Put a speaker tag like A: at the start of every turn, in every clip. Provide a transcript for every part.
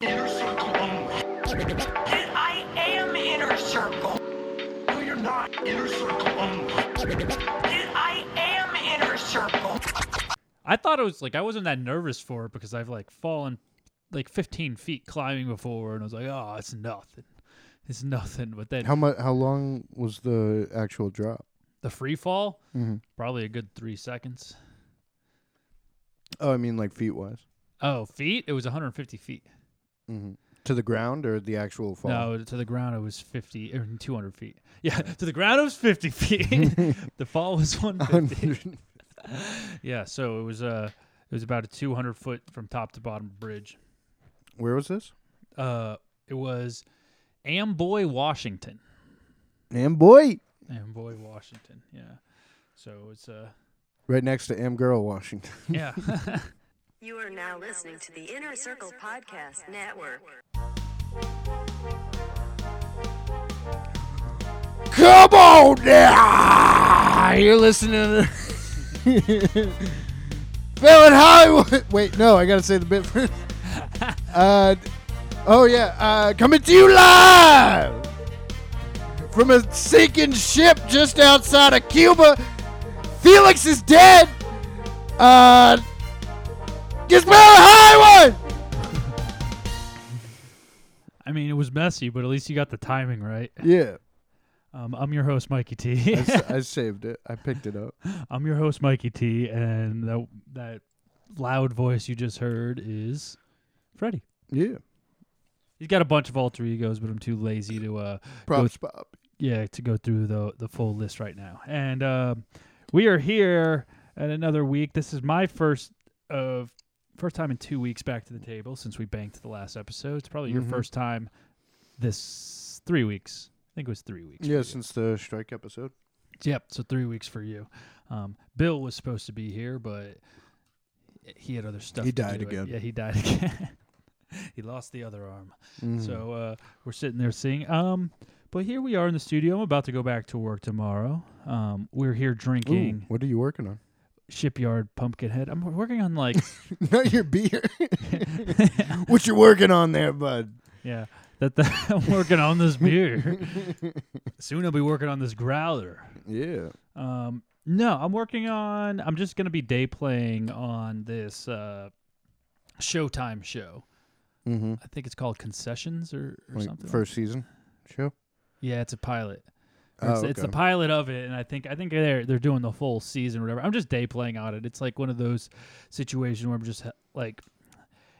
A: inner circle only. And I am inner circle. No, you're not inner circle only. And I am inner circle.
B: I thought it was like I wasn't that nervous for it because I've like fallen like 15 feet climbing before, and I was like, oh, it's nothing, it's nothing. But then
C: How much? How long was the actual drop?
B: the free fall,
C: Mm-hmm.
B: probably a good three seconds.
C: Oh, I mean, like feet wise,
B: Oh, feet? It was 150 feet.
C: to the ground or the actual fall.
B: No, to the ground it was 50 or 200 feet. Yeah, to the ground it was 50 feet. the fall was 150. yeah, so it was uh it was about a 200 foot from top to bottom bridge.
C: Where was this?
B: Uh, it was Amboy, Washington.
C: Am boy,
B: Amboy, Washington. Yeah. So it's uh
C: right next to Am girl, Washington.
B: yeah.
D: You are now listening to the Inner Circle Podcast Network.
C: Come on now, you're listening to Fallon Hollywood. Wait, no, I gotta say the bit first. Uh, oh yeah, uh, coming to you live from a sinking ship just outside of Cuba. Felix is dead. Uh, it's Fallon Hollywood.
B: I mean, it was messy, but at least you got the timing right.
C: Yeah,
B: Um, I'm your host, Mikey T.
C: I, I saved it. I picked it up.
B: I'm your host, Mikey T, and that that loud voice you just heard is Freddie.
C: Yeah,
B: He's got a bunch of alter egos, but I'm too lazy to uh
C: props, Bob.
B: yeah to go through the the full list right now. And um we are here at another week. This is my first of first time in two weeks back to the table since we banked the last episode. It's probably your first time this three weeks. I think it was three weeks.
C: Yeah, since the strike episode.
B: Yep. So three weeks for you. Um, Bill was supposed to be here, but he had other stuff.
C: He
B: to
C: died
B: do it.
C: again.
B: Yeah, he died again. he lost the other arm.
C: Mm-hmm.
B: So uh, we're sitting there seeing. Um, but here we are in the studio. I'm about to go back to work tomorrow. Um, we're here drinking
C: what are you working on?
B: Shipyard Pumpkinhead. I'm working on like,
C: Not your beer. what you working on there, bud?
B: yeah, that the, I'm working on this beer. Soon I'll be working on this growler.
C: Yeah.
B: Um, no, I'm working on. I'm just gonna be day playing on this uh, Showtime show.
C: Mm-hmm.
B: I think it's called Concessions or, or something. like-
C: first season show.
B: yeah, it's a pilot.
C: Oh,
B: It's, it's the
C: okay.
B: pilot of it, and I think I think they're they're doing the full season or whatever. I'm just day playing on it. It's like one of those situations where I'm just like,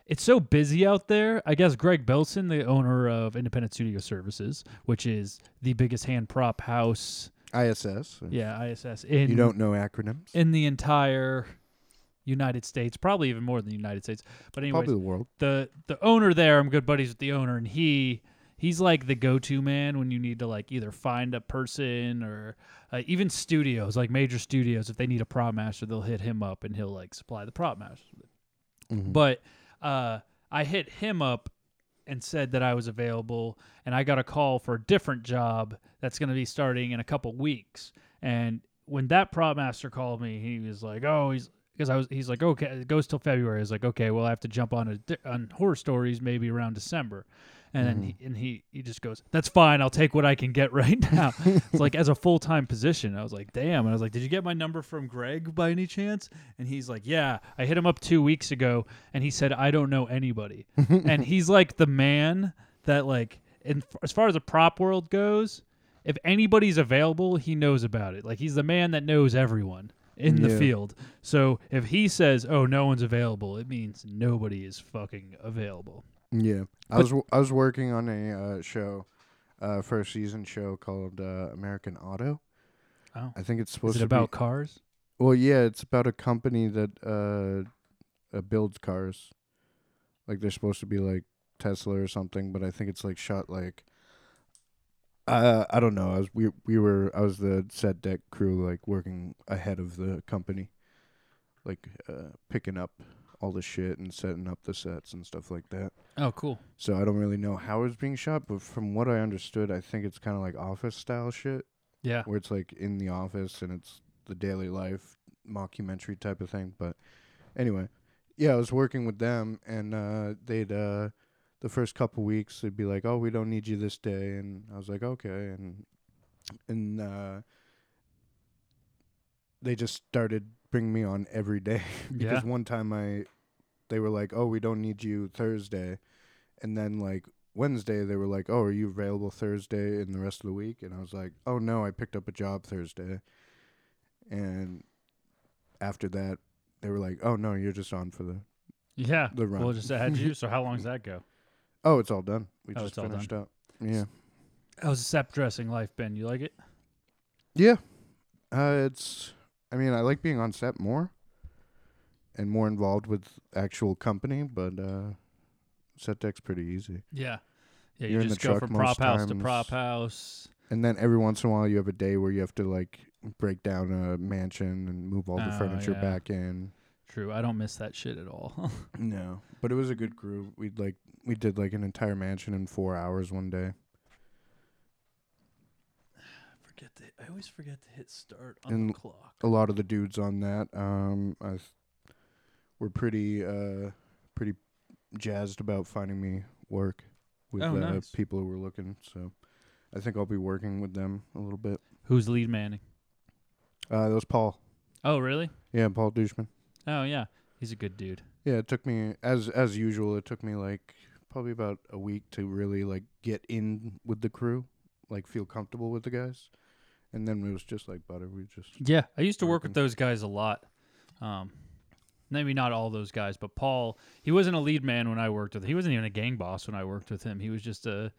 B: it's so busy out there. I guess Greg Belson, the owner of Independent Studio Services, which is the biggest hand prop house,
C: ISS.
B: yeah, ISS. In
C: You don't know acronyms.
B: in the entire United States, probably even more than the United States. But anyways,
C: Probably the world.
B: the the owner there, I'm good buddies with the owner, and he he's like the go-to man when you need to like either find a person or uh, even studios, like major studios, if they need a prop master, they'll hit him up and he'll like supply the prop master.
C: Hmm. Mm-hmm.
B: But uh, I hit him up and said that I was available, and I got a call for a different job that's going to be starting in a couple weeks. And when that prop master called me, he was like, "Oh, he's." Because I was, he's like, okay, it goes till February. I was like, okay, well, I have to jump on a, di- on horror stories maybe around December, and then he, and he he just goes, that's fine, I'll take what I can get right now. it's like as a full time position. I was like, damn. And I was like, did you get my number from Greg by any chance? And he's like, yeah, I hit him up two weeks ago, and he said I don't know anybody, and he's like the man that like, in, as far as the prop world goes, if anybody's available, he knows about it. Like he's the man that knows everyone in the
C: Yeah.
B: field. So if he says, "Oh, no one's available," it means nobody is fucking available.
C: Yeah. I was I was working on a uh, show, uh, first season show called uh, American Auto.
B: Oh.
C: I think it's supposed
B: Is it
C: to
B: about cars?
C: be. Well, yeah, it's about a company that uh, uh, builds cars. Like they're supposed to be like Tesla or something, but I think it's like shot like. Uh, I don't know. I was we we were I was the set deck crew like working ahead of the company, like uh, picking up all the shit and setting up the sets and stuff like that.
B: Oh, cool.
C: So I don't really know how it's being shot, but from what I understood, I think it's kind of like office style shit,
B: Yeah.
C: where it's like in the office and it's the daily life mockumentary type of thing. But anyway, yeah, I was working with them, and uh, they'd uh, the first couple weeks they'd be like, "Oh, we don't need you this day," and I was like, "Okay," and and uh, they just started bringing me on every day because
B: Yeah.
C: one time I they were like, "Oh, we don't need you Thursday," and then like Wednesday they were like, "Oh, are you available Thursday and the rest of the week?" And I was like, "Oh no, I picked up a job Thursday," and after that they were like, "Oh no, you're just on for the."
B: Yeah.
C: The run.
B: We'll just add you. So how long does that go?
C: Oh, it's all done. We
B: Oh,
C: just
B: it's all done.
C: finished up. Yeah.
B: How's the sap dressing life been? You like it?
C: Yeah. Uh, it's I mean, I like being on set more and more involved with actual company, but uh set deck's pretty easy.
B: Yeah. Yeah. You
C: You're in the
B: just go
C: truck
B: from prop
C: most
B: house to
C: times.
B: prop house.
C: And then every once in a while you have a day where you have to like break down a mansion and move all the
B: Oh,
C: furniture
B: yeah.
C: back in.
B: True. I don't miss that shit at all.
C: No. But it was a good groove. We'd like we did like an entire mansion in 4 hours one day.
B: forget to, I always forget to hit start
C: on the And-
B: clock.
C: a lot of the dudes on that um I th- were pretty uh pretty jazzed about finding me work with
B: Oh,
C: uh,
B: nice.
C: people who were looking so I think I'll be working with them a little bit.
B: Who's lead manning?
C: Uh that was Paul.
B: Oh, really?
C: Yeah, Paul Douchman.
B: Oh, yeah. He's a good dude.
C: Yeah, it took me as as usual it took me like probably about a week to really like get in with the crew, like feel comfortable with the guys. And then it was just like butter. We just
B: Yeah, I used to work with
C: Working.
B: those guys a lot. Um, maybe not all those guys, but Paul, he wasn't a lead man when I worked with. He wasn't even a gang boss when I worked with him. He was just a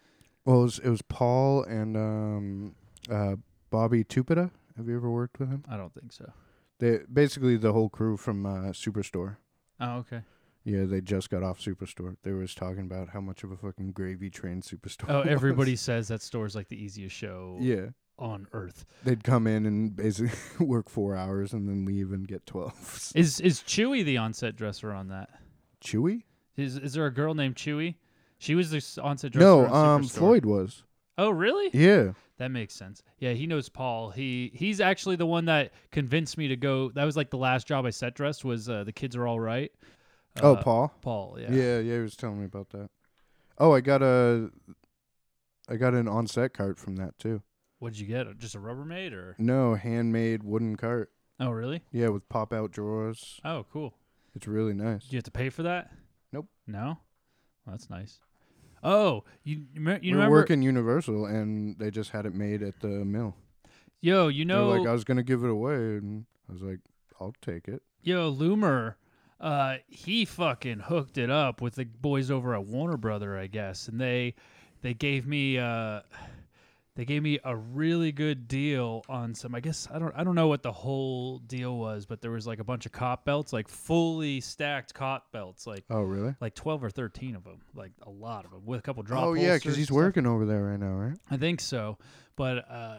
C: Well, it was, it was Paul and um, uh, Bobby Tupida. Have you ever worked with him?
B: I don't think so.
C: They basically the whole crew from uh, Superstore.
B: Oh, okay.
C: Yeah, they just got off Superstore. They were just talking about how much of a fucking gravy train Superstore.
B: Oh,
C: was.
B: everybody says that store's like the easiest show
C: Yeah,
B: on earth.
C: they'd come in and basically work four hours and then leave and get twelve.
B: Is is Chewy the onset dresser on that?
C: Chewy?
B: Is is there a girl named Chewy? She was the s- onset dresser.
C: No,
B: on
C: um,
B: Superstore.
C: Floyd was.
B: Oh, really?
C: Yeah,
B: That makes sense. Yeah, he knows Paul. He he's actually the one that convinced me to go. That was like the last job I set dressed was uh, the kids are all right.
C: Oh,
B: Uh,
C: Paul?
B: Paul. Yeah.
C: yeah. yeah, He was telling me about that. Oh, I got a, I got an on-set cart from that too.
B: What did you get? Just a Rubbermaid or?
C: No, handmade wooden cart.
B: Oh, really?
C: Yeah, with pop out drawers.
B: Oh, cool.
C: It's really nice.
B: Did you have to pay for that?
C: Nope.
B: No. Well, that's nice. Oh, you you, me- you
C: we
B: remember?
C: were working Universal and they just had it made at the mill.
B: Yo, you
C: They were
B: know,
C: like, I was going to give it away. And I was like, I'll take it.
B: yo, Loomer. Uh, he fucking hooked it up with the boys over at Warner Brother, I guess, and they they gave me uh they gave me a really good deal on some i guess i don't i don't know what the whole deal was but there was like a bunch of cop belts like fully stacked cop belts like
C: Oh, really?
B: like 12 or 13 of them like a lot of them with a couple drop
C: oh, yeah,
B: holsters
C: because
B: and
C: he's
B: stuff.
C: working over there right now, right?
B: i think so but uh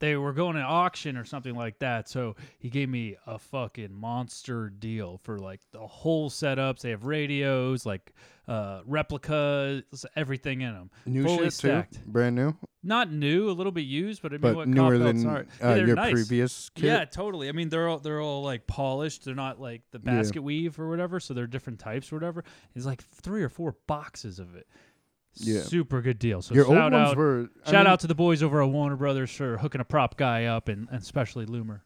B: they were going to auction or something like that so he gave me a fucking monster deal for like the whole setups they have radios like uh replicas everything in them
C: New
B: fully
C: shit,
B: stacked
C: too. Brand new.
B: not new a little bit used but i mean
C: But
B: what
C: newer
B: cop belts
C: than
B: are
C: uh,
B: they're
C: your
B: nice.
C: previous kit.
B: Yeah, totally. I mean, they're all they're all like polished. They're not like the
C: Yeah.
B: basket weave or whatever. So they're different types or whatever. It's like three or four boxes of it.
C: Yeah.
B: super good deal. So
C: Your
B: shout
C: old
B: out,
C: ones were. I
B: shout
C: mean,
B: out to the boys over at Warner Brothers for hooking a prop guy up and, and especially Loomer.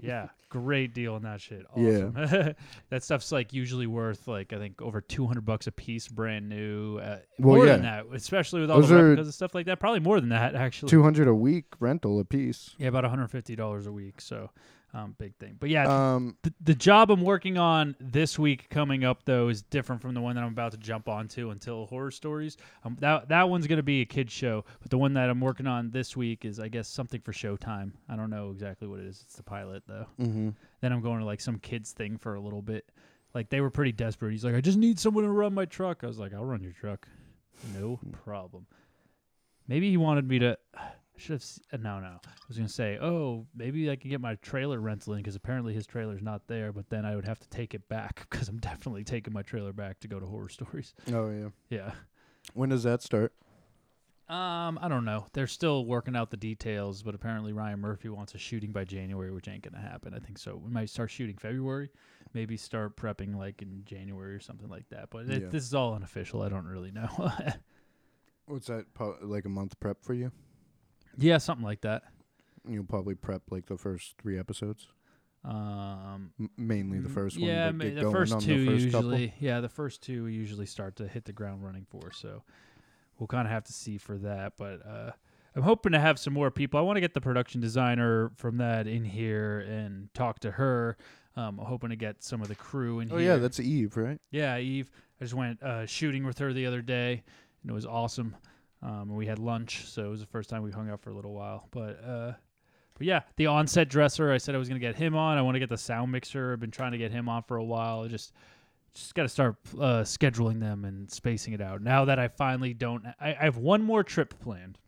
B: yeah, great deal on that shit.
C: Yeah.
B: Awesome. that stuff's like usually worth like I think over two hundred bucks a piece, brand new. Uh,
C: Well,
B: more
C: yeah.
B: than that, especially with all
C: Those
B: the
C: are-
B: replicas and stuff like that. Probably more than that actually.
C: 200 a week rental a piece.
B: Yeah, about one hundred fifty dollars a week. So, um, big thing. But yeah,
C: Um,
B: the, the job I'm working on this week coming up though is different from the one that I'm about to jump onto until horror stories. Um, that that one's gonna be a kids show, but the one that I'm working on this week is I guess something for Showtime. I don't know exactly what it is. It's the pilot though.
C: mhm.
B: Then I'm going to like some kids thing for a little bit. Like they were pretty desperate. He's like, I just need someone to run my truck. I was like, I'll run your truck, no problem. Maybe he wanted me to. I should have. s- uh, No, no. I was gonna say, oh, maybe I can get my trailer rental in because apparently his trailer's not there. But then I would have to take it back because I'm definitely taking my trailer back to go to horror stories.
C: Oh, yeah.
B: Yeah.
C: When does that start?
B: Um, I don't know. They're still working out the details, but apparently Ryan Murphy wants a shooting by January, which ain't gonna happen. I think so. We might start shooting February, maybe start prepping like in January or something like that. But it,
C: Yeah.
B: this is all unofficial. I don't really know.
C: What's that? Po- like a month prep for you?
B: yeah, something like that.
C: You'll probably prep like the first three episodes,
B: Um,
C: M- mainly the
B: Mm,
C: first one.
B: yeah,
C: but
B: ma-
C: get
B: the
C: going
B: first
C: on
B: two
C: the first couple.
B: usually. Yeah, the first two we usually start to hit the ground running for. So we'll kind of have to see for that. But uh, I'm hoping to have some more people. I want to get the production designer from that in here and talk to her. Um, I'm hoping to get some of the crew in
C: Oh
B: here.
C: yeah, that's Eve, right?
B: Yeah, Eve. I just went uh, shooting with her the other day, and it was awesome. Um, and we had lunch, so it was the first time we hung out for a little while. But uh, but yeah, the onset dresser. I said I was gonna get him on. I want to get the sound mixer. I've been trying to get him on for a while. I just just got to start uh, scheduling them and spacing it out. Now that I finally don't, I, I have one more trip planned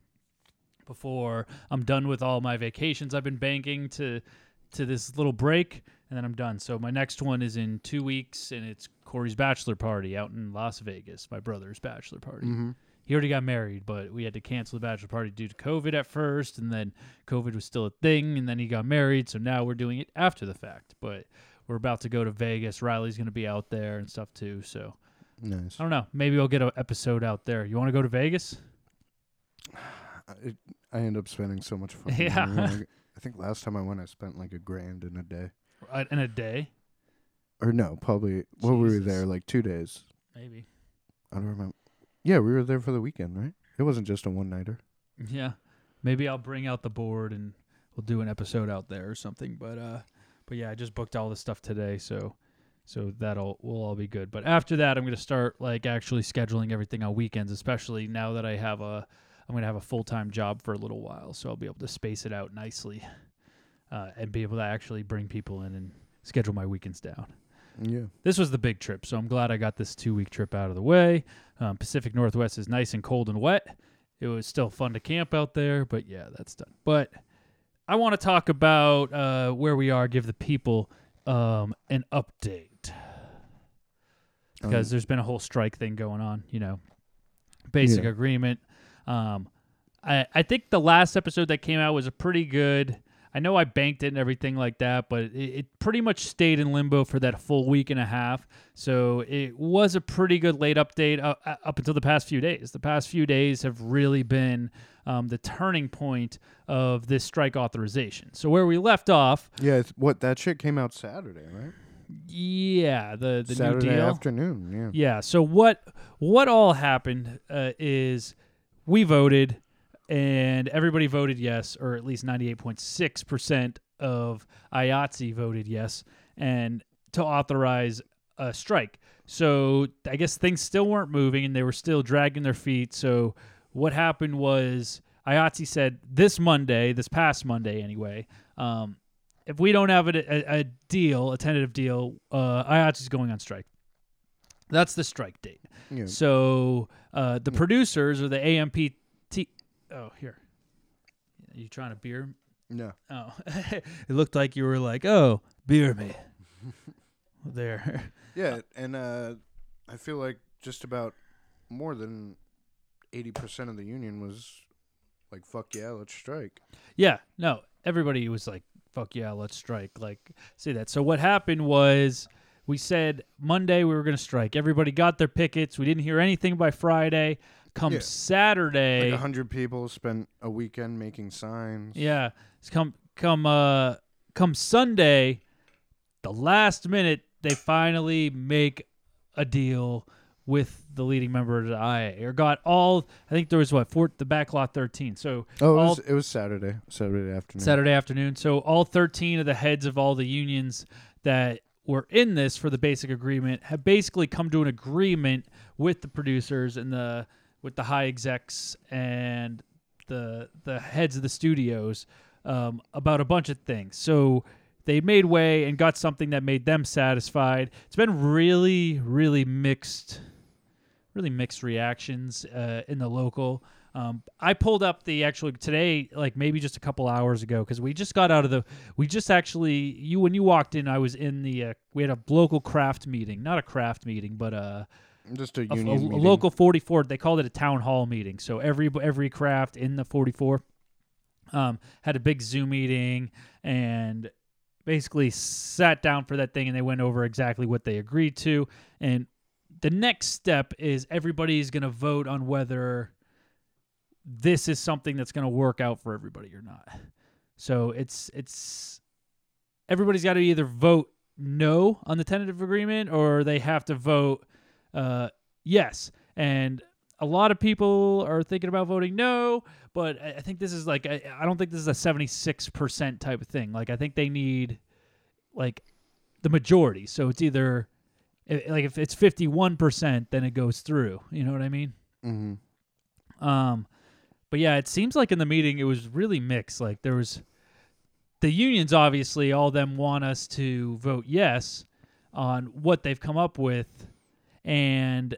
B: before I'm done with all my vacations I've been banking to to this little break, and then I'm done. So my next one is in two weeks, and it's Corey's bachelor party out in Las Vegas. My brother's bachelor party. He already got married, but we had to cancel the bachelor party due to COVID at first, and then COVID was still a thing, and then he got married. So now we're doing it after the fact, but. We're about to go to Vegas. Riley's going to be out there and stuff too. So
C: Nice.
B: I don't know. Maybe I'll get an episode out there. You want to go to Vegas?
C: I, it, I end up spending so much fucking
B: Yeah.
C: money. Like, I think last time I went, I spent like a grand in a day.
B: Uh, In a day?
C: Or no, probably. Well, we were
B: Jesus.
C: there like two days.
B: Maybe.
C: I don't remember. Yeah, we were there for the weekend, right? It wasn't just a one nighter.
B: Yeah. Maybe I'll bring out the board and we'll do an episode out there or something. But uh but yeah, I just booked all this stuff today, so so that'll will all be good. But after that I'm gonna start like actually scheduling everything on weekends, especially now that I have a I'm gonna have a full time job for a little while, so I'll be able to space it out nicely. Uh, and be able to actually bring people in and schedule my weekends down
C: Yeah.
B: this was the big trip, so I'm glad I got this two week trip out of the way. Um, Pacific Northwest is nice and cold and wet. It was still fun to camp out there, but yeah, that's done. But I want to talk about uh, where we are, give the people um, an update because there's been a whole strike thing going on, you know, basic
C: Yeah.
B: agreement. Um, I, I think the last episode that came out was a pretty good. I know I banked it and everything like that, but it, it pretty much stayed in limbo for that full week and a half. So it was a pretty good late update uh, uh, up until the past few days. The past few days have really been um, the turning point of this strike authorization. So where we left off,
C: Yeah. It's, what that shit came out Saturday, right?
B: yeah, the the
C: Saturday
B: new deal.
C: afternoon. Yeah.
B: Yeah. So what what all happened uh, is we voted, and everybody voted yes, or at least ninety eight point six percent of IATSE E voted yes, and to authorize a strike. So I guess things still weren't moving, and they were still dragging their feet. So what happened was IATSE E said this Monday, this past Monday anyway. Um, if we don't have a, a, a deal, a tentative deal, uh, IATSE is going on strike. That's the strike date.
C: Yeah.
B: So uh, the producers or the AMPT. Oh, here. You trying to beer?
C: No.
B: Oh, it looked like you were like, oh, beer me. there.
C: Yeah, and uh, I feel like just about more than eighty percent of the union was like, "Fuck yeah, let's strike."
B: Yeah, no, everybody was like, "Fuck yeah, let's strike!" Like, see that. So what happened was we said Monday we were going to strike. Everybody got their pickets. We didn't hear anything by Friday. Come
C: Yeah.
B: Saturday,
C: Like hundred people spent a weekend making signs.
B: Yeah. It's come come uh come Sunday, the last minute they finally make a deal with the leading member of the IA or got all I think there was what four the backlot 13. So
C: Oh, it
B: all
C: was, it was Saturday, Saturday afternoon.
B: Saturday afternoon. So all 13 of the heads of all the unions that were in this for the basic agreement have basically come to an agreement with the producers and the with the high execs and the the heads of the studios um, about a bunch of things. So they made way and got something that made them satisfied. It's been really really mixed really mixed reactions uh, in the local. Um, I pulled up the actual today, like maybe just a couple hours ago, because we just got out of the. We just actually you when you walked in, I was in the. Uh, we had a local craft meeting, not a craft meeting, but uh,
C: Just a
B: a,
C: union
B: a- a
C: meeting.
B: local 44 they called it a town hall meeting so every every craft in the 44 um, had a big zoom meeting and basically sat down for that thing and they went over exactly what they agreed to. And the next step is everybody's going to vote on whether this is something that's going to work out for everybody or not. So it's it's everybody's got to either vote no on the tentative agreement or they have to vote uh, yes. And a lot of people are thinking about voting no, but I I think this is like I, I don't think this is a seventy six percent type of thing. Like I think they need like the majority. So it's either i- like if it's fifty one percent, then it goes through. You know what I mean?
C: hmm
B: Um, but yeah, it seems like in the meeting it was really mixed. Like there was the unions, obviously, all them want us to vote yes on what they've come up with, and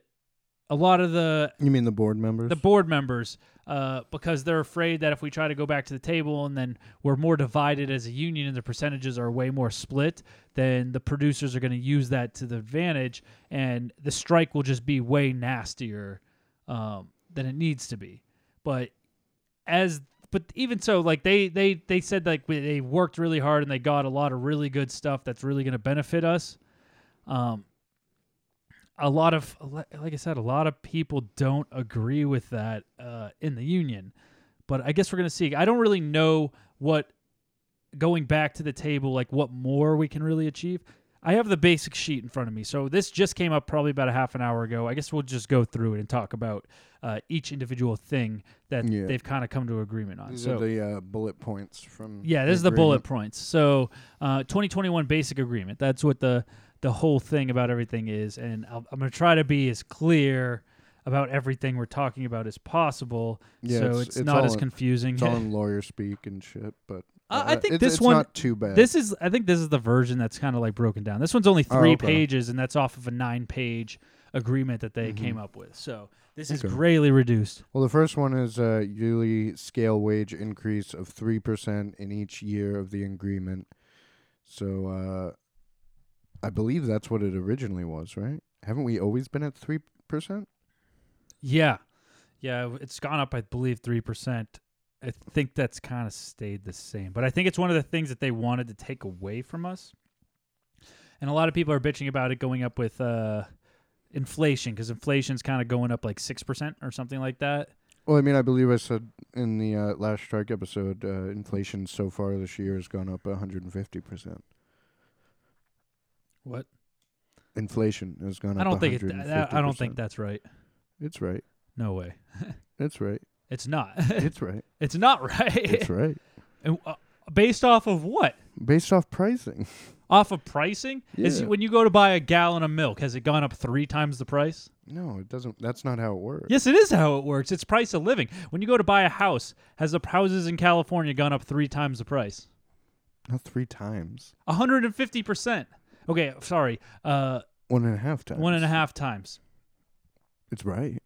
B: a lot of the
C: You mean the board members?
B: the board members uh, because they're afraid that if we try to go back to the table and then we're more divided as a union and the percentages are way more split, then the producers are going to use that to the advantage and the strike will just be way nastier um, than it needs to be. But as but even so like they they they said like we- they worked really hard and they got a lot of really good stuff that's really going to benefit us um a lot of like i said a lot of people don't agree with that uh in the union but i guess we're going to see i don't really know what going back to the table like what more we can really achieve i have the basic sheet in front of me so this just came up probably about a half an hour ago i guess we'll just go through it and talk about uh, each individual thing that
C: Yeah.
B: they've kind of come to agreement on
C: These
B: so
C: are the uh, bullet points from.
B: yeah, this is the bullet points. So, uh, 2021 basic agreement. That's what the the whole thing about everything is, and I'll, I'm gonna try to be as clear about everything we're talking about as possible.
C: Yeah,
B: so
C: it's-
B: it's,
C: it's
B: not
C: all
B: as
C: in-
B: confusing.
C: It's all in lawyer speak and shit, but
B: I- I
C: uh,
B: think
C: it's,
B: this
C: it's
B: one-
C: not too bad.
B: This is, I think, this is the version that's kind of like broken down. This one's only
C: Oh,
B: three
C: okay.
B: pages, and that's off of a nine page agreement that they came up with. So this is
C: Mm-hmm. Okay.
B: greatly reduced.
C: Well, the first one is a yearly scale wage increase of 3% in each year of the agreement. So uh, I believe that's what it originally was, right? Haven't we always been at 3%?
B: Yeah. Yeah, it's gone up, I believe, 3%. I think that's kind of stayed the same. But I think it's one of the things that they wanted to take away from us. And a lot of people are bitching about it going up with uh, inflation because inflation's kind of going up like 6% or something like that.
C: Well, I mean, I believe I said in the uh, last strike episode, uh, inflation so far this year has gone up 150%.
B: What?
C: Inflation has gone up
B: I don't think it,
C: 150%.
B: that, I don't think that's right.
C: It's right.
B: No way.
C: It's right.
B: It's not.
C: It's right.
B: it's not right.
C: It's right.
B: And, uh, based off of what?
C: Based off pricing.
B: Off of pricing? Is
C: Yeah.
B: when you go to buy a gallon of milk, has it gone up three times the price?
C: No, it doesn't. That's not how it works.
B: Yes, it is how it works. It's price of living. When you go to buy a house, has the houses in California gone up three times the price?
C: Not three times.
B: 150%. Okay, sorry. Uh,
C: One and a half times.
B: one and a half times.
C: It's right.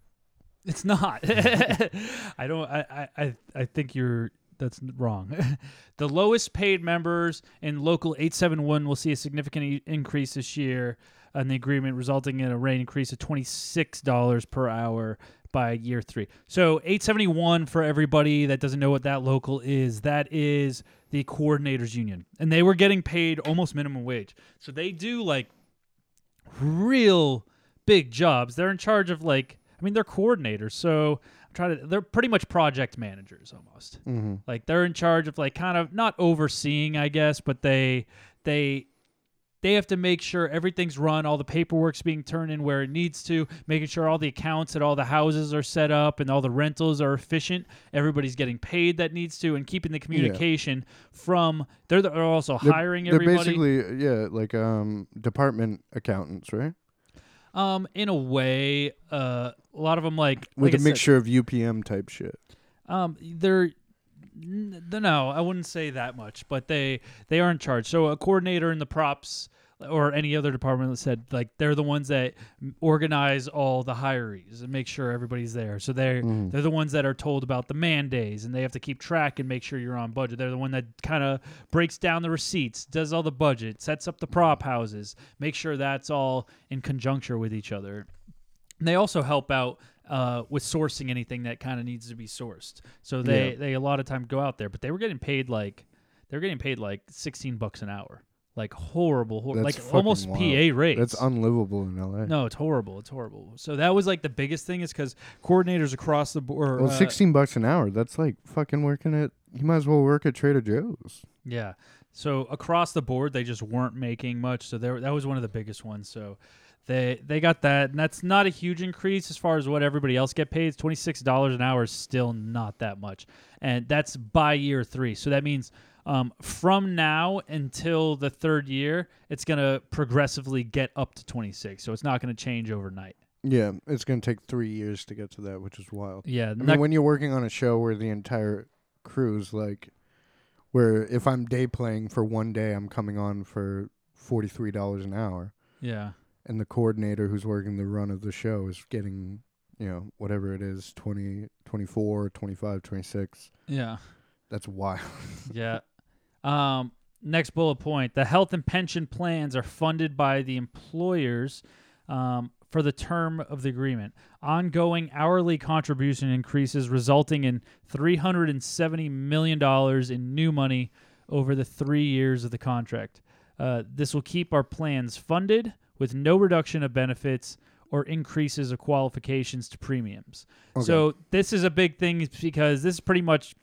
B: It's not. I don't. I, I. I. I think you're. That's wrong. the lowest paid members in Local 871 will see a significant e- increase this year in the agreement, resulting in a rate increase of $26 per hour by year three. So 871 for everybody that doesn't know what that local is. That is the coordinators union, and they were getting paid almost minimum wage. So they do like real big jobs. They're in charge of like I mean they're coordinators, so I'm trying to they're pretty much project managers almost.
C: Mm-hmm.
B: Like they're in charge of like kind of not overseeing, I guess, but they they they have to make sure everything's run, all the paperwork's being turned in where it needs to, making sure all the accounts at all the houses are set up and all the rentals are efficient, everybody's getting paid that needs to, and keeping the communication from they're, they're also hiring
C: They're
B: everybody.
C: basically yeah, like um department accountants, right?
B: Um, in a way, uh, a lot of them like
C: With
B: like I
C: a
B: said,
C: mixture of UPM type shit.
B: um, they're n- th- no, I wouldn't say that much, but they they are in charge. So a coordinator in the props or any other department that said like they're the ones that m- organize all the hirees and make sure everybody's there. So they're
C: Mm.
B: they're the ones that are told about the man days and they have to keep track and make sure you're on budget. They're the one that kind of breaks down the receipts, does all the budget, sets up the prop houses, make sure that's all in conjuncture with each other. And they also help out uh, with sourcing anything that kind of needs to be sourced. So they they a lot of time go out there, but they were getting paid like they were getting paid like sixteen bucks an hour. like horrible, hor-
C: That's
B: like almost
C: fucking wild.
B: PA rates.
C: That's unlivable in LA.
B: no, it's horrible. It's horrible. So that was like the biggest thing is because coordinators across the uh, board.
C: Well, sixteen bucks an hour. That's like fucking working at. You might as well work at Trader Joe's.
B: Yeah. So across the board, they just weren't making much. So there, that was one of the biggest ones. So they they got that, and that's not a huge increase as far as what everybody else get paid. Twenty six dollars an hour is still not that much, and that's by year three. So that means um, from now until the third year, it's gonna progressively get up to twenty six. So it's not gonna change overnight.
C: Yeah, it's gonna take three years to get to that, which is wild.
B: Yeah.
C: I
B: nec-
C: mean, when you're working on a show where the entire crew's like, where if I'm day playing for one day, I'm coming on for forty three dollars an hour,
B: yeah.
C: and the coordinator who's working the run of the show is getting, you know, whatever it is, 20, 24, 25, 26.
B: Yeah.
C: That's wild.
B: yeah. Um, next bullet point the health and pension plans are funded by the employers um, for the term of the agreement. Ongoing hourly contribution increases, resulting in $370 million in new money over the three years of the contract. Uh, this will keep our plans funded with no reduction of benefits or increases of qualifications to premiums. So, this is a big thing because this is pretty much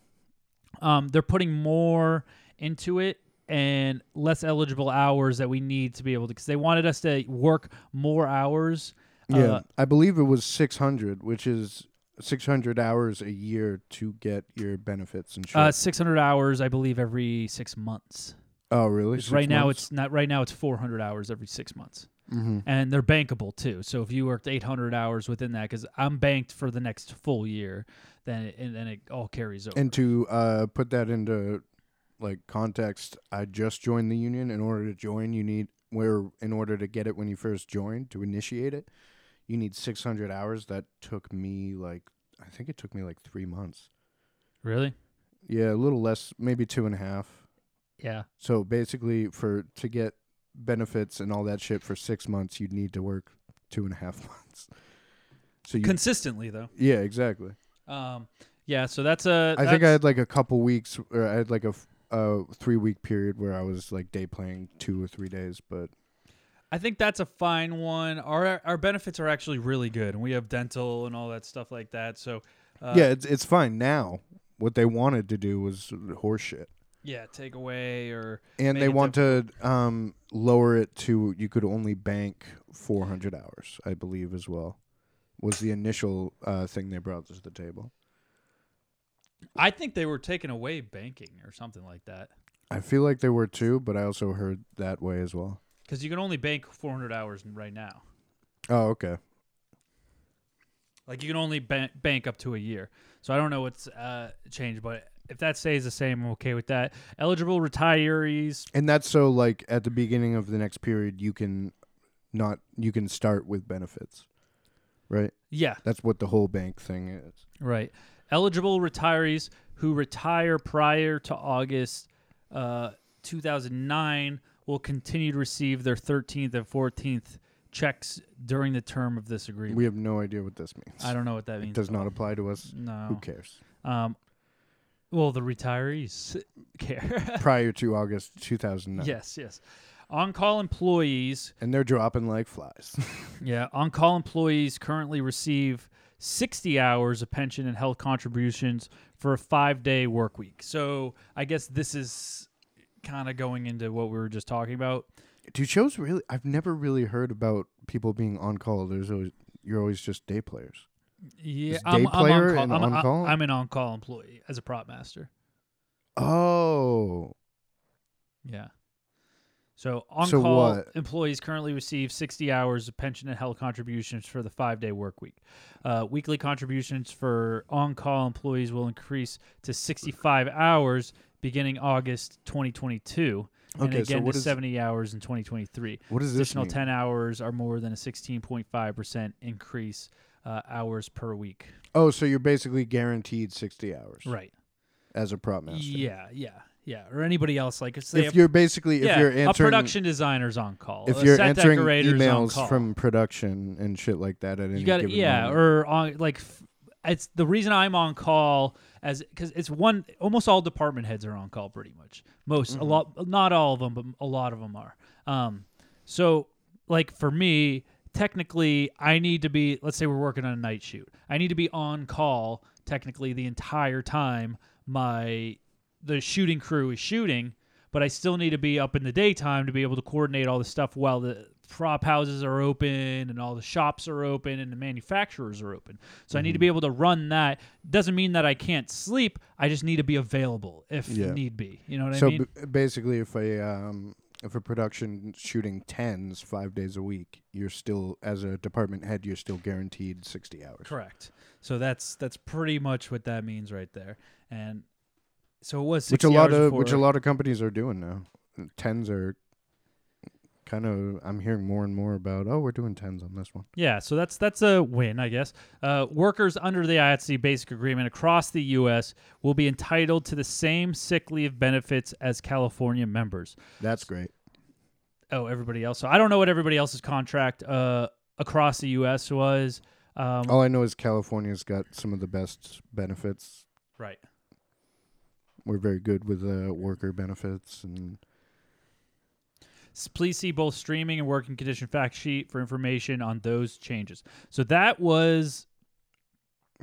B: um, they're putting more into it and less eligible hours that we need to be able to because they wanted us to work more hours uh,
C: yeah, I believe it was six hundred, which is six hundred hours a year to get your benefits and shit.
B: uh, 600 hours i believe every six months
C: oh, really?
B: right now it's not right now it's 400 hours every six months
C: hmm
B: and they're bankable too so if you worked 800 hours within that because i'm banked for the next full year then it, and then it all carries over
C: And to uh, put that into like context, I just joined the union. In order to join, you need where in order to get it when you first joined to initiate it, you need six hundred hours. That took me like I think it took me like three months.
B: really
C: Yeah, a little less, maybe two and a half.
B: yeah
C: So basically, for to get benefits and all that shit for six months, you'd need to work two and a half months. So you,
B: consistently though
C: yeah, exactly.
B: um yeah so that's a
C: I think I
B: that's-
C: had like a couple weeks, or I had like a, f- a three week period where I was like day playing two or three days, but
B: I think that's a fine one. Our our benefits are actually really good, and we have dental and all that stuff like that. So, uh,
C: yeah, it's it's fine now. What they wanted to do was horse shit.
B: yeah, take away or
C: And
B: make
C: they
B: it
C: want to um, lower it to you could only bank 400 hours, I believe, as well, was the initial uh, thing they brought to the table.
B: diff- I think they were taking away banking or something like that
C: I feel like they were too, but I also heard that way as well.
B: because you can only bank 400 hours right now.
C: Oh, okay.
B: Like you can only ban- bank up to a year. So I don't know what's uh, changed, but if that stays the same, I'm okay with that. Eligible retirees,
C: And that's so like at the beginning of the next period you can not you can start with benefits. Right?
B: yeah,
C: That's what the whole bank thing is.
B: Right. Eligible retirees who retire prior to August uh, 2009 will continue to receive their 13th and 14th checks during the term of this agreement.
C: We have no idea what this means.
B: I don't know what that
C: it
B: means.
C: does not apply to us. Who
B: No.
C: cares?
B: Um, well, the retirees care.
C: Prior to August 2009.
B: yes, yes. On call employees
C: And they're dropping like flies.
B: Yeah, on call employees currently receive 60 hours of pension and health contributions for a five day work week. So I guess this is kind of going into what we were just talking about.
C: Do shows really I've never really heard about people being on call. There's always you're always just day players.
B: Yeah,
C: Is day player
B: on call. I'm,
C: an
B: I-
C: on-call?
B: I'm an on call employee as a prop master.
C: Oh.
B: Yeah. So on
C: So
B: call
C: what?
B: employees currently receive 60 hours of pension and health contributions for the five day work week. Uh, weekly contributions for on call employees will increase to 65 hours beginning August 2022. and
C: Okay, so
B: again
C: what
B: to
C: is-
B: 70 hours in 2023.
C: What does this
B: Additional
C: mean?
B: 10 hours are more than a 16.5% increase uh, hours per week.
C: Oh, so you're basically guaranteed 60 hours
B: Right.
C: as a prop master.
B: Yeah, yeah, yeah. Or anybody else like say a
C: If you're basically if
B: yeah,
C: you're answering
B: a production designer's on call.
C: if
B: a
C: you're
B: set
C: answering
B: decorator's on
C: emails
B: call.
C: from production and shit like that at any
B: you got
C: given
B: yeah,
C: moment.
B: or on like f- it's the reason I'm on call as because it's one almost all department heads are on call pretty much most
C: Mm-hmm.
B: a lot not all of them but a lot of them are um so like for me technically I need to be let's say we're working on a night shoot I need to be on call technically the entire time my the shooting crew is shooting but I still need to be up in the daytime to be able to coordinate all the stuff while the prop houses are open and all the shops are open and the manufacturers are open. So I
C: Mm-hmm.
B: need to be able to run that. Doesn't mean that I can't sleep. I just need to be available if
C: Yeah.
B: need be. You know what
C: so
B: I mean?
C: b- basically, if a um, if a production shooting tens five days a week, you're still as a department head, you're still guaranteed sixty hours.
B: Correct. So that's that's pretty much what that means right there. And so it was
C: Which
B: 60
C: a lot
B: hours
C: of
B: before-
C: which a lot of companies are doing now. Tens are kind of. I'm hearing more and more about. Oh, we're doing tens on this one.
B: Yeah, so that's that's a win, I guess. Uh, workers under the IATSE Basic Agreement across the U.S. will be entitled to the same sick leave benefits as California members.
C: That's great.
B: Oh, everybody else. So I don't know what everybody else's contract uh, across the U.S. was. Um,
C: All I know is California's got some of the best benefits.
B: Right.
C: We're very good with uh, worker benefits and
B: S- Please see both streaming and working condition fact sheet for information on those changes. So that was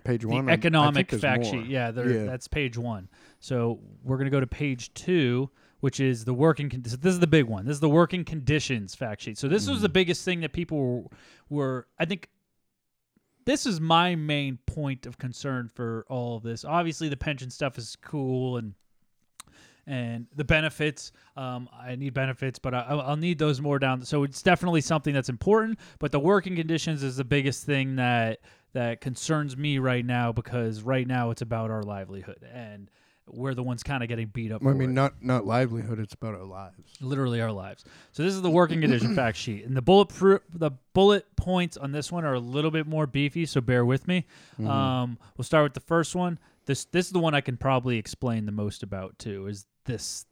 C: page
B: the
C: one. I'm- I think
B: economic
C: there's
B: fact
C: more.
B: sheet. Yeah, there, that's page one. So we're gonna go to page two, which is the working. Con- so this is the big one. This is the working conditions fact sheet. So this was the
C: Mm.
B: biggest thing that people were, were. I think this is my main point of concern for all of this. Obviously, the pension stuff is cool and and the benefits. Um, I need benefits, but I, I'll I'll need those more down. So it's definitely something that's important. But the working conditions is the biggest thing that that concerns me right now because right now it's about our livelihood and we're the ones kind of getting beat up.
C: I
B: for it
C: mean, not not livelihood. It's about our lives.
B: literally our lives. So this is the working condition fact sheet, and the bullet pro- the bullet points on this one are a little bit more beefy, so bear with me.
C: Mm-hmm.
B: Um, we'll start with the first one. This this is the one I can probably explain the most about too. Is this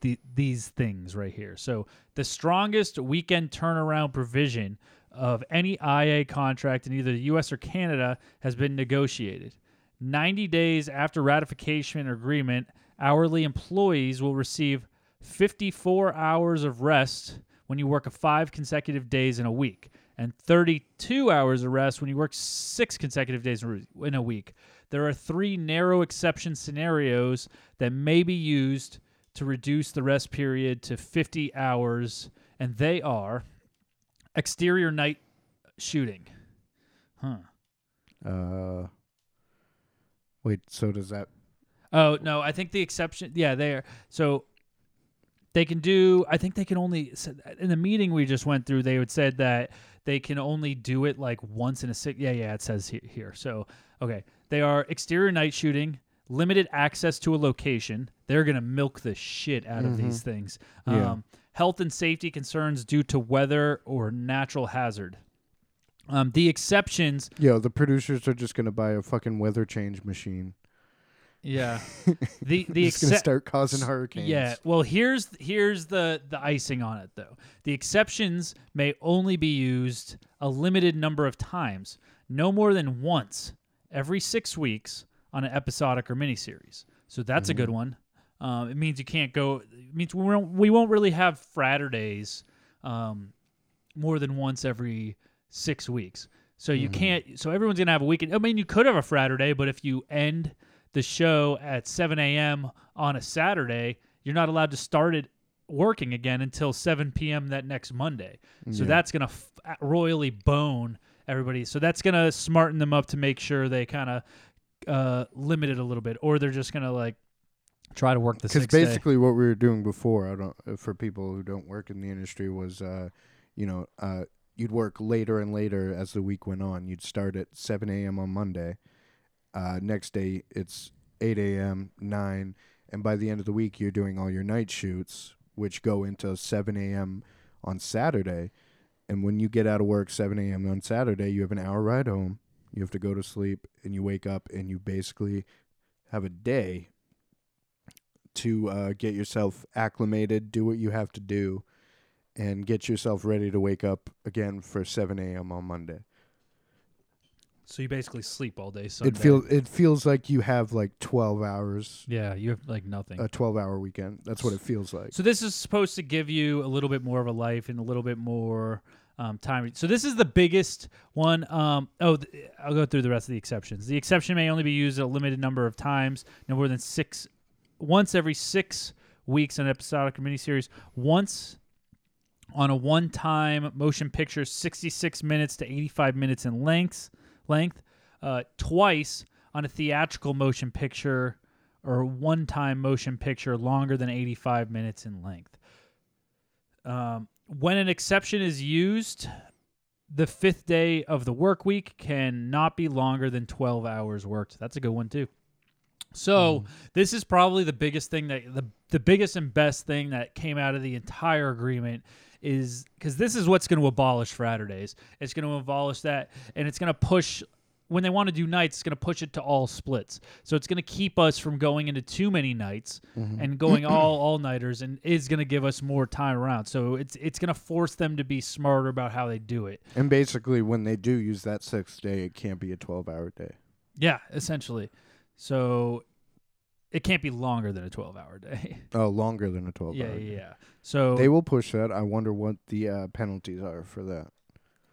B: the, these things right here? So the strongest weekend turnaround provision of any IA contract in either the U.S. or Canada has been negotiated. 90 days after ratification or agreement, hourly employees will receive 54 hours of rest when you work a five consecutive days in a week and 32 hours of rest when you work six consecutive days in a week- in a week. There are three narrow exception scenarios that may be used to reduce the rest period to 50 hours, and they are exterior night shooting. Huh.
C: Uh, wait. So does that?
B: Oh no, I think the exception. Yeah, they are. So they can do. I think they can only in the meeting we just went through. They would said that they can only do it like once in a six. Yeah, yeah, it says he- here. So okay, they are exterior night shooting, limited access to a location. They're gonna milk the shit out of these things.
C: Mm-hmm. Yeah.
B: Um, health and safety concerns due to weather or natural hazard. Um, the exceptions
C: Yo, the producers are just gonna buy a fucking weather change machine.
B: Yeah. The the
C: Just gonna
B: exce-
C: start causing hurricanes.
B: Yeah. Well, here's here's the the icing on it though. The exceptions may only be used a limited number of times, no more than once every 6 weeks on an episodic or miniseries. So that's a good one. Um, it means you can't go it means we won't, we won't really have Fraterdays um, more than once every six weeks. So you
C: Mm-hmm.
B: can't. So everyone's gonna have a weekend. I mean, you could have a Friday, but if you end the show at 7 a.m. on a Saturday, you're not allowed to start it working again until 7 p.m. that next Monday. So that's gonna f- royally bone everybody. So that's gonna smarten them up to make sure they kind of uh, limit it a little bit, or they're just gonna like try to work the
C: Because
B: six day.
C: basically, what we were doing before, I don't uh, for people who don't work in the industry, was, uh, you know, uh, you'd work later and later as the week went on. You'd start at seven a.m. on Monday. Uh, next day, it's eight a.m., nine, and by the end of the week, you're doing all your night shoots, which go until seven a.m. on Saturday. And when you get out of work seven a.m. on Saturday, you have an hour ride home. You have to go to sleep, and you wake up, and you basically have a day to uh, get yourself acclimated, do what you have to do, and get yourself ready to wake up again for 7 a.m. on Monday.
B: So you basically sleep all day. Sunday.
C: It feels it feels like you have like twelve hours,
B: Yeah, you have like nothing.
C: a twelve hour weekend. That's what it feels like.
B: So this is supposed to give you a little bit more of a life and a little bit more um, time. So this is the biggest one. Um, oh, th- I'll go through the rest of the exceptions. The exception may only be used a limited number of times, no more than six, once every six weeks on an episodic or miniseries, once on a one-time motion picture, 66 minutes to 85 minutes in lengths, length, uh, twice on a theatrical motion picture or one-time motion picture longer than 85 minutes in length. Um, when an exception is used, the fifth day of the work week cannot be longer than 12 hours worked. That's a good one too. So this is probably the biggest thing that the the biggest and best thing that came out of the entire agreement is because this is what's going to abolish Fridays. It's going to abolish that, and it's going to push when they want to do nights. It's going to push it to all splits. So it's going to keep us from going into too many nights and going all all nighters, and is going to give us more time around. So it's it's going to force them to be smarter about how they do it.
C: And basically, when they do use that sixth day, it can't be a twelve hour day.
B: Yeah, essentially. So it can't be longer than a twelve hour day.
C: Oh, longer than a twelve
B: yeah,
C: hour.
B: yeah,
C: day.
B: yeah. So
C: They will push that. I wonder what the uh, penalties are for that,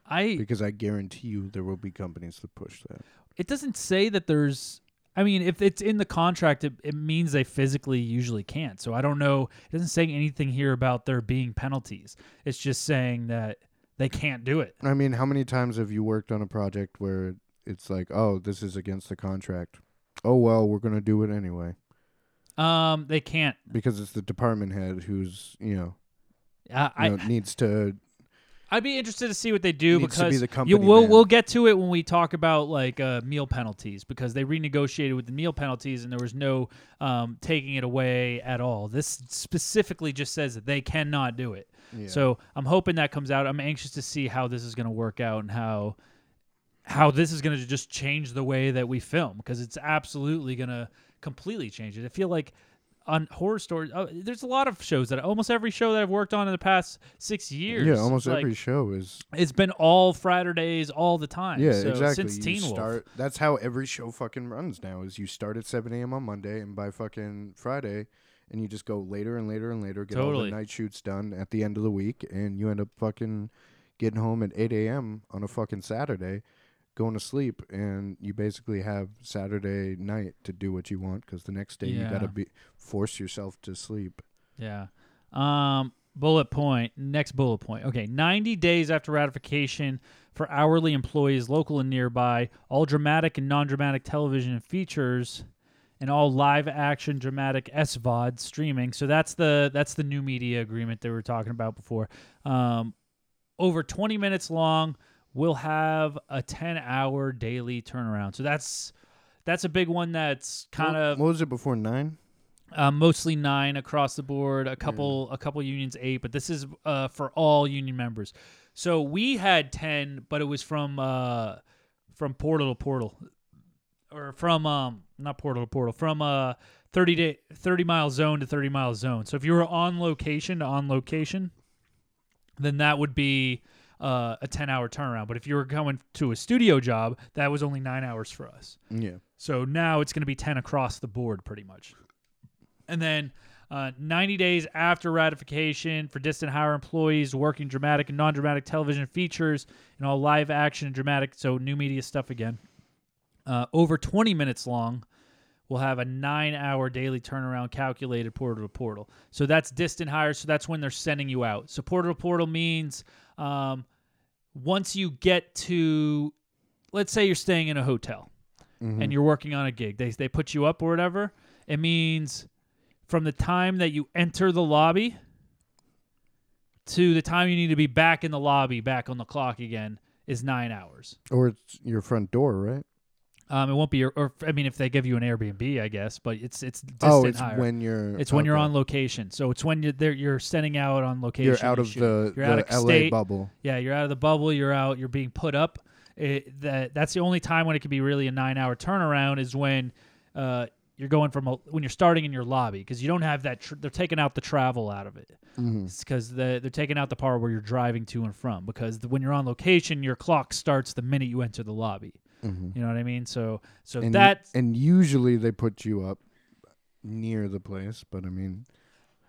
B: I
C: because I guarantee you there will be companies that push that.
B: it doesn't say that there's I mean, if it's in the contract, it, it means they physically usually can't. So I don't know. It doesn't say anything here about there being penalties. It's just saying that they can't do it.
C: I mean, how many times have you worked on a project where it's like, oh, this is against the contract? Oh, well, we're going to do it anyway
B: Um, they can't.
C: because it's the department head who's, you know,
B: I,
C: you know,
B: I
C: needs to.
B: I'd be interested to see what they do
C: Needs to be
B: because
C: the company
B: you, we'll
C: man.
B: we'll get to it when we talk about like uh, meal penalties because they renegotiated with the meal penalties and there was no um, taking it away at all. This specifically just says that they cannot do it. So I'm hoping that comes out. I'm anxious to see how this is going to work out and how how this is going to just change the way that we film because it's absolutely going to completely change it. I feel like on horror stories, oh, there's a lot of shows that almost every show that I've worked on in the past six years.
C: Yeah, almost
B: like,
C: every show is.
B: It's been all Fridays all the time.
C: Yeah,
B: so
C: exactly.
B: Since
C: You
B: Teen Wolf.
C: start- That's how every show fucking runs now. Is you start at seven a.m. on Monday and by fucking Friday, and you just go later and later and later. Get all
B: Totally.
C: the night shoots done at the end of the week, and you end up fucking getting home at eight a.m. on a fucking Saturday, going to sleep, and you basically have Saturday night to do what you want because the next day you
B: Yeah.
C: gotta be force yourself to sleep.
B: Yeah. Um, bullet point. Next bullet point. Okay. 90 days after ratification for hourly employees, local and nearby, all dramatic and non dramatic television and features. And all live action dramatic SVOD streaming. So that's the that's the new media agreement they were talking about before. Um, over 20 minutes long will have a 10 hour daily turnaround. So that's that's a big one that's kind of
C: What was it before nine?
B: uh, mostly nine across the board. A couple, a couple unions eight, but this is uh, for all union members. So we had ten, but it was from uh, from portal to portal, or from um, not portal to portal, from uh, thirty day, thirty mile zone to thirty mile zone. So if you were on location to on location, then that would be uh, a ten hour turnaround. But if you were going to a studio job, that was only nine hours for us.
C: Yeah.
B: So now it's going to be 10 across the board, pretty much. And then uh, 90 days after ratification for distant hire employees working dramatic and non dramatic television features and all live action and dramatic, so new media stuff again, uh, over 20 minutes long. Will have a nine hour daily turnaround calculated portal to portal. So that's distant hire. So that's when they're sending you out. So portal to portal means um, once you get to, let's say you're staying in a hotel and
C: Mm-hmm.
B: you're working on a gig. They they put you up or whatever. It means from the time that you enter the lobby to the time you need to be back in the lobby, back on the clock again, is nine hours.
C: Or it's your front door, right?
B: Um, it won't be your. Or, I mean, if they give you an Airbnb, I guess, but it's it's distant
C: oh, it's
B: hire.
C: when you're.
B: it's when you're
C: okay.
B: on location. So it's when you're there, you're sending out on location.
C: You're out of
B: shoot.
C: the,
B: You're
C: the
B: out of
C: LA
B: state.
C: bubble.
B: Yeah, you're out of the bubble. You're out. You're being put up. It, that that's the only time when it could be really a nine hour turnaround is when uh, you're going from a, when you're starting in your lobby because you don't have that. Tr- they're taking out the travel out of it
C: Mm-hmm.
B: because the, they're taking out the part where you're driving to and from because the, when you're on location, your clock starts the minute you enter the lobby.
C: Mhm.
B: You know what I mean? So so
C: And,
B: that
C: and usually they put you up near the place, but I mean,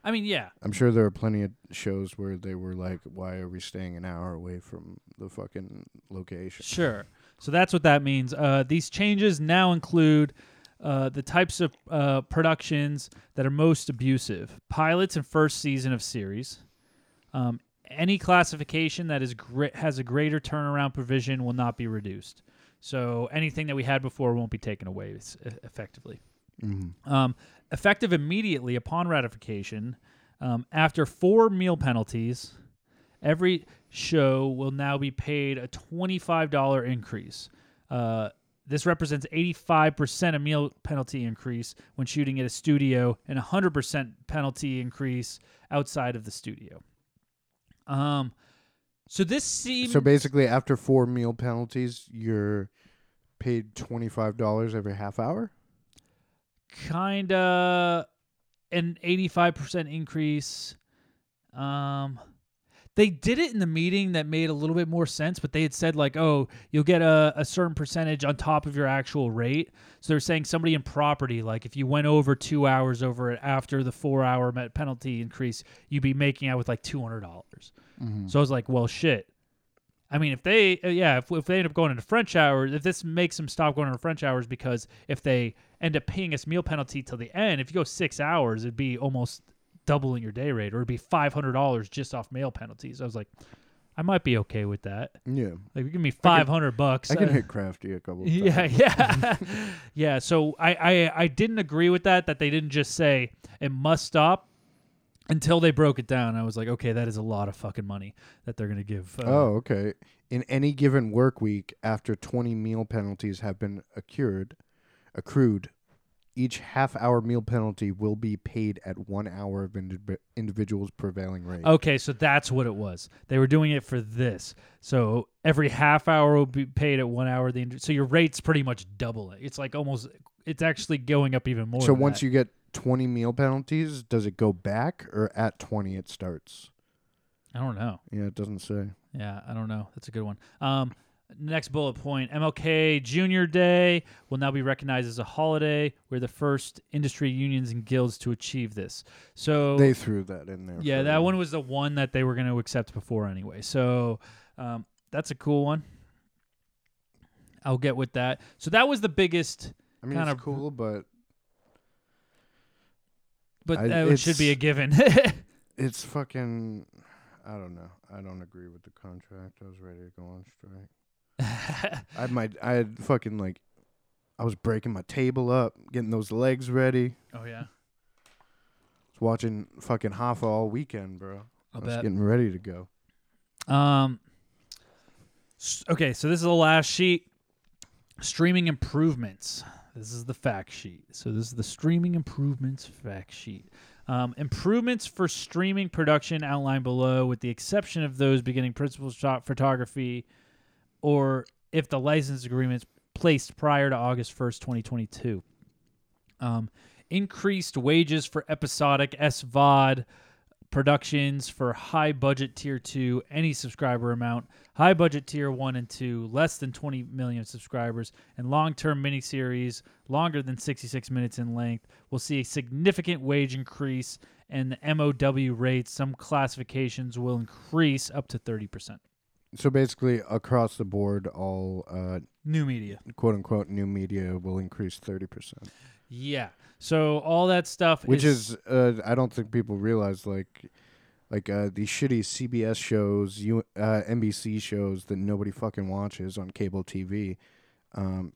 B: I mean, yeah.
C: I'm sure there are plenty of shows where they were like, "Why are we staying an hour away from the fucking location?"
B: Sure. So that's what that means. Uh, these changes now include uh, the types of uh, productions that are most abusive pilots and first season of series. Um, any classification that is gre- has a greater turnaround provision will not be reduced. So anything that we had before won't be taken away s- e- effectively. Um, effective immediately upon ratification, um, after four meal penalties, every show will now be paid a $25 increase. Uh, this represents 85% of meal penalty increase when shooting at a studio and 100% penalty increase outside of the studio. Um, so this seems
C: So basically, after four meal penalties, you're paid twenty five dollars every half hour.
B: kind of an 85% increase. Um they did it in the meeting that made a little bit more sense, but they had said like, "Oh, you'll get a, a certain percentage on top of your actual rate." So they're saying somebody in property, like if you went over two hours over it after the four hour met- penalty increase, you'd be making out with like two hundred dollars. So I was like, "Well, shit." I mean, if they, uh, yeah, if, if they end up going into French hours, if this makes them stop going into French hours because if they end up paying us meal penalty till the end, if you go six hours, it'd be almost doubling your day rate or it'd be $500 just off meal penalties. I was like, I might be okay with that.
C: Yeah,
B: Like, give me 500 bucks.
C: I can
B: uh,
C: hit crafty a couple. Times.
B: yeah, yeah, yeah. So I, I, I didn't agree with that. That they didn't just say it must stop until they broke it down. I was like, okay, that is a lot of fucking money that they're gonna give. Uh,
C: Oh, okay. In any given work week, after 20 meal penalties have been accrued, accrued, each half-hour meal penalty will be paid at one hour of indiv- individual's prevailing rate.
B: Okay, so that's what it was. They were doing it for this. So every half hour will be paid at one hour. The ind- so your rate's pretty much double it. It's like almost. It's actually going up even more.
C: so once you get 20 meal penalties, does it go back or at 20 it starts?
B: I don't know.
C: Yeah, it doesn't say.
B: Yeah, I don't know. That's a good one. Um, next bullet point: MLK Junior Day will now be recognized as a holiday. We're the first industry unions and guilds to achieve this. So
C: They threw that in there.
B: Yeah,
C: for-
B: that one was the one that they were going to accept before anyway. So um, that's a cool one. I'll get with that. So that was the biggest,
C: I mean,
B: kind
C: it's
B: of-
C: cool, but
B: but
C: I-
B: that should be a
C: it's-
B: given.
C: it's fucking. I don't know. I don't agree with the contract. I was ready to go on strike. I had my I had fucking like I was breaking my table up, getting those legs ready.
B: oh yeah,
C: Was watching fucking Hoffa all weekend, bro.
B: I'll
C: was
B: bet.
C: getting ready to go.
B: Um. s- Okay, so this is the last sheet. Streaming improvements. This is the fact sheet. So this is the streaming improvements fact sheet. Um, improvements for streaming production outlined below, with the exception of those beginning principal shot photography, or if the license agreements placed prior to August first, twenty twenty two. Um, increased wages for episodic SVOD productions for high budget tier two, any subscriber amount, high budget tier one and two, less than 20 million subscribers, and long term miniseries longer than 66 minutes in length will see a significant wage increase and the MOW rates. Some classifications will increase up to 30%.
C: So basically, across the board, all uh,
B: New media.
C: quote unquote new media will increase thirty percent,
B: Yeah. So all that stuff
C: which is uh, I don't think people realize like like uh, these shitty CBS shows, U- uh, NBC shows that nobody fucking watches on cable TV. Um,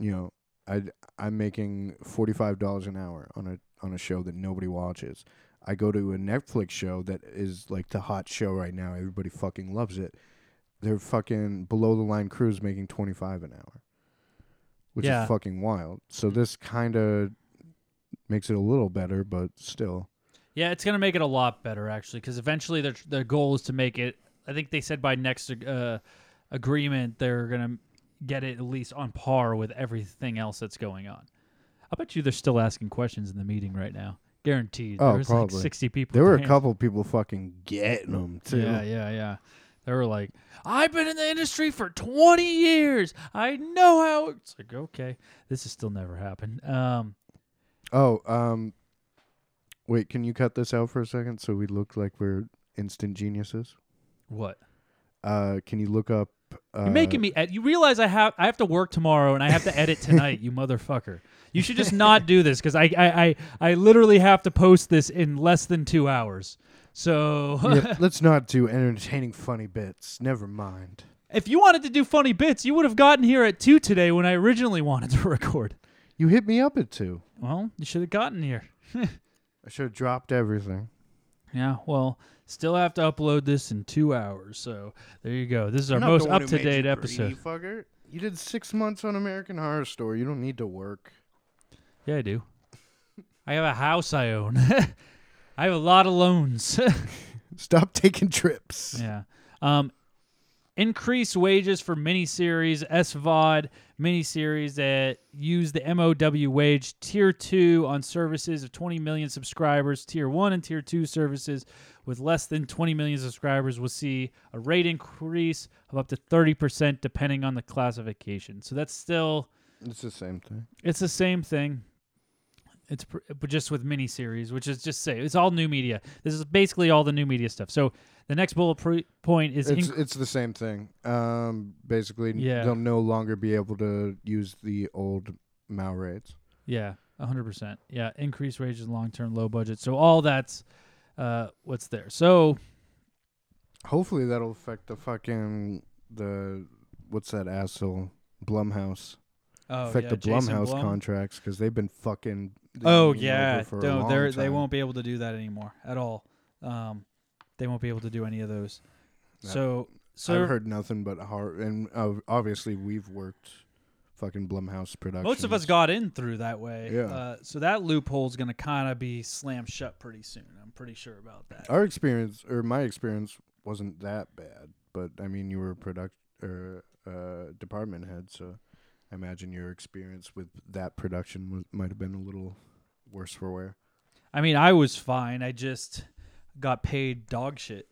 C: you know, I I'm making forty five dollars an hour on a on a show that nobody watches. I go to a Netflix show that is like the hot show right now. Everybody fucking loves it. They're fucking below the line crews making twenty five an hour, which
B: Yeah.
C: is fucking wild. So this kind of makes it a little better, but still.
B: Yeah, it's gonna make it a lot better actually, because eventually their their goal is to make it. I think they said by next uh, agreement they're gonna get it at least on par with everything else that's going on. I bet you they're still asking questions in the meeting right now. Guaranteed.
C: Oh,
B: There's
C: probably.
B: like sixty people.
C: There were a
B: there.
C: couple people fucking getting them too.
B: Yeah, yeah, yeah. They were like, I've been in the industry for 20 years. I know how. It's like, okay, this has still never happened. Um,
C: Oh, um, wait. Can you cut this out for a second so we look like we're instant geniuses?
B: what?
C: Uh, can you look up? Uh,
B: You're making me. Ed- you realize I have I have to work tomorrow and I have to edit tonight. you motherfucker. You should just not do this because I, I I I literally have to post this in less than two hours. So
C: uh, Yeah, let's not do entertaining funny bits. Never mind.
B: if you wanted to do funny bits, you would have gotten here at two today when I originally wanted to record.
C: You hit me up at two.
B: Well, you should have gotten here.
C: I should have dropped everything.
B: Yeah, well, still have to upload this in two hours. So there you go. This is our
C: Not
B: most
C: the
B: up
C: one who
B: to
C: made you
B: date
C: greedy,
B: episode.
C: fucker. You did six months on American Horror Story. You don't need to work.
B: Yeah, I do. I have a house I own. I have a lot of loans.
C: Stop taking trips.
B: yeah. Um, increase wages for miniseries, SVOD miniseries that use the MOW wage tier two on services of 20 million subscribers. Tier one and tier two services with less than 20 million subscribers will see a rate increase of up to 30% depending on the classification. So that's still,
C: It's the same thing.
B: it's the same thing. It's pr- but just with miniseries, which is just say it's all new media. This is basically all the new media stuff. So the next bullet pre- point is
C: It's
B: inc-
C: it's the same thing. Um, basically, n-
B: Yeah.
C: they'll no longer be able to use the old Mao rates.
B: Yeah, hundred percent. Yeah, increased wages, long term, low budget. So all that's uh, what's there. So
C: Hopefully, that'll affect the fucking the what's that asshole Blumhouse
B: oh,
C: affect
B: yeah,
C: the
B: Jason
C: Blumhouse
B: Blum?
C: contracts because they've been fucking. the
B: Oh
C: union over
B: yeah,
C: for a
B: no,
C: long
B: they they
C: time.
B: won't be able to do that anymore at all. Um, they won't be able to do any of those.
C: No.
B: So so
C: I've heard nothing but horror, and uh, obviously we've worked fucking Blumhouse productions.
B: most of us got in through that way.
C: Yeah.
B: Uh, so that loophole's gonna kind of be slammed shut pretty soon. I'm pretty sure about that.
C: our experience or my experience wasn't that bad, but I mean you were a product or uh, department head, so I imagine your experience with that production was, might have been a little worse for wear.
B: I mean, I was fine. I just got paid dog shit.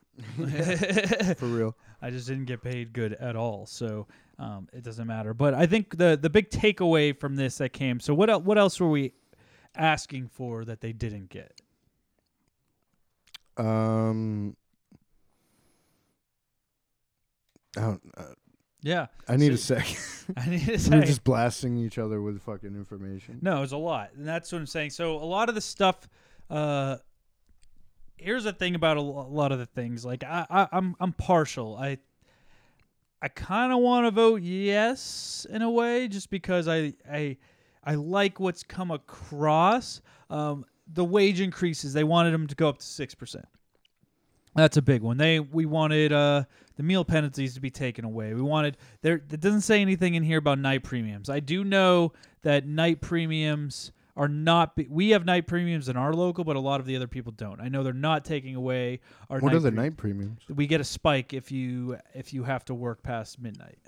C: For real,
B: I just didn't get paid good at all, so um, it doesn't matter. But I think the the big takeaway from this that came. So what el- what else were we asking for that they didn't get?
C: um, I don't. Uh,
B: Yeah,
C: I need a
B: So-
C: sec.
B: I need to
C: we
B: say
C: were just blasting each other with fucking information.
B: no. It was a lot, and that's what I'm saying. So a lot of the stuff. Uh, here's the thing about a lo- lot of the things. Like I, I I'm I'm partial. I I kind of want to vote yes in a way, just because I I I like what's come across. Um, the wage increases they wanted them to go up to six percent. That's a big one. They we wanted uh, the meal penalties to be taken away. We wanted there. It doesn't say anything in here about night premiums. I do know that night premiums are not. Be, we have night premiums in our local, but a lot of the other people don't. I know they're not taking away our.
C: What
B: night
C: are the
B: premiums
C: night premiums?
B: we get a spike if you if you have to work past midnight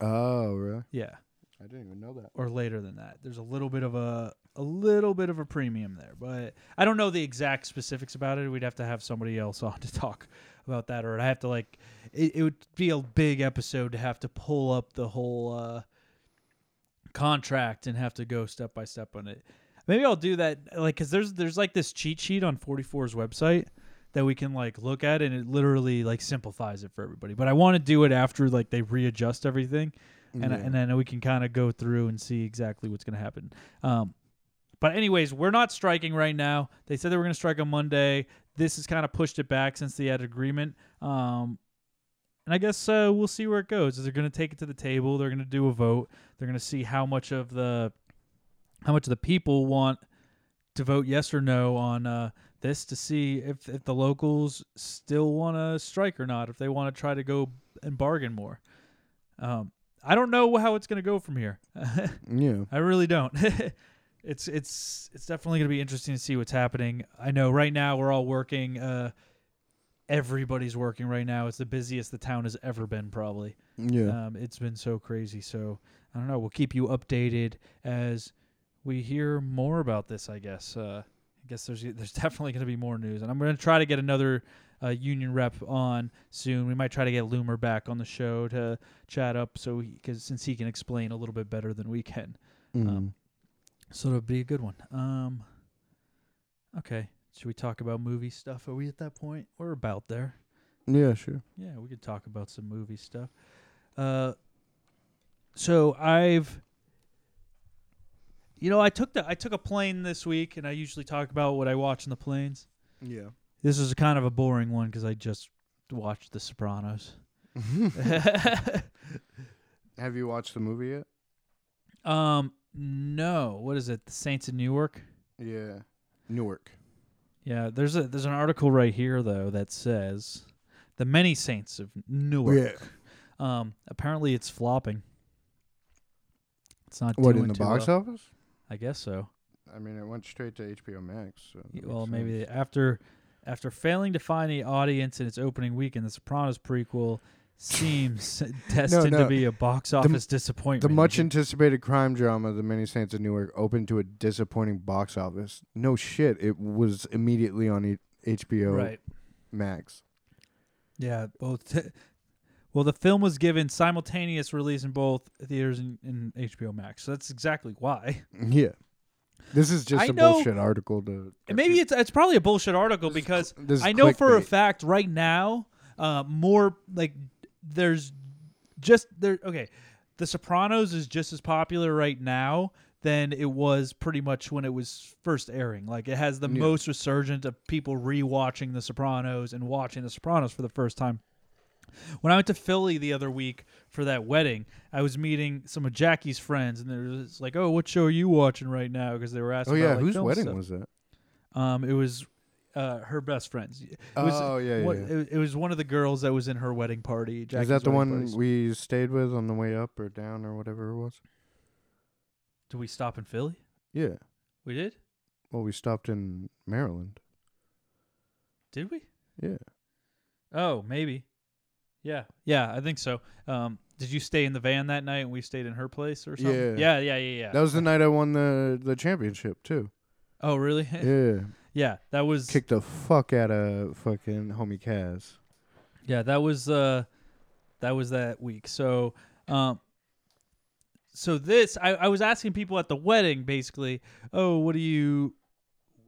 C: Oh, really?
B: yeah
C: I didn't even know that.
B: or later than that there's a little bit of a a little bit of a premium there but i don't know the exact specifics about it we'd have to have somebody else on to talk about that or i have to like it, it would be a big episode to have to pull up the whole uh contract and have to go step by step on it maybe i'll do that like because there's there's like this cheat sheet on 44's website that we can like look at and it literally like simplifies it for everybody but i want to do it after like they readjust everything and,
C: Yeah.
B: and then we can kind of go through and see exactly what's going to happen um, but anyways we're not striking right now they said they were going to strike on monday this has kind of pushed it back since they had agreement um, and i guess uh, we'll see where it goes they're going to take it to the table they're going to do a vote they're going to see how much of the how much of the people want to vote yes or no on uh, this to see if, if the locals still want to strike or not, if they want to try to go and bargain more. Um, I don't know how it's going to go from here.
C: Yeah.
B: I really don't. it's it's it's definitely going to be interesting to see what's happening. I know right now we're all working. Uh, everybody's working right now. It's the busiest the town has ever been, probably.
C: Yeah.
B: Um, it's been so crazy. So I don't know. We'll keep you updated as we hear more about this. I guess. Uh, I guess there's there's definitely going to be more news, and I'm going to try to get another uh, union rep on soon. We might try to get Loomer back on the show to chat up, so because since he can explain a little bit better than we can, um,
C: Mm.
B: so it'll be a good one. Um, okay, should we talk about movie stuff? Are we at that point? We're about there.
C: yeah, sure.
B: Yeah, we could talk about some movie stuff. Uh, so I've, you know, I took the I took a plane this week, and I usually talk about what I watch in the planes.
C: Yeah.
B: This is kind of a boring one because I just watched The Sopranos.
C: Have you watched the movie yet?
B: um, no, what is it? The Saints of Newark.
C: Yeah. Newark.
B: Yeah, there's a there's an article right here though that says the many saints of Newark. Um, apparently it's flopping. It's not
C: What
B: doing
C: in the
B: too
C: box
B: well.
C: office?
B: I guess so.
C: I mean, it went straight to HBO Max. So that
B: Y-
C: makes
B: Well, maybe
C: sense.
B: after after failing to find the audience in its opening weekend, the Sopranos prequel seems destined
C: no.
B: to be a box
C: m-
B: office disappointment.
C: the
B: You
C: much
B: think-
C: anticipated crime drama, The Many Saints of Newark, opened to a disappointing box office. No shit, it was immediately on e- HBO
B: right.
C: Max.
B: Yeah, both. T- well, the film was given simultaneous release in both theaters and, and HBO Max, so that's exactly why.
C: Yeah, this is just
B: I
C: a
B: know-
C: bullshit article. To
B: And maybe it's it's probably a bullshit article because
C: this is
B: I know for a
C: clickbait.
B: fact right now, uh, more like there's just there. Okay, The Sopranos is just as popular right now than it was pretty much when it was first airing. Like it has the
C: Yeah.
B: most resurgent of people rewatching The Sopranos and watching The Sopranos for the first time. When I went to Philly the other week for that wedding, I was meeting some of Jackie's friends, and there was like, "Oh, what show are you watching right now?" Because they were asking.
C: oh
B: about,
C: yeah,
B: like,
C: whose
B: film
C: wedding
B: stuff.
C: was that?
B: Um, it was uh, her best friends. It was,
C: Oh, yeah, yeah,
B: what-
C: yeah.
B: It, it was one of the girls that was in her wedding party. Jackie's
C: is that the
B: wedding
C: one
B: party.
C: we stayed with on the way up or down or whatever it was?
B: Did we stop in Philly?
C: Yeah.
B: We did.
C: Well, we stopped in Maryland.
B: Did we?
C: Yeah.
B: Oh, maybe. Yeah, yeah, I think so. Um, did you stay in the van that night and we stayed in her place or something?
C: Yeah.
B: yeah, yeah, yeah. yeah.
C: That was the night I won the the championship too.
B: oh, really?
C: Yeah.
B: yeah, that was.
C: Kicked the fuck out of fucking homie Kaz.
B: Yeah, that was uh that was that week. So um so this I, I was asking people at the wedding basically, oh, what do you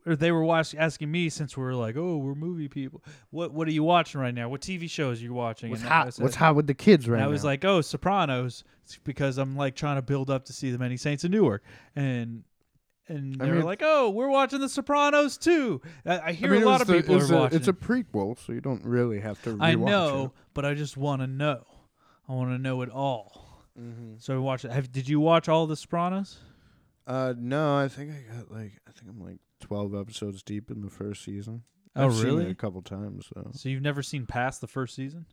B: or they were watch, asking me since we are like, oh, we're movie people. What what are you watching right now? What TV shows are you watching?
C: What's
B: And I
C: hot?
B: said-
C: What's hot with the kids right
B: and
C: now?
B: I was like, oh, Sopranos, It's because I'm like trying to build up to see the Many Saints of Newark, and and
C: I
B: they were
C: mean-
B: like, oh, we're watching the Sopranos too. I, I hear a lot of people
C: it's
B: are
C: a,
B: watching.
C: It's a prequel, so you don't really have to. Rewatch
B: I know, but I just want to know. I want to know it all.
C: It. Mm-hmm.
B: So we watched. Have did you watch all the Sopranos?
C: Uh, no, I think I got like I think I'm like twelve episodes deep in the first season.
B: Oh,
C: I've Seen it
B: really?
C: a couple times though.
B: So you've never seen past the first season?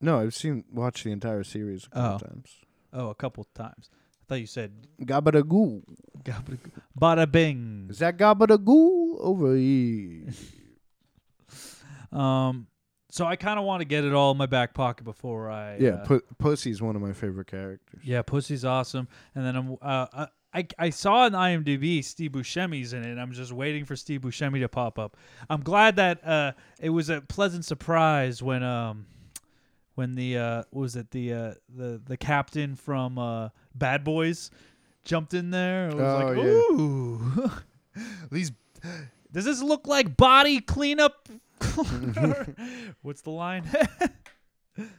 C: No, I've seen watched the entire series a couple times.
B: Oh, a couple times. I thought you said
C: Gabadagoo,
B: bada bing.
C: is that Gabadagoo over here?
B: Um, so I kind of want to get it all in my back pocket before I
C: yeah,
B: uh,
C: pu- Pussy's one of my favorite characters.
B: Yeah, Pussy's awesome. And then I'm uh, I- I I saw on IMDb Steve Buscemi's in it. And I'm just waiting for Steve Buscemi to pop up. I'm glad that uh, it was a pleasant surprise when um when the uh what was it the uh the the captain from uh Bad Boys jumped in there. I was
C: Oh,
B: like,
C: yeah.
B: ooh, these does this look like body cleanup? What's the line?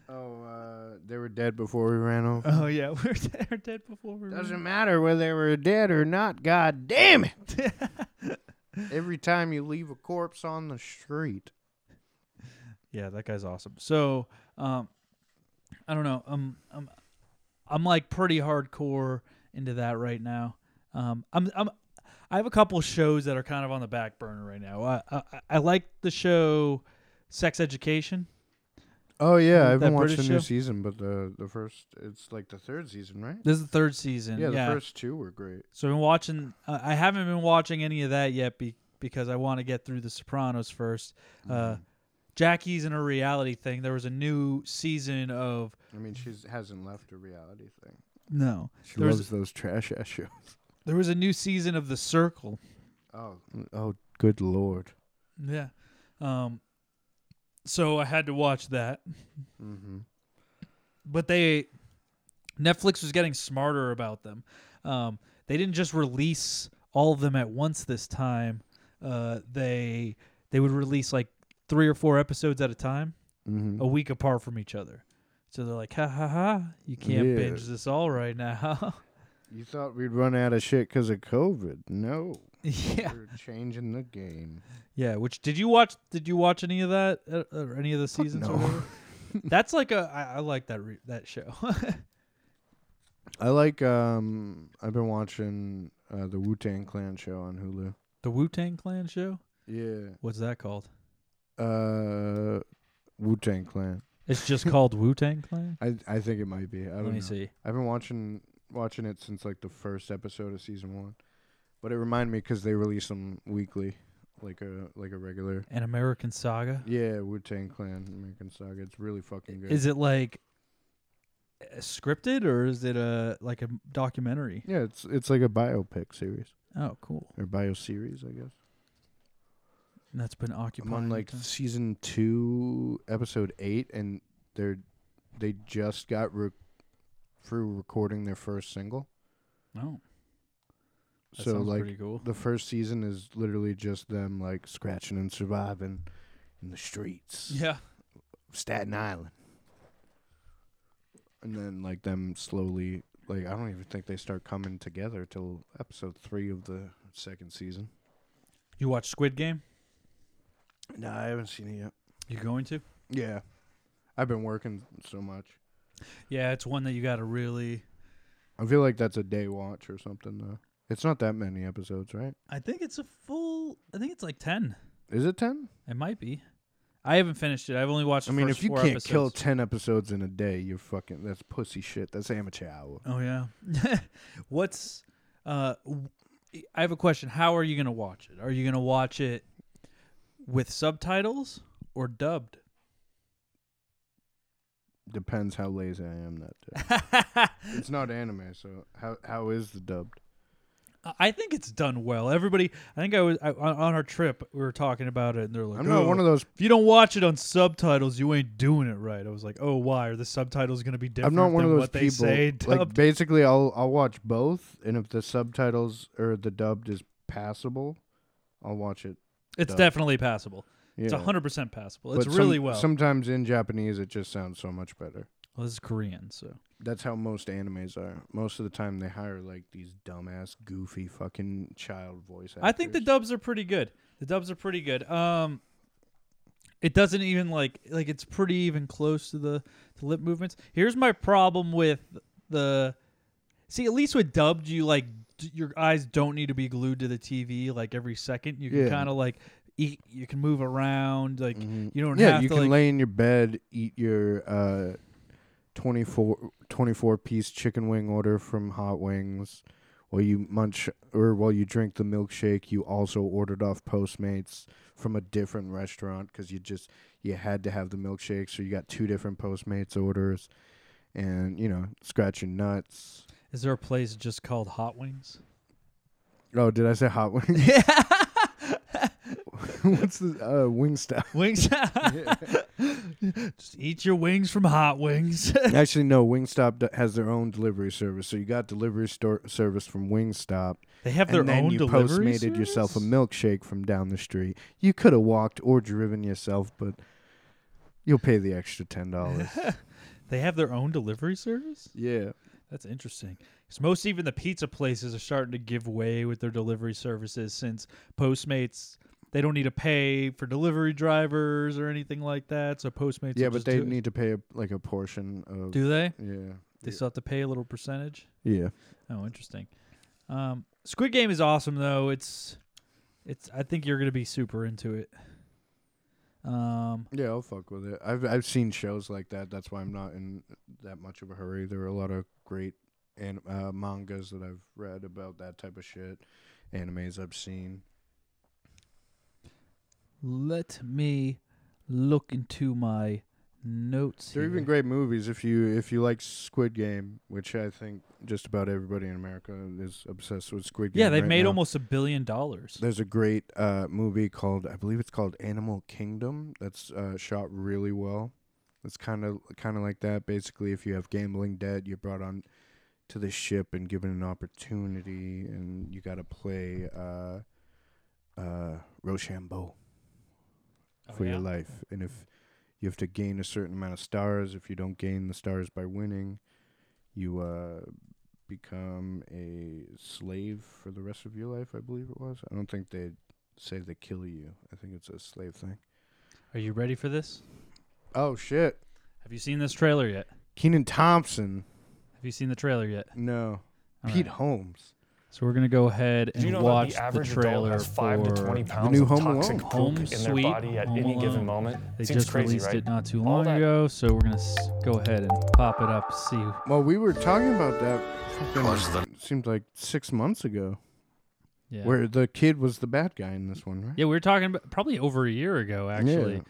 C: Oh, uh, they were dead before we ran off.
B: oh yeah, we're dead, we're dead before we were.
C: Doesn't matter whether they were dead or not. God damn it! Every time you leave a corpse on the street.
B: Yeah, that guy's awesome. So, um, I don't know. Um, I'm, I'm like pretty hardcore into that right now. Um, I'm, I'm, I have a couple shows that are kind of on the back burner right now. I, I, I like the show Sex Education.
C: Oh yeah, I
B: That
C: haven't watched the
B: British
C: new
B: show?
C: season, but the the first it's like the third season, right?
B: This is the third season.
C: Yeah,
B: Yeah.
C: the first two were great.
B: So I've been watching. Uh, I haven't been watching any of that yet be, because I want to get through The Sopranos 1st Uh,
C: Mm-hmm.
B: Jackie's in a reality thing. There was a new season of
C: I mean, she hasn't left a reality thing.
B: no.
C: She
B: there was-
C: loves those trash ass shows.
B: There was a new season of The Circle.
C: Oh, oh, good lord!
B: Yeah. Um So I had to watch that.
C: Mm-hmm.
B: but they Netflix was getting smarter about them. Um, they didn't just release all of them at once this time. Uh, they they would release like three or four episodes at a time,
C: Mm-hmm.
B: a week apart from each other. So they're like, ha ha ha! You can't
C: Yeah.
B: binge this all right now.
C: You thought we'd run out of shit because of COVID? No,
B: yeah,
C: we're changing the game.
B: yeah. Which did you watch? Did you watch any of that uh, or any of the seasons? Or
C: no.
B: whatever? That's like a I, I like that re- that show.
C: I like. Um, I've been watching uh, the Wu Tang Clan show on Hulu.
B: the Wu Tang Clan show.
C: Yeah.
B: What's that called?
C: Uh, Wu Tang Clan.
B: It's just called Wu Tang Clan.
C: I I think it might be. I don't
B: Let me
C: know.
B: see.
C: I've been watching watching it since like the first episode of season one, but it reminded me because they release them weekly, like a like a regular.
B: An American Saga.
C: Yeah, Wu Tang Clan, American Saga. It's really fucking good.
B: Is it like uh, scripted or is it a like a documentary?
C: Yeah, it's it's like a biopic series
B: Oh, cool.
C: or bio series, I guess.
B: And that's been
C: I'm
B: occupying.
C: on
B: your
C: like
B: time.
C: season two, episode eight, and they're they just got re- through recording their first single.
B: oh, that
C: so
B: sounds
C: like
B: pretty cool.
C: the first season is literally just them like scratching and surviving in the streets.
B: Yeah,
C: Staten Island. And then like them slowly like I don't even think they start coming together till episode three of the second season.
B: you watch Squid Game?
C: No, I haven't seen it yet.
B: You going to?
C: Yeah. I've been working so much.
B: Yeah, it's one that you got to really.
C: I feel like that's a day watch or something though. It's not that many episodes, right?
B: I think it's a full. I think it's like ten.
C: Is it ten?
B: It might be. I haven't finished it. I've only watched.
C: I
B: the
C: mean,
B: first
C: if you
B: four
C: can't
B: episodes.
C: kill ten episodes in a day, you're fucking that's pussy shit. That's amateur hour.
B: Oh yeah. What's uh w- I have a question. How are you going to watch it? Are you going to watch it with subtitles or dubbed?
C: Depends how lazy I am that day. it's not anime, so how how is the dubbed?
B: I think it's done well. Everybody, I think I was I, on on our trip we were talking about it and they're like,
C: I'm not
B: "Oh,
C: one of those
B: if you don't watch it on subtitles, you ain't doing it right." I was like, "Oh, why are the subtitles going to be different
C: I'm not one
B: than
C: of those
B: what they
C: people.
B: say
C: like
B: dubbed?"
C: basically, I'll I'll watch both, and if the subtitles or the dubbed is passable, I'll watch it.
B: it's
C: dubbed.
B: definitely passable.
C: Yeah.
B: It's 100% passable.
C: But
B: It's
C: some-
B: really well.
C: Sometimes in Japanese, it just sounds so much better.
B: well. This is Korean, so
C: That's how most animes are. Most of the time, they hire like these dumbass, goofy, fucking child voice actors.
B: I think the dubs are pretty good. The dubs are pretty good. Um, it doesn't even like like it's pretty even close to the to lip movements. Here's my problem with the see at least with dubbed you like d- your eyes don't need to be glued to the TV like every second. You can
C: Yeah. Mm-hmm.
B: kind of like eat, you can move around like you don't
C: yeah,
B: have
C: you
B: to
C: can
B: like
C: lay in your bed, eat your uh, 24, 24 piece chicken wing order from Hot Wings, while you munch or while you drink the milkshake you also ordered off Postmates from a different restaurant because you just you had to have the milkshake, so you got two different Postmates orders, and you know scratch your nuts.
B: Is there a place just called Hot Wings?
C: Oh, did I say Hot Wings?
B: Yeah.
C: What's the uh, Wingstop?
B: Wings. Just eat your wings from Hot Wings.
C: Actually, no. Wingstop d- has their own delivery service, so you got delivery store service from Wingstop,
B: They have
C: and
B: their
C: then
B: own
C: you
B: delivery
C: postmated yourself a
B: service?
C: milkshake from down the street. You could have walked or driven yourself, but you'll pay the extra ten dollars.
B: They have their own delivery service?
C: yeah,
B: That's interesting. Because most even the pizza places are starting to give way with their delivery services since Postmates they don't need to pay for delivery drivers or anything like that. So Postmates
C: yeah,
B: will
C: but
B: just
C: they
B: do it.
C: need to pay a, like a portion of.
B: do they?
C: yeah,
B: They still have to pay a little percentage.
C: yeah.
B: Oh, interesting. Um, Squid Game is awesome though. It's it's I think you're gonna be super into it. Um
C: Yeah, I'll fuck with it. I've I've seen shows like that. That's why I'm not in that much of a hurry. There are a lot of great anim- uh, mangas that I've read about that type of shit. Animes I've seen.
B: let me look into my notes.
C: They're even
B: here.
C: great movies if you if you like Squid Game, which I think just about everybody in America is obsessed with Squid Game.
B: Yeah, they've
C: right
B: made
C: now.
B: almost a billion dollars.
C: There's a great uh, movie called I believe it's called Animal Kingdom that's uh, shot really well. It's kind of kind of like that. Basically, if you have gambling debt, you're brought on to the ship and given an opportunity, and you got to play uh, uh, Rochambeau
B: Oh,
C: for your life. And if you have to gain a certain amount of stars, if you don't gain the stars by winning, you uh, become a slave for the rest of your life, I believe it was. I don't think they say they kill you. I think it's a slave thing.
B: Are you ready for this?
C: Oh, shit.
B: Have you seen this trailer yet?
C: Keenan Thompson.
B: Have you seen the trailer yet?
C: No.
B: All
C: Pete
B: right.
C: Holmes.
B: So we're gonna go ahead
E: Did
B: and
E: you know
B: watch
E: that the average
B: trailer
E: adult has five
B: for
E: to twenty pounds
C: new
E: of
C: Home Alone.
E: toxic poop
B: Home
E: in
B: Sweet,
E: their body at
B: Home
E: any
B: Alone.
E: given moment?
B: They
E: Seems
B: just
E: crazy,
B: released
E: right?
B: it not too
E: All
B: long
E: that-
B: ago, so we're gonna s- go ahead and pop it up. See,
C: Well, we were talking about that. Fucking, seemed like six months ago,
B: yeah,
C: where the kid was the bad guy in this one, right?
B: yeah, we were talking about probably over a year ago, actually.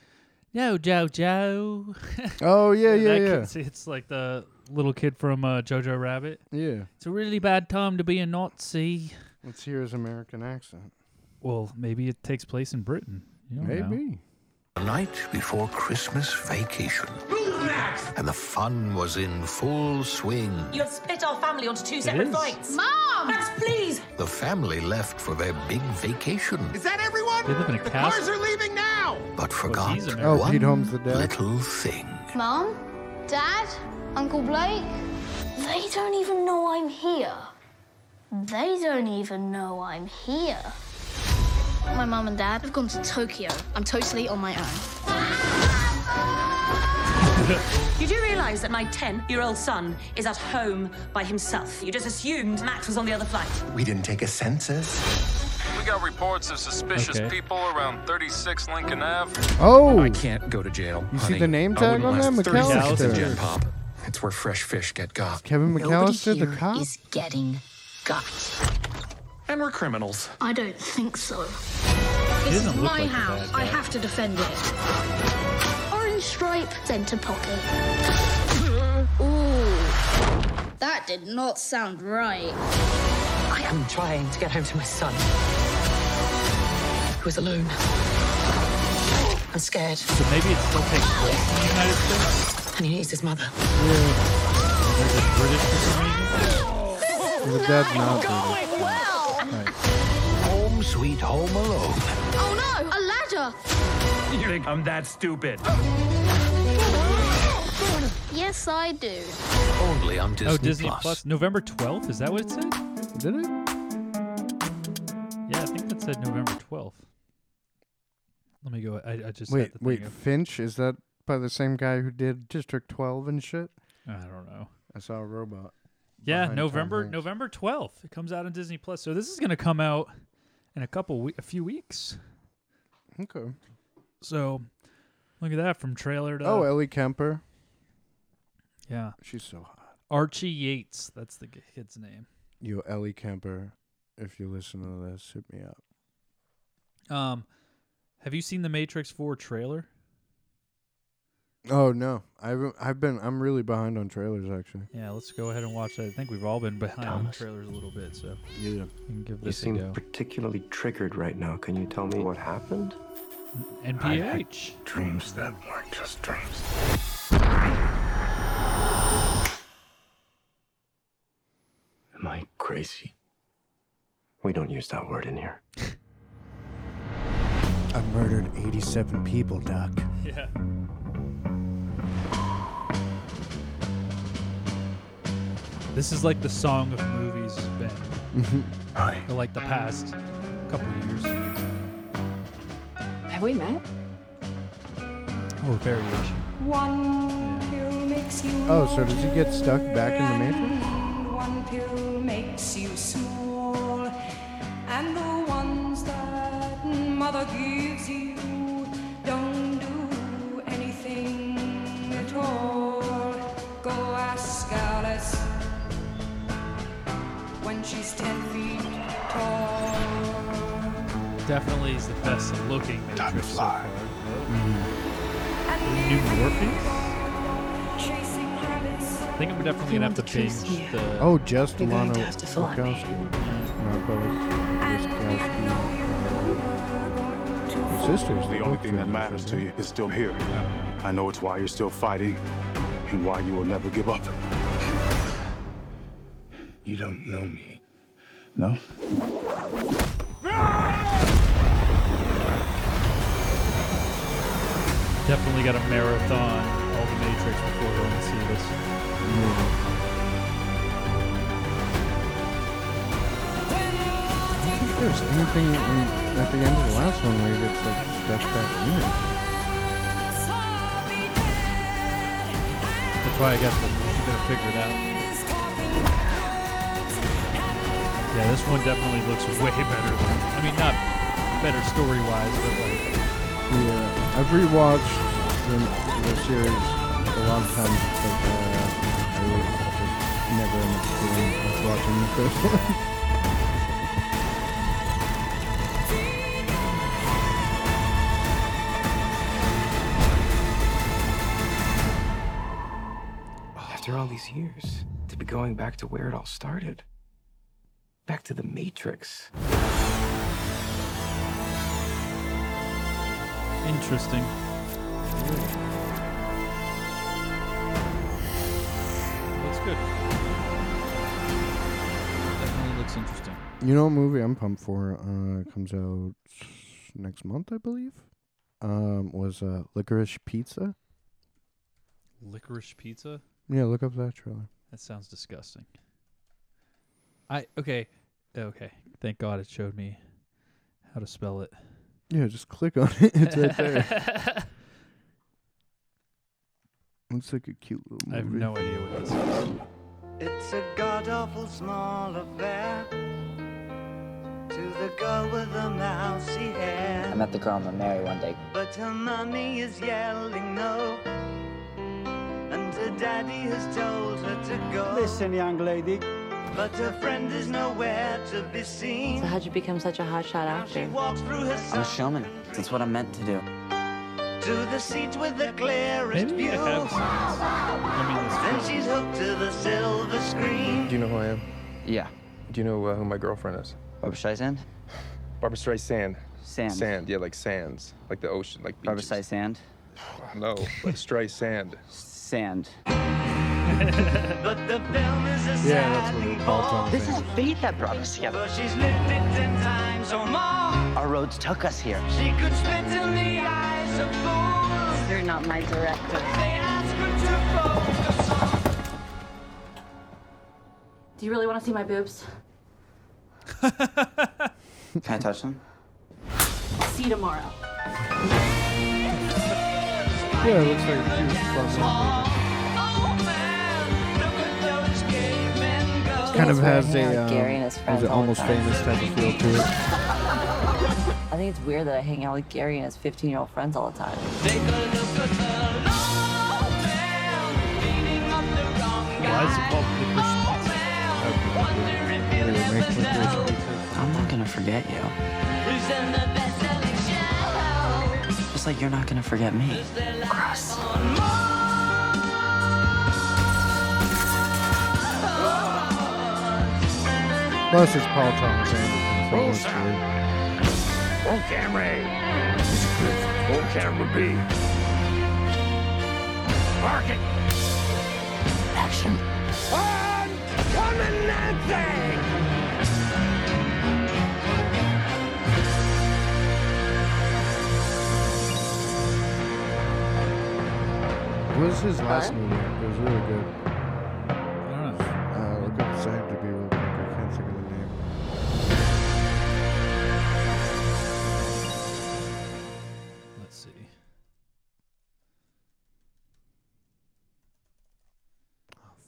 B: No, JoJo.
C: Oh yeah, yeah,
B: That
C: yeah,
B: kid's- it's like the little kid from uh, Jojo Rabbit.
C: yeah.
B: It's a really bad time to be a Nazi.
C: Let's hear his American accent.
B: Well, maybe it takes place in Britain. You don't know.
C: Maybe.
F: The night before Christmas vacation. And the fun was in full swing.
G: You have split our family onto two
B: is.
G: separate flights. Mom! Max, please!
F: The family left for their big vacation,
B: They live in a castle.
F: but forgot
B: he's
F: one
B: American.
C: Oh, Pete Holmes the dad.
F: little thing.
H: Mom? Dad? Uncle Blake? They don't even know I'm here. They don't even know I'm here. My mum and dad have gone to Tokyo. I'm totally on my own.
G: You do realize that my 10 year old son is at home by himself. You just assumed Max was on the other flight.
F: We didn't take a census.
I: We got reports of suspicious
B: Okay.
I: people around 36 Lincoln Ave.
C: Oh,
J: I can't go to jail.
C: You see
J: honey.
C: the name
J: I
C: tag
J: wouldn't last
C: on that?
J: 30 seconds in
B: McAllister.
J: Gen Pop. It's where fresh fish get got.
C: Kevin McAllister, the cop.
H: getting got.
J: And we're criminals.
H: I don't think so.
B: He
H: This is
B: doesn't look
H: my
B: like a bad
H: house. I
B: guy.
H: have to defend it. Orange stripe, centre pocket. Ooh. That did not sound right.
G: I am trying to get home to my son, who is alone. I'm scared,
B: So maybe it still takes place in the United States.
G: and he needs his mother.
B: There's a British for some reason.
C: The dad's not.
H: Going well!
F: Home sweet home alone.
H: Oh no! A ladder!
E: You think I'm that stupid?
H: Yes, I do.
F: Only on Disney,
B: Oh, Disney Plus. November 12th. Is that what it said?
C: Did it?
B: Yeah, I think that said November 12th. Let me go. I, I just
C: Wait,
B: had the thing
C: wait.
B: up.
C: Finch is that by the same guy who did District 12 and shit?
B: I don't know.
C: I saw a robot.
B: Yeah,
C: behind Tom
B: November
C: Hanks.
B: November 12th. It comes out on Disney Plus. So this is going to come out in a couple we- a few weeks.
C: Okay.
B: So look at that from trailer to
C: Oh, Ellie Kemper.
B: yeah.
C: She's so hot.
B: Archie Yates, that's the g- kid's name.
C: You, Ellie Kemper. If you listen to this, hit me up.
B: Um have you seen the Matrix 4 trailer?
C: Oh no, I've I've been I'm really behind on trailers actually.
B: Yeah, let's go ahead and watch that. I think we've all been behind on trailers a little bit, so
C: Yeah.
B: you can give
K: You
B: this a
K: seem
B: go.
K: particularly triggered right now. Can you tell me what happened?
B: NPH.
F: Dreams that weren't just dreams.
K: Am I crazy? We don't use that word in here.
C: I murdered 87 people, Doc.
B: Yeah. This is like the song of movies been
F: Hi.
B: for like the past couple years
L: Have we met?
B: or Oh, variation.
L: One pill makes you.
C: Oh, so does he get stuck back in the Matrix?
L: One pill makes you small, and the ones that mother gives you don't do anything at all. Go ask Alice when she's ten feet tall.
B: Definitely is the best looking Matrix so far.
L: I
B: New Morpheus?
L: Chasing rabbits.
B: I think I'm definitely gonna have to binge the.
C: Oh, just
L: You're going
C: Lana
L: to have to fly me.
C: Wachowski. Not both. Wachowski. Her sisters.
M: The only thing that matters to you is still here. I know it's why you're still fighting and why you will never give up. You don't know me. No?
B: Definitely got to marathon all the Matrix before going to see this.
C: I don't think there's anything in, at the end of the last one where he gets like stuffed back in it.
B: That's why I got the. You gotta figure it out. Yeah, this one definitely looks way better. Than, I mean, not better story wise, but like.
C: Yeah, I've rewatched the, the series a lot of times, but uh, I was just never an experience with watching the first one.
K: After all these years, to be going back to where it all started. Back to the Matrix.
B: Interesting. Looks good. Definitely looks interesting.
C: You know, a movie I'm pumped for uh, comes out next month, I believe. Um, was uh, Licorice Pizza?
B: Licorice pizza?
C: Yeah, look up that trailer.
B: That sounds disgusting. I okay, okay. Thank God it showed me how to spell it.
C: Yeah, just click on it. It's right there. Looks like a cute little movie.
B: I have no idea what this is.
N: It's a god awful small affair to the girl with the mousy hair.
O: I met the girl I'm gonna marry one day.
N: But her mommy is yelling no, and her daddy has told her to go. Listen, young lady. But her friend is nowhere to be seen.
P: So how'd you become such a hotshot actor?
N: Walks through her
O: I'm a showman. That's what I'm meant to do.
N: to the seat with the clearest
O: Maybe I
N: view.
O: have
N: Then she's hooked to the silver screen.
K: Do you know who I am?
O: Yeah.
K: Do you know uh, who my girlfriend is?
O: Barbara Streisand?
K: Barbara Streisand.
O: Sand.
K: Sand, yeah, like sands. Like the ocean, like
O: Barbra
K: beaches.
O: Streisand?
K: No, like Streisand.
O: Sand.
N: But the film is a
K: Yeah, that's what they call Tom
O: This is fate that brought us together.
N: But she's lived it ten times or more.
O: Our roads took us here.
N: She could spit in the eyes of fools.
P: You're not my director.
N: They ask her to focus on.
P: Do you really want to see my boobs?
O: Can I touch them?
P: See you tomorrow.
C: Yeah, it looks like a cute fun movie. Kind of has a um,
P: Gary and his friends
C: has an
P: all the
C: almost
P: time.
C: famous type of feel to it.
P: I think it's weird that I hang out with Gary and his 15 year old friends all the time.
B: Why is it called licorice pizza?
O: I'm not gonna forget you.
N: Who's in the best-selling show?
O: Just like you're not gonna forget me.
N: Gross.
C: Plus, it's Paul Thomas Anderson.
P: Oh,
C: so it's weird.
A: Roll camera A. Roll camera B. Market. Action. I'm coming Nancy!
C: What was his last
P: Huh?
C: movie? It was really good. Uh, look up Sam to be real quick. I can't think of the name.
B: Let's see.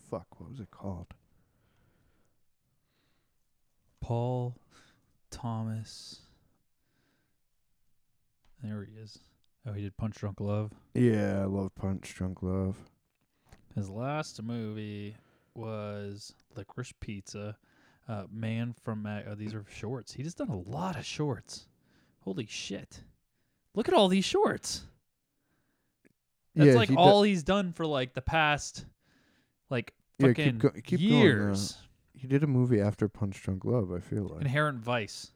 C: Fuck, what was it called?
B: Paul Thomas. There he is. Oh, he did Punch Drunk Love.
C: Yeah, I love Punch Drunk Love.
B: His last movie was Licorice Pizza, uh, Man from Mag. Oh, these are shorts. He just done a lot of shorts. Holy shit! Look at all these shorts. That's
C: Yeah,
B: like
C: he do-
B: all he's done for like the past like
C: Yeah,
B: fucking
C: keep, go- keep going, uh,
B: years.
C: he did a movie after Punch Drunk Love. I feel like
B: Inherent Vice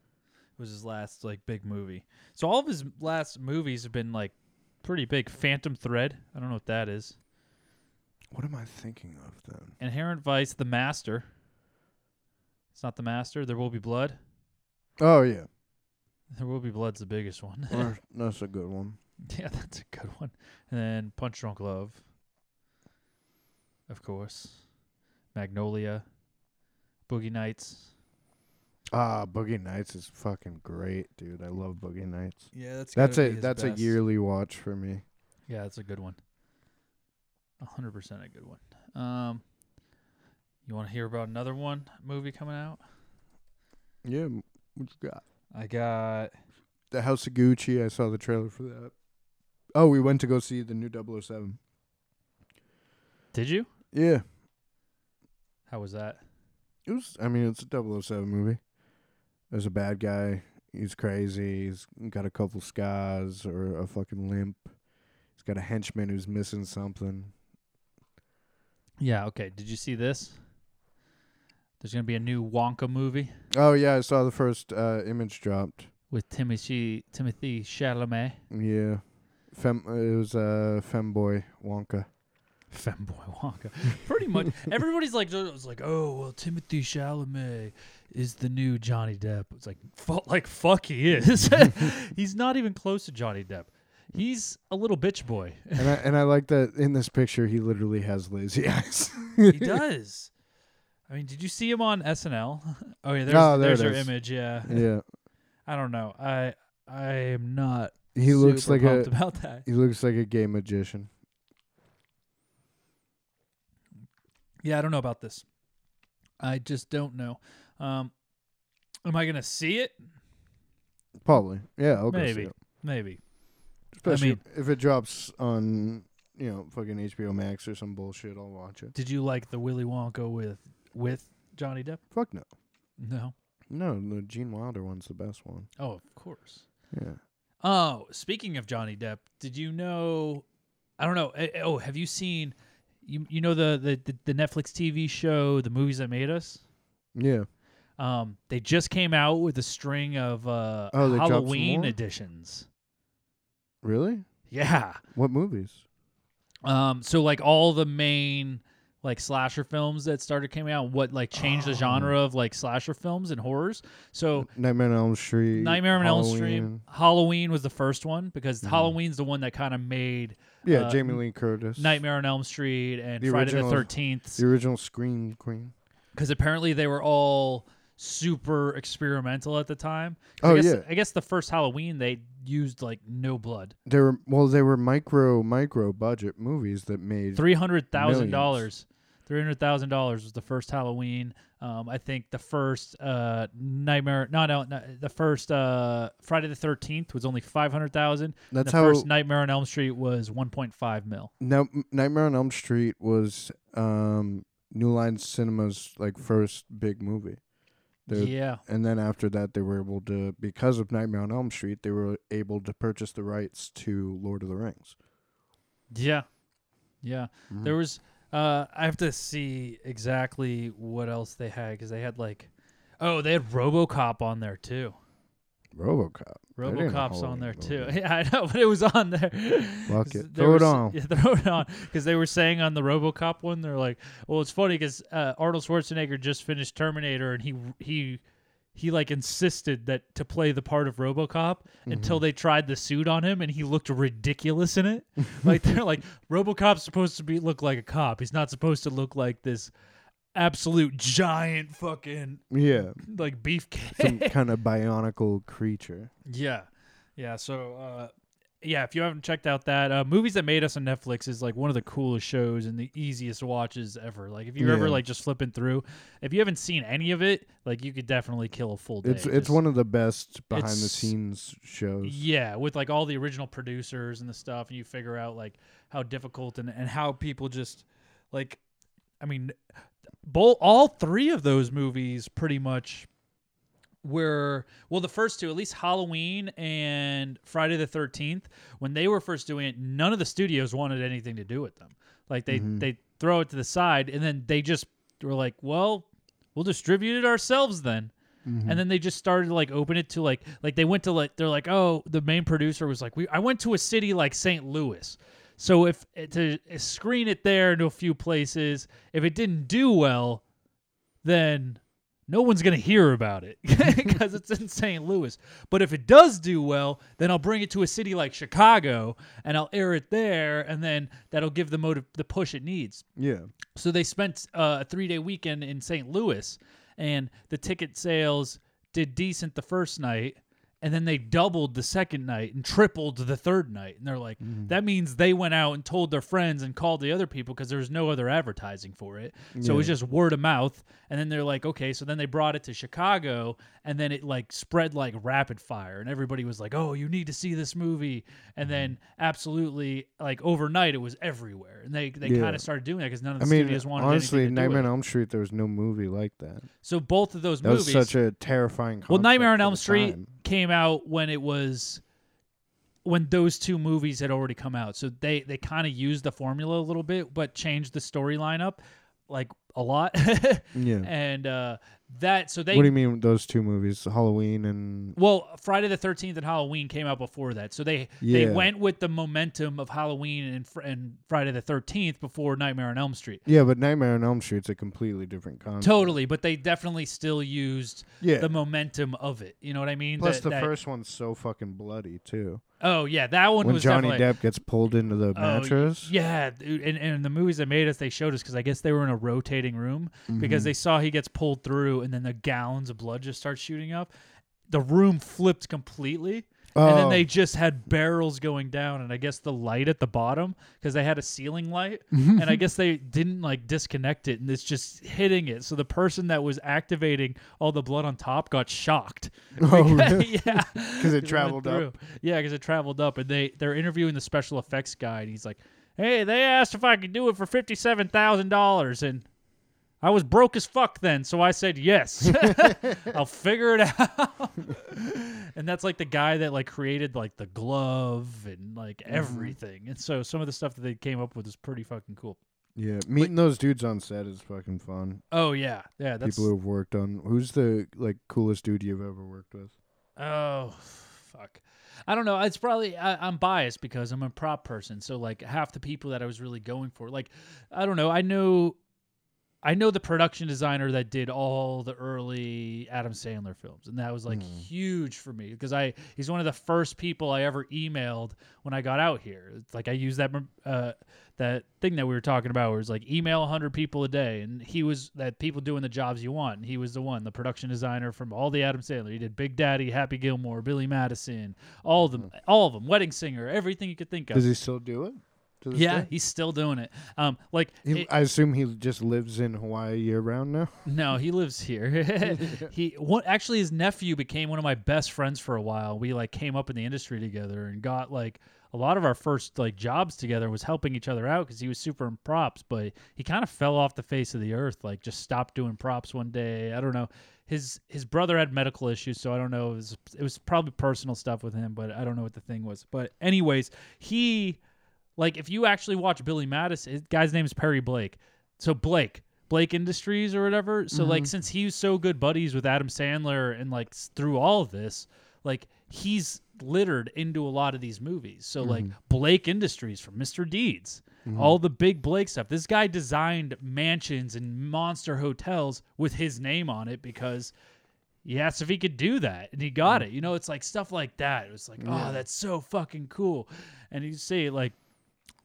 B: was his last like big movie. So all of his last movies have been like pretty big. Phantom Thread. I don't know what that is.
C: What am I thinking of then?
B: Inherent Vice, The Master. It's not The Master. There will be blood.
C: Oh yeah,
B: There will be blood's the biggest one.
C: Well, that's a good one.
B: yeah, that's a good one. And then Punch Drunk Love. Of course. Magnolia. Boogie Nights.
C: Ah, Boogie Nights is fucking great, dude. I love Boogie Nights.
B: Yeah, that's
C: that's
B: gotta
C: a
B: be his
C: that's
B: best.
C: a yearly watch for me.
B: Yeah, that's a good one. A hundred percent a good one. Um you wanna hear about another one movie coming out?
C: Yeah, m- what you got?
B: I got
C: The House of Gucci. I saw the trailer for that. Oh, we went to go see the new 007.
B: Did you?
C: Yeah,
B: How was that?
C: it was. I mean, it's a 007 movie. There's a bad guy. He's crazy. He's got a couple scars or a fucking limp. He's got a henchman who's missing something.
B: Yeah, okay. Did you see this? There's gonna be a new Wonka movie
C: Oh yeah, I saw the first uh, image dropped.
B: with Timothy Timothy Chalamet.
C: Yeah, Fem. It was uh, femboy Wonka.
B: Femboy Wonka. Pretty much everybody's like was like, oh well Timothy Chalamet is the new Johnny Depp. It's like fu- like fuck he is. He's not even close to Johnny Depp. He's a little bitch boy.
C: and I and I like that in this picture he literally has lazy eyes.
B: he does. I mean, did you see him on SNL? Oh yeah, there's
C: Oh, there
B: there's
C: it
B: your
C: is.
B: image, yeah.
C: yeah,
B: I don't know. I I am not
C: he looks
B: super
C: like a
B: pumped about that.
C: he looks like a gay magician.
B: Yeah, I don't know about this. I just don't know. Um, am I gonna see it?
C: Probably, yeah. I'll go see
B: maybe,
C: it.
B: maybe.
C: Especially
B: I mean,
C: if it drops on you know fucking HBO Max or some bullshit, I'll watch it.
B: did you like the Willy Wonka with with Johnny Depp?
C: Fuck no,
B: No.
C: no. The Gene Wilder one's the best one.
B: Oh, of course.
C: Yeah.
B: Oh, speaking of Johnny Depp, did you know? I don't know. eh, eh, Oh, have you seen? You you know the the the, the Netflix TV show, the movies that made us.
C: Yeah.
B: Um, they just came out with a string of uh
C: Oh, they dropped some
B: Halloween
C: more?
B: editions.
C: Really?
B: Yeah.
C: What movies?
B: Um, so like all the main like slasher films that started coming out, what like changed
C: Oh.
B: the genre of like slasher films and horrors. So
C: Nightmare on Elm Street.
B: Nightmare on Elm Street,
C: Halloween. Mm-hmm.
B: Halloween was the first one because Halloween's the one that kind of made
C: Yeah,
B: uh,
C: Jamie Lee Curtis.
B: Nightmare on Elm Street and Friday the Thirteenth
C: The original Scream Queen.
B: because apparently they were all super experimental at the time. 'Cause
C: Oh,
B: I guess,
C: yeah.
B: I guess the first Halloween they used like no blood,
C: They were well, they were micro micro budget movies that made
B: three hundred thousand
C: millions.
B: dollars. Three hundred thousand dollars was the first Halloween. Um, I think the first uh, Nightmare, no, no, no, the first uh, Friday the Thirteenth was only five hundred thousand.
C: That's
B: the first
C: how-
B: Nightmare on Elm Street was one point five mil.
C: Now, Nightmare on Elm Street was um, New Line Cinema's like first big movie. They-
B: Yeah.
C: and then after that, they were able to because of Nightmare on Elm Street, they were able to purchase the rights to Lord of the Rings.
B: Yeah. Yeah. There was uh I have to see exactly what else they had cuz they had like Oh, they had RoboCop on there too.
C: RoboCop. That ain't a
B: RoboCop's on
C: Halloween
B: there
C: movie.
B: too. Yeah, I know, but it was on there.
C: Fuck
B: 'Cause
C: it.
B: they
C: Throw
B: were
C: it
B: s-
C: on.
B: Yeah, throw it on. Because they were saying on the RoboCop one, they're like, "Well, it's funny because uh, Arnold Schwarzenegger just finished Terminator, and he he he like insisted that to play the part of RoboCop until
C: Mm-hmm.
B: they tried the suit on him, and he looked ridiculous in it. like they're like, RoboCop's supposed to be look like a cop. He's not supposed to look like this absolute giant fucking
C: Yeah,
B: like beefcake.
C: some kind of bionicle creature.
B: Yeah, yeah. So, uh, yeah, if you haven't checked out that uh, movies that made us on Netflix is like one of the coolest shows and the easiest watches ever. Like if you're ever
C: Yeah.
B: like just flipping through, if you haven't seen any of it, like you could definitely kill a full day.
C: It's it's
B: just-
C: one of the best behind the
B: it's-
C: scenes shows.
B: yeah, with like all the original producers and the stuff, and you figure out like how difficult and and how people just like, I mean, both all three of those movies pretty much were well the first two at least halloween and friday the 13th when they were first doing it none of the studios wanted anything to do with them like they
Q: Mhm.
B: they throw it to the side and then they just were like well we'll distribute it ourselves then
Q: Mhm.
B: and then they just started to like open it to like like they went to like they're like oh the main producer was like we i went to a city like st louis so if eh, to screen it there into a few places if it didn't do well then no one's going to hear about it because it's in St. Louis. But if it does do well, then I'll bring it to a city like Chicago and I'll air it there, and then that'll give the motive the push it needs.
C: Yeah.
B: So they spent uh, a three day weekend in St. Louis, and the ticket sales did decent the first night, and then they doubled the second night and tripled the third night. And they're like, that means they went out and told their friends and called the other people because there was no other advertising for it. So it was
Q: Yeah.
B: just word of mouth. And then they're like, okay. So then they brought it to Chicago, and then it like spread like rapid fire, and everybody was like, oh, you need to see this movie. And then absolutely, like overnight, it was everywhere, and they they
C: Yeah.
B: kind of started doing that because none of the
C: I mean,
B: studios wanted
C: honestly,
B: anything to do
C: Nightmare
B: with
C: on
B: it.
C: Elm Street, there was no movie like that.
B: So both of those
C: that
B: movies,
C: was such a terrifying.
B: well, Nightmare
C: concept
B: on
C: for
B: Elm
C: the
B: Street
C: time.
B: came out when it was when those two movies had already come out. So they they kind of used the formula a little bit, but changed the storyline up like a lot.
C: Yeah.
B: And uh that so they
C: what do you mean those two movies, Halloween and?
B: well, Friday the Thirteenth and Halloween came out before that, so they they
C: Yeah.
B: went with the momentum of Halloween and fr- and Friday the Thirteenth before Nightmare on Elm Street.
C: Yeah, but Nightmare on Elm Street's a completely different concept.
B: Totally, but they definitely still used
C: Yeah.
B: the momentum of it. You know what I mean?
C: Plus,
B: That-
C: the
B: that-
C: first one's so fucking bloody too.
B: Oh yeah, that one
C: when
B: was
C: Johnny
B: definitely-
C: Depp gets pulled into the
B: Oh, y-
C: mattress.
B: Yeah, dude, and and the movies that made us, they showed us because I guess they were in a rotating room because
C: Mhm.
B: they saw he gets pulled through, and then the gallons of blood just start shooting up. The room flipped completely. And then
Q: Oh.
B: they just had barrels going down, and I guess the light at the bottom because they had a ceiling light, and I guess they didn't like disconnect it, and it's just hitting it. So the person that was activating all the blood on top got shocked.
C: Oh,
B: Because-
C: really?
B: yeah,
C: 'Cause it
B: went
C: traveled up.
B: through. Yeah, because it traveled up, and they they're interviewing the special effects guy, and he's like, "Hey, they asked if I could do it for fifty seven thousand dollars, and I was broke as fuck then, so I said yes. I'll figure it out." and that's like the guy that like created like the glove and like
C: Mm-hmm.
B: everything, and so some of the stuff that they came up with is pretty fucking cool.
C: Yeah, meeting those dudes on set is fucking fun.
B: Oh, yeah. Yeah, that's-
C: people who've worked on. Who's the like coolest dude you've ever worked with?
B: Oh, fuck. I don't know. It's probably I, I'm biased because I'm a prop person. So like half the people that I was really going for, like I don't know. I know, I know the production designer that did all the early Adam Sandler films, and that was like
C: Mm.
B: huge for me because I he's one of the first people I ever emailed when I got out here. It's like I used that uh, that thing that we were talking about, where it's like email 100 people a day, and he was that people doing the jobs you want. And he was the one, the production designer from all the Adam Sandler. He did Big Daddy, Happy Gilmore, Billy Madison, all of them, all of them, Wedding Singer, everything you could think of.
C: Mm-hmm. Does he still do it? to this
B: yeah,
C: day?
B: he's still doing it. Um, like
C: He-
B: it-
C: I assume he just lives in Hawaii year round now.
B: no, he lives here. he what actually his nephew became one of my best friends for a while. We like came up in the industry together and got like a lot of our first like jobs together was helping each other out because he was super in props, but he kind of fell off the face of the earth. Like just stopped doing props one day. I don't know. His his brother had medical issues, so I don't know. It was, it was probably personal stuff with him, but I don't know what the thing was. But anyways, he like if you actually watch Billy Madison, his guy's name is Perry Blake. So Blake, Blake Industries or whatever. So like
Q: Mhm.
B: since he was so good buddies with Adam Sandler and like s- through all of this, like he's littered into a lot of these movies. So like
Q: Mhm.
B: Blake Industries from Mr. Deeds,
Q: Mhm.
B: all the big Blake stuff. This guy designed mansions and monster hotels with his name on it because he asked if he could do that and he got it. You know, it's like stuff like that. It was like,
Q: Mm. Yeah.
B: oh, that's so fucking cool. And you see, like,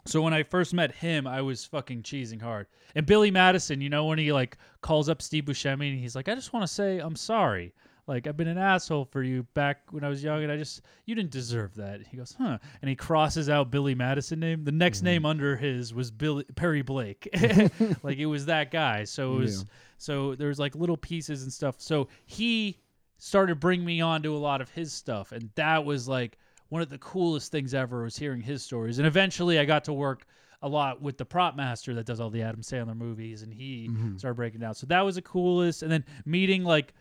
B: so when I first met him, I was fucking cheesing hard. And Billy Madison, you know, when he like calls up Steve Buscemi and he's like, I just want to say I'm sorry. Like I've been an asshole for you back when I was young, and I just you didn't deserve that. He goes, huh? And he crosses out Billy Madison name. The
Q: Mm-hmm.
B: next name under his was Billy Perry Blake. like it was that guy. So it was
Q: Yeah.
B: so there's like little pieces and stuff. So he started bringing me on to a lot of his stuff, and that was like one of the coolest things ever was hearing his stories. And eventually, I got to work a lot with the prop master that does all the Adam Sandler movies, and he
Q: Mhm.
B: started breaking down. So that was the coolest. And then meeting like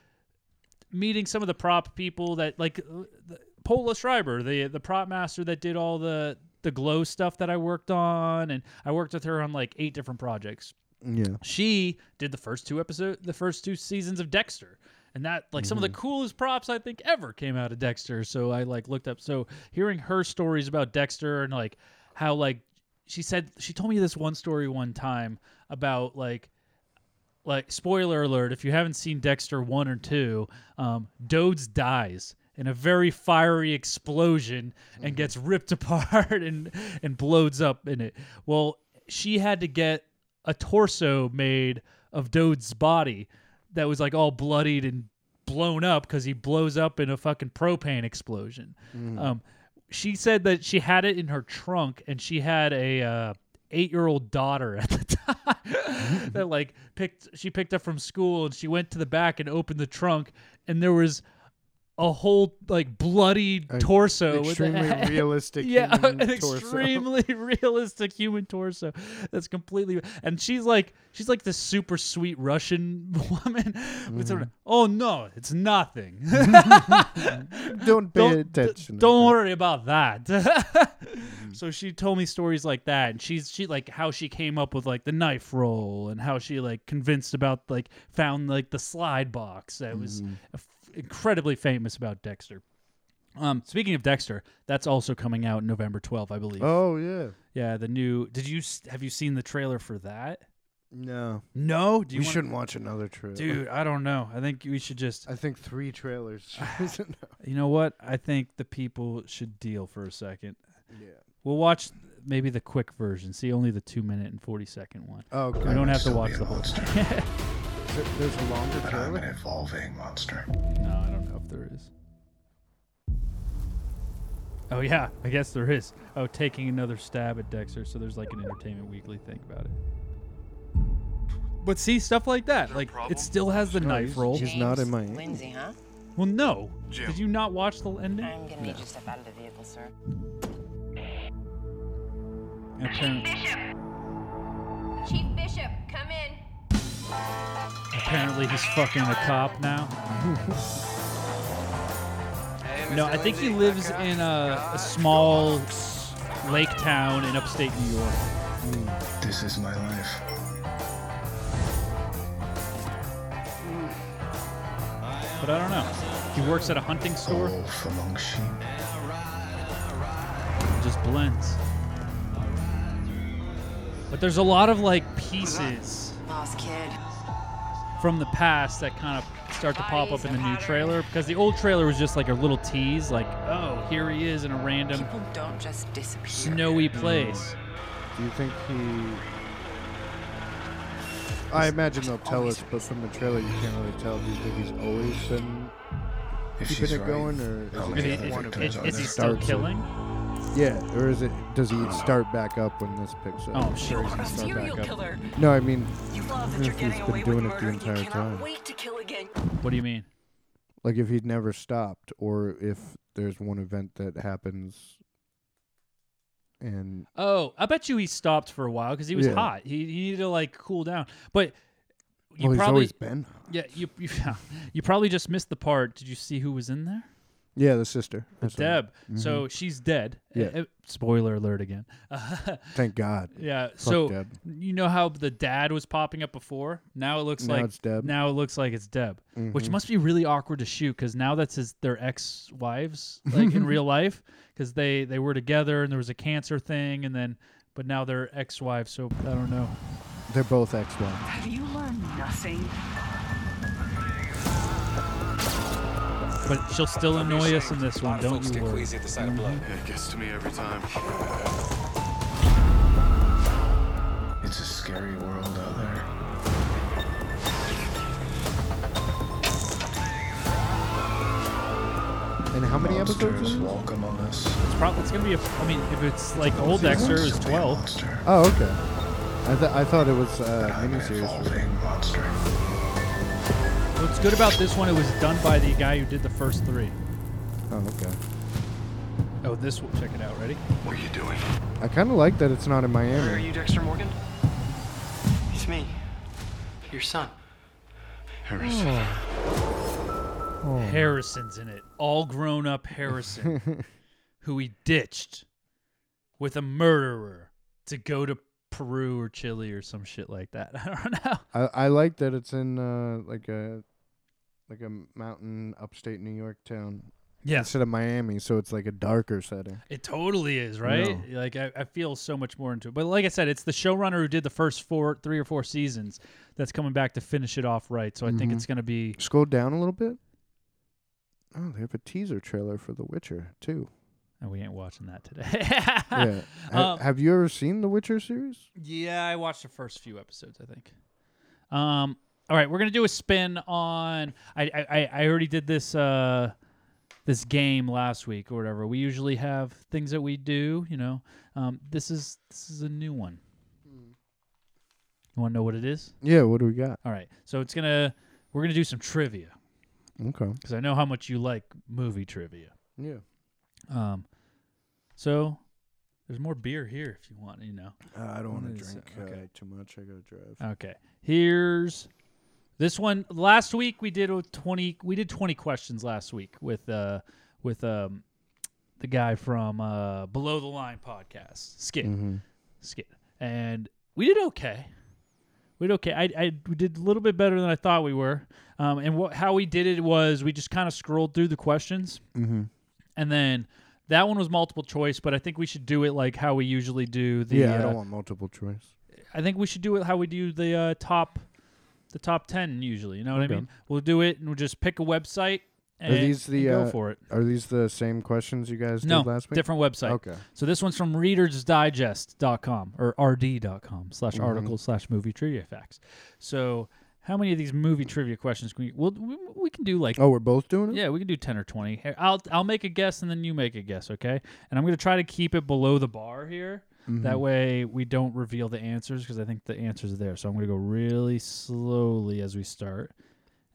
B: meeting some of the prop people that like uh, the- Paula Schreiber, the the prop master that did all the the glow stuff that I worked on, and I worked with her on like eight different projects.
C: Yeah.
B: She did the first two episodes, the first two seasons of Dexter. And that, like, some of the coolest props I think ever came out of Dexter. So I, like, looked up. So hearing her stories about Dexter and, like, how, like, she said, she told me this one story one time about, like, like spoiler alert if you haven't seen dexter 1 or 2 um, Dodes dies in a very fiery explosion and gets ripped apart and and blows up in it well she had to get a torso made of Dode's body that was like all bloodied and blown up because he blows up in a fucking propane explosion
A: Mm.
B: um, she said that she had it in her trunk and she had a uh, eight-year-old daughter at the time that like picked she picked up from school and she went to the back and opened the trunk and there was a whole like bloody torso with a-
C: extremely realistic
B: yeah
C: human
B: an
C: torso.
B: extremely realistic human torso that's completely and she's like she's like this super sweet russian woman with her,
C: Mhm.
B: oh no it's nothing
C: Don't pay
B: d-
C: attention. Mm-hmm.
B: don't worry about that. so she told me stories like that, and she's she like how she came up with like the knife roll, and how she like convinced about like found like the slide box that was
C: Mm-hmm.
A: Mhm.
B: f- incredibly famous about Dexter. Um, speaking of Dexter, that's also coming out November 12th, I believe.
C: Oh, yeah.
B: yeah. The new. Did you s- have you seen the trailer for that?
C: No.
B: No, do you
C: we
B: wanna-
C: shouldn't watch another trailer,
B: Dude, I don't know. I think we should just.
C: I think three trailers.
B: You know what? I think the people should deal for a second.
C: Yeah.
B: We'll watch maybe the quick version. See only the two minute and forty second one.
C: Oh, okay.
B: We don't have to
C: Still be
B: watch
C: a
B: the whole
C: monster.
B: thing.
C: There's a longer trailer.
F: evolving monster.
B: no, I don't know if there is. Oh yeah, I guess there is. Oh, taking another stab at Dexter. So there's like an Entertainment Weekly thing about it. But see stuff like that. Like it still has the
C: No,
B: knife
C: he's-
B: roll.
C: he's not in my-
Q: Lindsay, huh?
B: Well, no. Did you not watch the ending?
Q: I'm gonna need you to step out of the vehicle, sir.
B: Apparently.
L: Chief Bishop, come in.
B: Apparently, he's fucking a cop now. no, I think he lives in a, a small lake town in upstate New York.
J: This is my life.
B: But I don't know. He works at a hunting store.
J: Oh,
B: Just blends. But there's a lot of like pieces
Q: Lost kid.
B: from the past that kind of start to pop up in the new trailer because the old trailer was just like a little tease, like oh here he is in a random
Q: People don't just disappear.
B: snowy place.
C: Do you think he? I imagine they'll tell us, but from the trailer you can't really tell. Do you think he's always been
F: If
C: keeping
F: she's
C: it
F: right,
C: going, or
B: Oh,
F: I'll
C: is
F: make
C: it
F: it
C: just one
F: happen.
C: of
F: Is-
C: those
F: is
C: that
F: he still
C: starts it?
B: killing?
C: Yeah, or is it? Does he start back up when this picks up?
B: Oh, I'm sure he's
C: Does
B: gonna
C: he
B: start back up.
C: No, I mean,
Q: You love that
C: if
Q: you're
C: he's
Q: getting away
C: been
Q: with
C: doing it
Q: murder
C: the
Q: and you
C: entire
Q: cannot
C: time.
Q: wait to kill again.
B: What do you mean?
C: Like if he'd never stopped, or if there's one event that happens, and
B: Oh, I bet you he stopped for a while because he was
C: Yeah.
B: hot. He, he needed to like cool down. But you
C: Well, he's
B: probably
C: always been
B: Yeah, you you, you probably just missed the part. Did you see who was in there?
C: yeah, the sister, That's what I
B: Deb.
C: meant.
B: So
C: Mhm.
B: she's dead.
C: Yeah.
B: Eh, eh, spoiler alert again.
C: Thank God.
B: Yeah.
C: Fuck
B: so
C: Deb.
B: you know how the dad was popping up before? Now Mm-hmm. it looks
C: Now
B: like
C: it's Deb.
B: Now it looks like it's Deb, which
C: Mhm.
B: must be really awkward to shoot because now that's his their ex wives like in real life because they they were together and there was a cancer thing and then but now they're ex wives. So I don't know.
C: they're both ex-wives.
Q: Have you learned nothing?
B: But she'll still annoy us in this one. Don't you worry.
J: at the sight of blood.
M: It gets to me every time.
J: It's a scary world out there.
C: And how many episodes?
J: Monsters
C: is it?
J: walk among us.
B: It's probably it's gonna be. A, I mean, if it's like old
J: There
B: Dexter, it
J: wants to
B: was
J: be a
B: twelve.
J: monster.
C: Oh, okay. I, th- I thought it was uh, miniseries. For
J: Evolving monster.
B: What's good about this one? It was done by the guy who did the first three.
C: Oh, okay.
B: Oh, this one. Check it out. Ready?
J: What are you doing?
C: I kind of like that it's not in
R: Are
C: Miami.
R: you Dexter Morgan? It's me, your son.
B: Oh.
C: Oh.
B: Harrison's in it. All grown up Harrison, who he ditched with a murderer to go to Peru or Chile or some shit like that. I don't know.
C: I I like that it's in uh, like a like a mountain upstate New York town.
B: Yeah.
C: Instead of Miami, so it's like a darker setting.
B: It totally is, right? Like I, I feel so much more into it. But like I said, it's the showrunner who did the first four three or four seasons that's coming back to finish it off right. So I think
C: Mhm.
B: it's gonna be
C: Scroll down a little bit. Oh, they have a teaser trailer for The Witcher too.
B: and oh, we ain't watching that today.
C: yeah. Ha-
B: Um,
C: have you ever seen The Witcher series?
B: Yeah, I watched the first few episodes. I think. Um. All right, we're gonna do a spin on. I I I- I already did this uh this game last week or whatever. We usually have things that we do. You know, um. This is this is a new one. You want to know what it is?
C: Yeah. What do we got?
B: All right. So it's gonna we're gonna do some trivia
C: Okay.
B: because I know how much you like movie trivia.
C: Yeah.
B: Um. So there's more beer here if you want. You know.
C: Uh, I don't want
B: What
C: to
B: is it?
C: drink uh, too much. I gotta drive.
B: Okay. Here's this one. Last week we did a twenty. We did twenty questions last week with uh with um the guy from uh Below the Line podcast, Skid,
C: Mhm.
B: Skid, and we did okay. We did okay. I, I we did a little bit better than I thought we were. Um, and what how we did it was we just kind of scrolled through the questions.
C: Mm-hmm.
B: And then that one was multiple choice, but I think we should do it like how we usually do the.
C: yeah, I
B: uh,
C: don't want multiple choice.
B: I think we should do it how we do the uh, top, the top ten usually. You know what
C: Okay.
B: I mean? We'll do it and we'll just pick a website. And
C: are these the
B: and go
C: uh,
B: for it?
C: Are these the same questions you guys
B: No,
C: did last week?
B: different website.
C: Okay.
B: So this one's from ReadersDigest.com or rd.com slash
C: Mhm.
B: article slash movie trivia facts. So how many of these movie trivia questions can we? Well, we, we can do like
C: Oh, we're both doing it.
B: yeah, we can do ten or twenty. Here, I'll I'll make a guess and then you make a guess, okay? And I'm gonna try to keep it below the bar here. That
C: Mhm.
B: way we don't reveal the answers because I think the answers are there. So I'm gonna go really slowly as we start.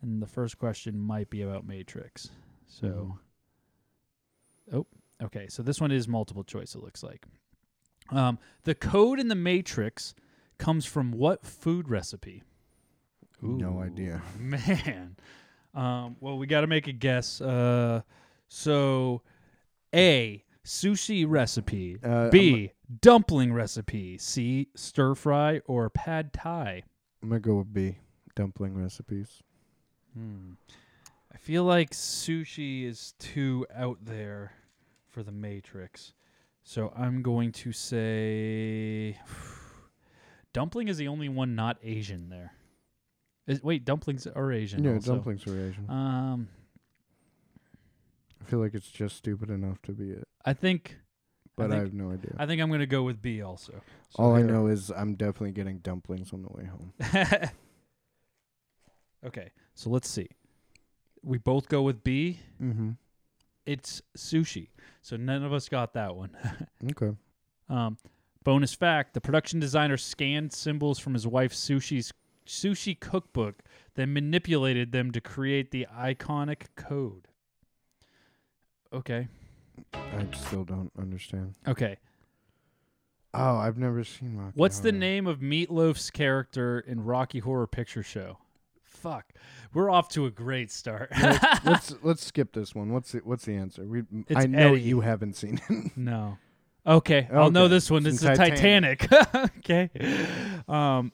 B: And the first question might be about Matrix. So Oh, okay. So this one is multiple choice, it looks like. Um, the code in the Matrix comes from what food recipe?
C: No idea.
B: Man. Um, well, we got to make a guess. Uh, so, A, sushi recipe.
C: Uh,
B: B, dumpling recipe. C, stir fry or pad thai.
C: I'm gonna go with B. Dumpling recipes.
B: Hmm. I feel like sushi is too out there for the Matrix. So I'm going to say dumpling is the only one not Asian there. Is, wait, dumplings are Asian.
C: yeah,
B: also.
C: dumplings are Asian.
B: Um,
C: I feel like it's just stupid enough to be it.
B: I think.
C: But I,
B: think-
C: have no idea.
B: I think I'm gonna go with B also. So
C: All I
B: here-
C: know is I'm definitely getting dumplings on the way home.
B: okay, so let's see. We both go with B.
C: Mhm.
B: It's sushi, so none of us got that one.
C: Okay.
B: Um, bonus fact: the production designer scanned symbols from his wife's sushi's sushi cookbook, then manipulated them to create the iconic code. Okay.
C: I still don't understand.
B: Okay.
C: Oh, I've never seen Rocky.
B: What's the
C: Horror.
B: name of Meatloaf's character in Rocky Horror Picture Show? Fuck, we're off to a great start.
C: let's, let's let's skip this one. What's the, what's the answer? We
B: It's
C: I know
B: Eddie.
C: you haven't seen it.
B: no. Okay, I'll know
C: Okay,
B: this one.
C: it's
B: It's
C: in
B: the Titanic. okay. Um,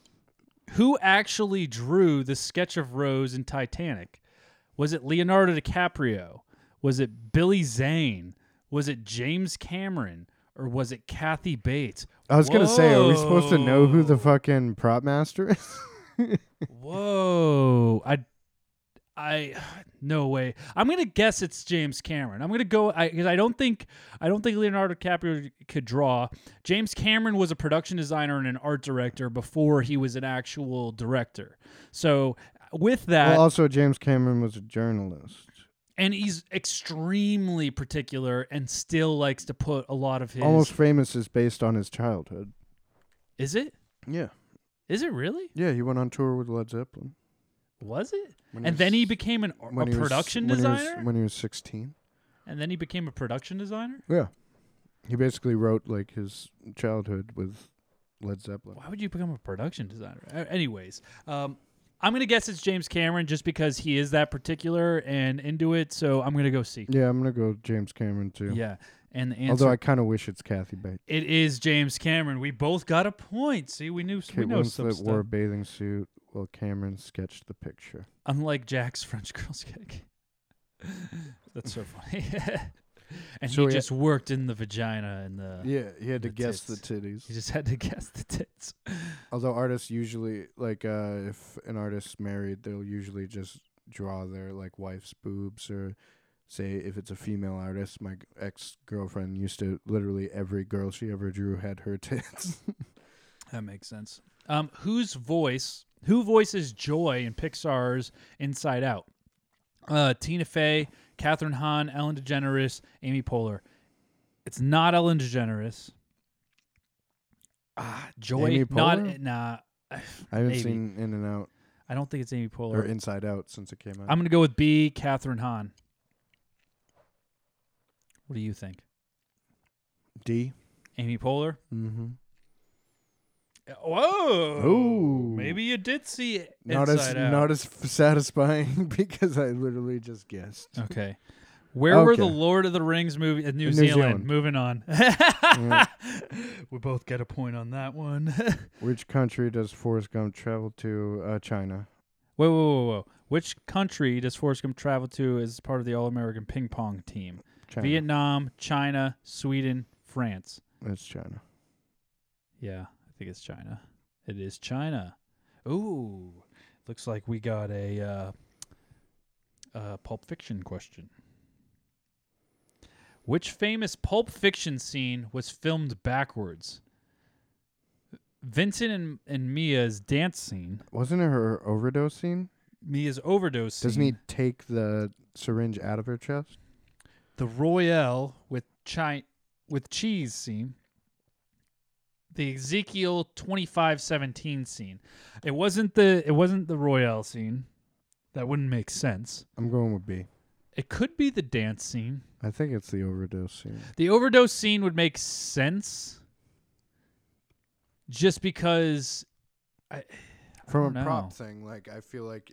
B: who actually drew the sketch of Rose in Titanic? Was it Leonardo DiCaprio? Was it Billy Zane? Was it James Cameron? Or was it Kathy Bates?
C: I was gonna say, are we supposed to know who
B: Whoa.
C: the fucking prop master is?
B: Whoa. I I no way. I'm going to guess it's James Cameron. I'm going to go I cuz I don't think I don't think Leonardo DiCaprio could draw. James Cameron was a production designer and an art director before he was an actual director. So with that
C: well, also James Cameron was a journalist.
B: and he's extremely particular and still likes to put a lot of his
C: Almost famous is based on his childhood.
B: Is it?
C: Yeah.
B: Is it really?
C: Yeah, he went on tour with Led Zeppelin.
B: Was it?
C: When he
B: and then
C: was-
B: he became an a
C: when he was-
B: production
C: when he was-
B: designer?
C: when he was sixteen.
B: and then he became a production designer?
C: Yeah. He basically wrote like his childhood with Led Zeppelin.
B: Why would you become a production designer? A- Anyways, um, I'm gonna guess it's James Cameron just because he is that particular and into it. So I'm gonna go C.
C: Yeah, I'm gonna go James Cameron too.
B: Yeah, and the
C: although
B: answer-
C: I kind of wish it's Kathy Bates.
B: It is James Cameron. We both got a point. See, we knew we
C: Kate
B: know some
C: Winslet
B: stuff.
C: wore a bathing suit while Cameron sketched the picture.
B: Unlike Jack's French girl's cake. That's so funny. and
C: So
B: he
C: he-
B: just worked in the vagina and the
C: Yeah, he had to guess the
B: tits.
C: titties.
B: He just had to guess the tits.
C: Although artists usually like uh if an artist's married, they'll usually just draw their like wife's boobs or say if it's a female artist, my ex girlfriend used to literally every girl she ever drew had her tits.
B: That makes sense. Um, whose voice? Who voices Joy in Pixar's Inside Out? Uh, Tina Fey, Katherine Hahn, Ellen DeGeneres, Amy Poehler. It's not Ellen DeGeneres. Ah, Joy.
C: Amy
B: Not
C: Poehler?
B: nah. I
C: I haven't seen In and Out
B: I don't think it's Amy Poehler.
C: or Inside Out since it came out.
B: I'm gonna go with B. Katherine Hahn. What do you think?
C: D.
B: Amy Poehler.
C: Mm-hmm.
B: Whoa.
C: Ooh.
B: Oh, Maybe you did see it.
C: Not as
B: Inside Out.
C: not as f- satisfying because I literally just guessed.
B: Okay. Where were the
C: Okay.
B: Lord of the Rings movie in New,
C: In New
B: Zealand?
C: Zealand.
B: Moving on.
C: Yeah.
B: We both get a point on that one.
C: Which country does Forrest Gump travel to? Uh, China.
B: whoa, whoa, whoa, whoa. Which country does Forrest Gump travel to as part of the All American ping pong team?
C: China.
B: Vietnam, China, Sweden, France.
C: That's China.
B: Yeah, I think it's China. It is China. Ooh. Looks like we got a uh, uh, Pulp Fiction question. Which famous Pulp Fiction scene was filmed backwards? Vincent and, and Mia's dance scene,
C: Wasn't it her overdose scene?
B: Mia's overdose
C: Doesn't he
B: scene,
C: take the syringe out of her chest?
B: the Royale with chi- with cheese scene, the Ezekiel twenty five seventeen scene. It wasn't the it wasn't the Royale scene. That wouldn't make sense.
C: I'm going with B.
B: It could be the dance scene.
C: I think it's the overdose scene.
B: The overdose scene would make sense just because I, I
C: From
B: don't
C: a prop
B: know.
C: thing, like I feel like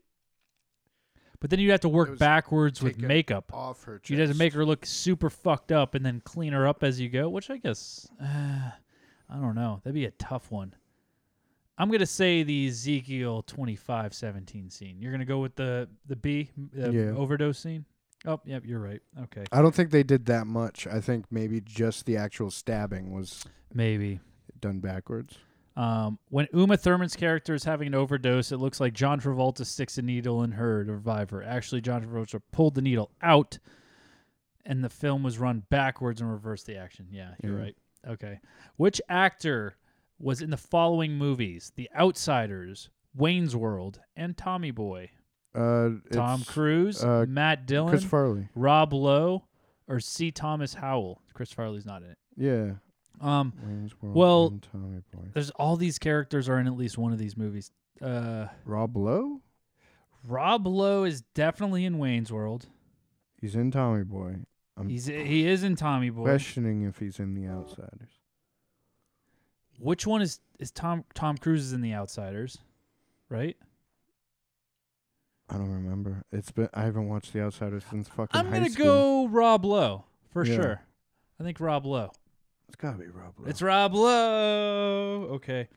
B: But then you'd have to
C: It
B: work
C: was
B: backwards with
C: take it
B: makeup.
C: off her
B: You'd have to
C: chest.
B: make her look super fucked up and then clean her up as you go, which I guess uh, I don't know. That'd be a tough one. I'm gonna say the Ezekiel 25:17 scene. You're gonna go with the the B the
C: Yeah.
B: overdose scene. Oh, yep, you're right. Okay,
C: I don't think they did that much. I think maybe just the actual stabbing was
B: maybe.
C: done backwards.
B: Um, when Uma Thurman's character is having an overdose, it looks like John Travolta sticks a needle in her to revive her. Actually, John Travolta pulled the needle out, and the film was run backwards and reversed the action. Yeah, you're
C: Yeah.
B: right. Okay. Which actor was in the following movies The Outsiders, Wayne's World, and Tommy Boy?
C: Uh,
B: Tom
C: it's,
B: Cruise,
C: uh,
B: Matt Dillon,
C: Chris Farley.
B: Rob Lowe, or C. Thomas Howell? Chris Farley's not in it.
C: Yeah.
B: Um,
C: Wayne's World
B: well,
C: and Tommy Boy.
B: there's all these characters are in at least one of these movies. Uh,
C: Rob Lowe?
B: Rob Lowe is definitely in Wayne's World.
C: He's in Tommy Boy. I'm
B: He's he is in Tommy Boy.
C: questioning if he's in The Outsiders.
B: Which one is is Tom Tom Cruise is in The Outsiders, right?
C: I don't remember. It's been I haven't watched The Outsiders since fucking
B: I'm
C: high
B: gonna
C: school.
B: go Rob Lowe for
C: Yeah.
B: sure. I think Rob Lowe.
C: It's gotta be Rob Lowe.
B: It's Rob Lowe. Okay.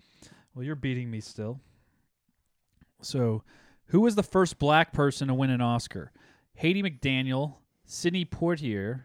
B: Well, you're beating me still. So, who was the first black person to win an Oscar? Haiti McDaniel, Sidney Portier,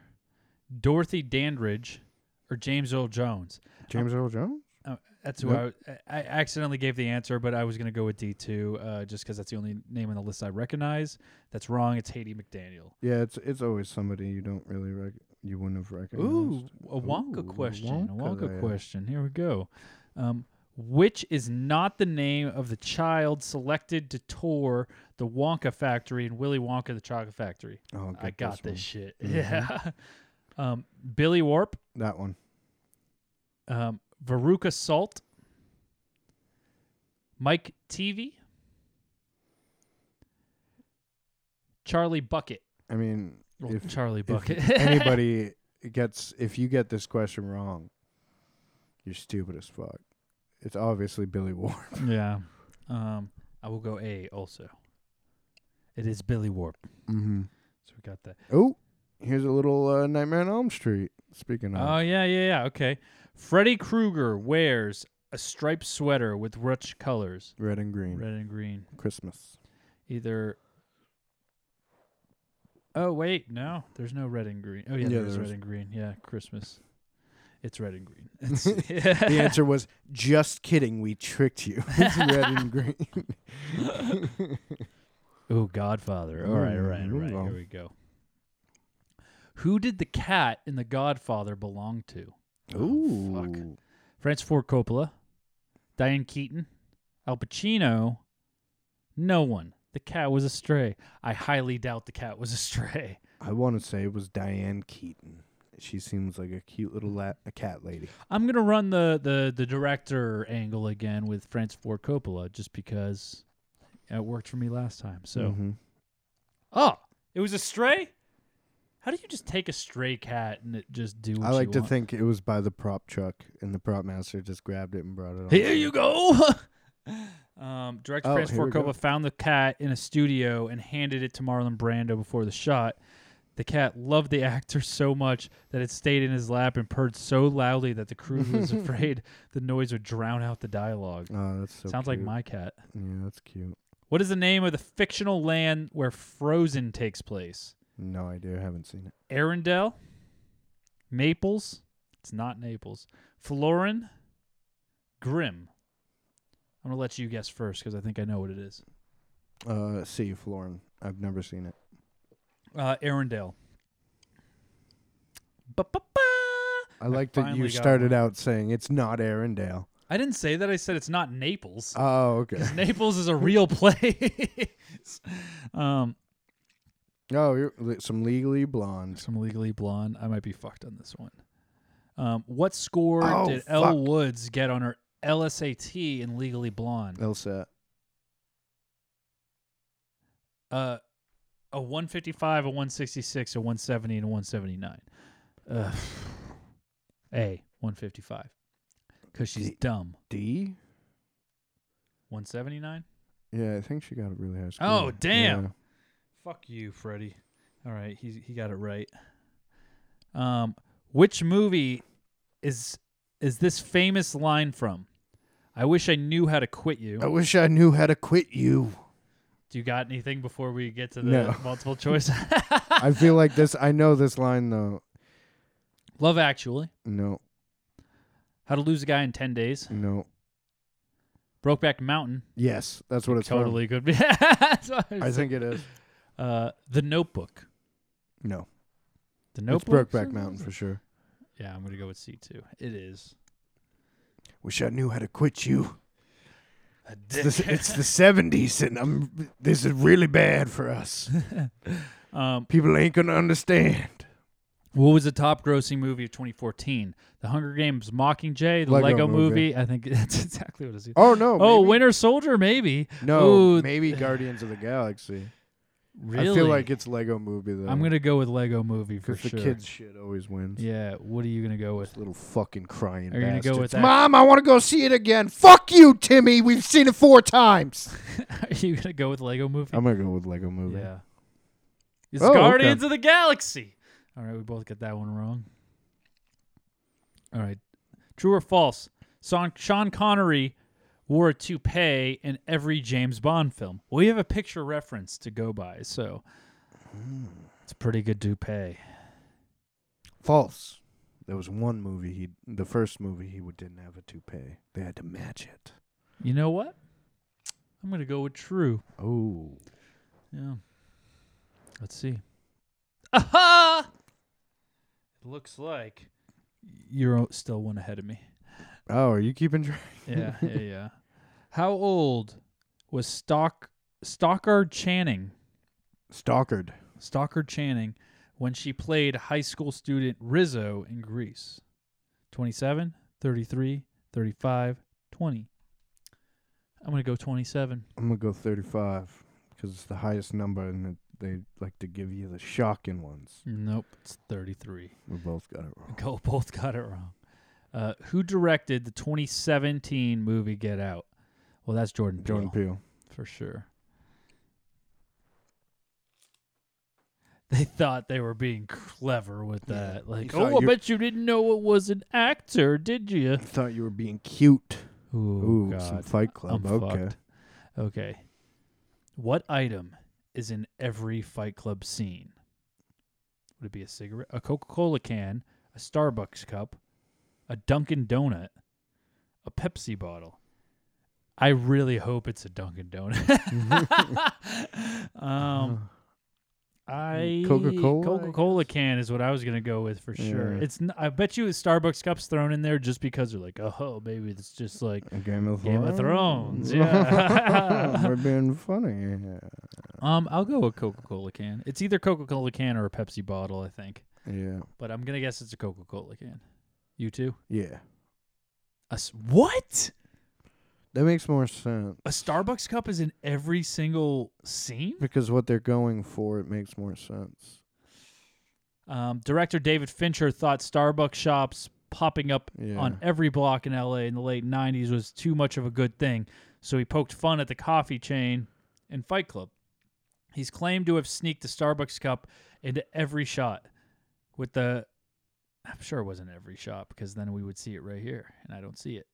B: Dorothy Dandridge, or James Earl Jones?
C: James Earl Jones?
B: Uh, that's who
C: Nope.
B: I, I accidentally gave the answer, but I was going to go with D2 uh, just because that's the only name on the list I recognize. That's wrong. It's Haiti McDaniel.
C: Yeah, it's it's always somebody you don't really rec- you wouldn't have recognized.
B: Ooh, a Wonka
C: Ooh,
B: question. a
C: Wonka
B: Wonka
C: there.
B: question. Here we go. Um, which is not the name of the child selected to tour the Wonka factory in Willy Wonka and the Chocolate Factory?
C: Oh, I'll
B: I
C: get
B: got
C: this
B: this,
C: one.
B: shit.
C: Mhm.
B: Yeah. Um, Billy Warp,
C: That one.
B: um, Veruca Salt, Mike TV, Charlie Bucket.
C: I mean,
B: Well,
C: if
B: Charlie
C: if
B: Bucket.
C: anybody gets if you get this question wrong, you're stupid as fuck. It's obviously Billy Warren.
B: Yeah. Um, I will go A also. It is Billy Warp.
C: Mm-hmm.
B: So we got that.
C: Oh, here's a little uh, Nightmare on Elm Street. Speaking of,
B: Oh yeah, yeah, yeah. Okay. Freddy Krueger wears a striped sweater with rich colors,
C: red and green,
B: red and green.
C: Christmas.
B: Either. Oh wait, no, there's no red and green. Oh yeah,
C: Yeah,
B: there's
C: there
B: red
C: is.
B: and green. Yeah, Christmas. It's red and green. It's-
C: the answer was just kidding. We tricked you. It's red and green.
B: Oh, Godfather. All right, all right, all right.
C: Ooh.
B: Here we go. Who did the cat in The Godfather belong to?
C: Ooh.
B: Francis Ford Coppola, Diane Keaton, Al Pacino. No one. The cat was a stray. I highly doubt the cat was a stray.
C: I want to say it was Diane Keaton. She seems like a cute little la- a cat lady.
B: I'm gonna run the the the director angle again with Francis Ford Coppola, just because it worked for me last time. So.
C: Mhm.
B: Oh, it was a stray. How do you just take a stray cat and it just do? What
C: I
B: you
C: like to
B: want?
C: think it was by the prop truck, and the prop master just grabbed it and brought it. on.
B: Here you go. um, director
C: Oh,
B: Francis
C: here we
B: Ford
C: go.
B: Coppola found the cat in a studio and handed it to Marlon Brando before the shot. The cat loved the actor so much that it stayed in his lap and purred so loudly that the crew was afraid the noise would drown out the dialogue.
C: Oh, that's so.
B: Sounds like
C: cute.
B: my cat.
C: Yeah, that's cute.
B: What is the name of the fictional land where Frozen takes place?
C: No idea. I haven't seen it.
B: Arendelle, Naples. It's not Naples. Florin, Grimm. I'm gonna let you guess first because I think I know what it is.
C: Uh, see, Florin. I've never seen it.
B: Uh, Arendelle.
C: I like that you
B: finally got
C: started
B: one.
C: out saying it's not Arendelle.
B: I didn't say that. I said it's not Naples.
C: Oh, okay.
B: 'Cause Naples is a real place. um,
C: Oh, you're, li- some Legally Blonde.
B: Some Legally Blonde. I might be fucked on this one. um, what score
C: Oh,
B: did
C: fuck.
B: Elle Woods get on her LSAT in Legally Blonde?
C: Elsa.
B: uh, a 155, a 166, a 170, and a 179. Uh, a 155 because she's dumb.
C: D
B: 179.
C: Yeah, I think she got a really high score.
B: Oh damn!
C: Yeah.
B: Fuck you, Freddie. All right, he he got it right. Um, which movie is is this famous line from? I wish I knew how to quit you.
C: I wish I knew how to quit you.
B: Do you got anything before we get to the
C: No.
B: multiple choice?
C: I feel like this. I know this line though.
B: Love Actually.
C: No,
B: How to lose a guy in ten days.
C: no.
B: Brokeback Mountain.
C: Yes, that's what it's from.
B: totally could be. That's what
C: I
B: was
C: think
B: saying.
C: it is.
B: Uh, the Notebook.
C: No,
B: The
C: it's
B: Notebook.
C: Brokeback Mountain for sure.
B: Yeah, I'm gonna go with C two. It is.
C: Wish I knew how to quit you. It's
B: dick.
C: the, it's the seventies, and I'm. This is really bad for us.
B: Um,
C: People ain't gonna understand.
B: What was the top grossing movie of 2014? The Hunger Games Mockingjay, The Lego,
C: Lego
B: movie.
C: Movie.
B: I think that's exactly what it is.
C: Oh, no,
B: Oh,
C: maybe.
B: Winter Soldier, maybe.
C: No,
B: Ooh,
C: maybe Guardians of the Galaxy. I
B: Really?
C: feel like it's Lego Movie though.
B: I'm gonna go with Lego movie for
C: because the
B: sure.
C: kids shit always wins.
B: Yeah. What are you gonna go with?
C: Little fucking crying.
B: Are you gonna go with
C: bastards.
B: that?
C: Mom, I want to go see it again. Fuck you, Timmy. We've seen it four times.
B: Are you gonna go with Lego movie?
C: I'm gonna go with Lego Movie.
B: Yeah. It's
C: Oh, okay.
B: Guardians of the Galaxy. All right, we both got that one wrong. All right. True or false? Son- Sean Connery wore a toupee in every James Bond film. We have a picture reference to go by, so
C: Hmm.
B: it's a pretty good toupee.
C: False. There was one movie he, the first movie he would- didn't have a toupee. They had to match it.
B: You know what? I'm going to go with true.
C: Oh,
B: Yeah. Let's see. Aha! It looks like you're o- still one ahead of me.
C: oh, are you keeping track?
B: Yeah, yeah, yeah. How old was Stock Stockard Channing?
C: Stalkered.
B: Stockard Channing when she played high school student Rizzo in Greece. 27, 33, 35, 20. I'm going to go 27.
C: I'm gonna go 35 because it's the highest number, and it, they like to give you the shocking ones.
B: Nope, it's 33.
C: We both got it wrong.
B: Go, both got it wrong. Uh, who directed the 2017 movie Get Out? Well, that's Jordan Peele.
C: Jordan Peele.
B: for sure. They thought they were being clever with that. Like,
C: thought
B: oh, I
C: you-
B: bet you didn't know it was an actor, did you?
C: Thought you were being cute.
B: Ooh,
C: Ooh, some
B: Oh, God.
C: Fight Club.
B: I'm
C: okay.
B: fucked. Okay. What item is in every Fight Club scene? Would it be a cigarette, a Coca Cola can, a Starbucks cup, a Dunkin' Donut, a Pepsi bottle? I really hope it's a Dunkin' Donut. um, I
C: Mm, Coca-Cola, I
B: Coca Cola can is what I was gonna go with for sure.
C: Yeah.
B: It's n- I bet you a Starbucks cups thrown in there just because they're like, oh, maybe it's just like
C: A Game of
B: Game of
C: Thrones.
B: Thrones, yeah.
C: We're being funny.
B: Um, I'll go with Coca Cola can. It's either Coca Cola can or a Pepsi bottle, I think.
C: Yeah.
B: But I'm gonna guess it's a Coca Cola can. You too?
C: Yeah.
B: A s- what?
C: That makes more sense.
B: A Starbucks cup is in every single scene.
C: Because what they're going for, it makes more sense.
B: Um, director David Fincher thought Starbucks shops popping up
C: Yeah.
B: on every block in LA in the late 90s was too much of a good thing, so he poked fun at the coffee chain and Fight Club. He's claimed to have sneaked the Starbucks cup into every shot with the I'm sure it wasn't every shot because then we would see it right here and I don't see it.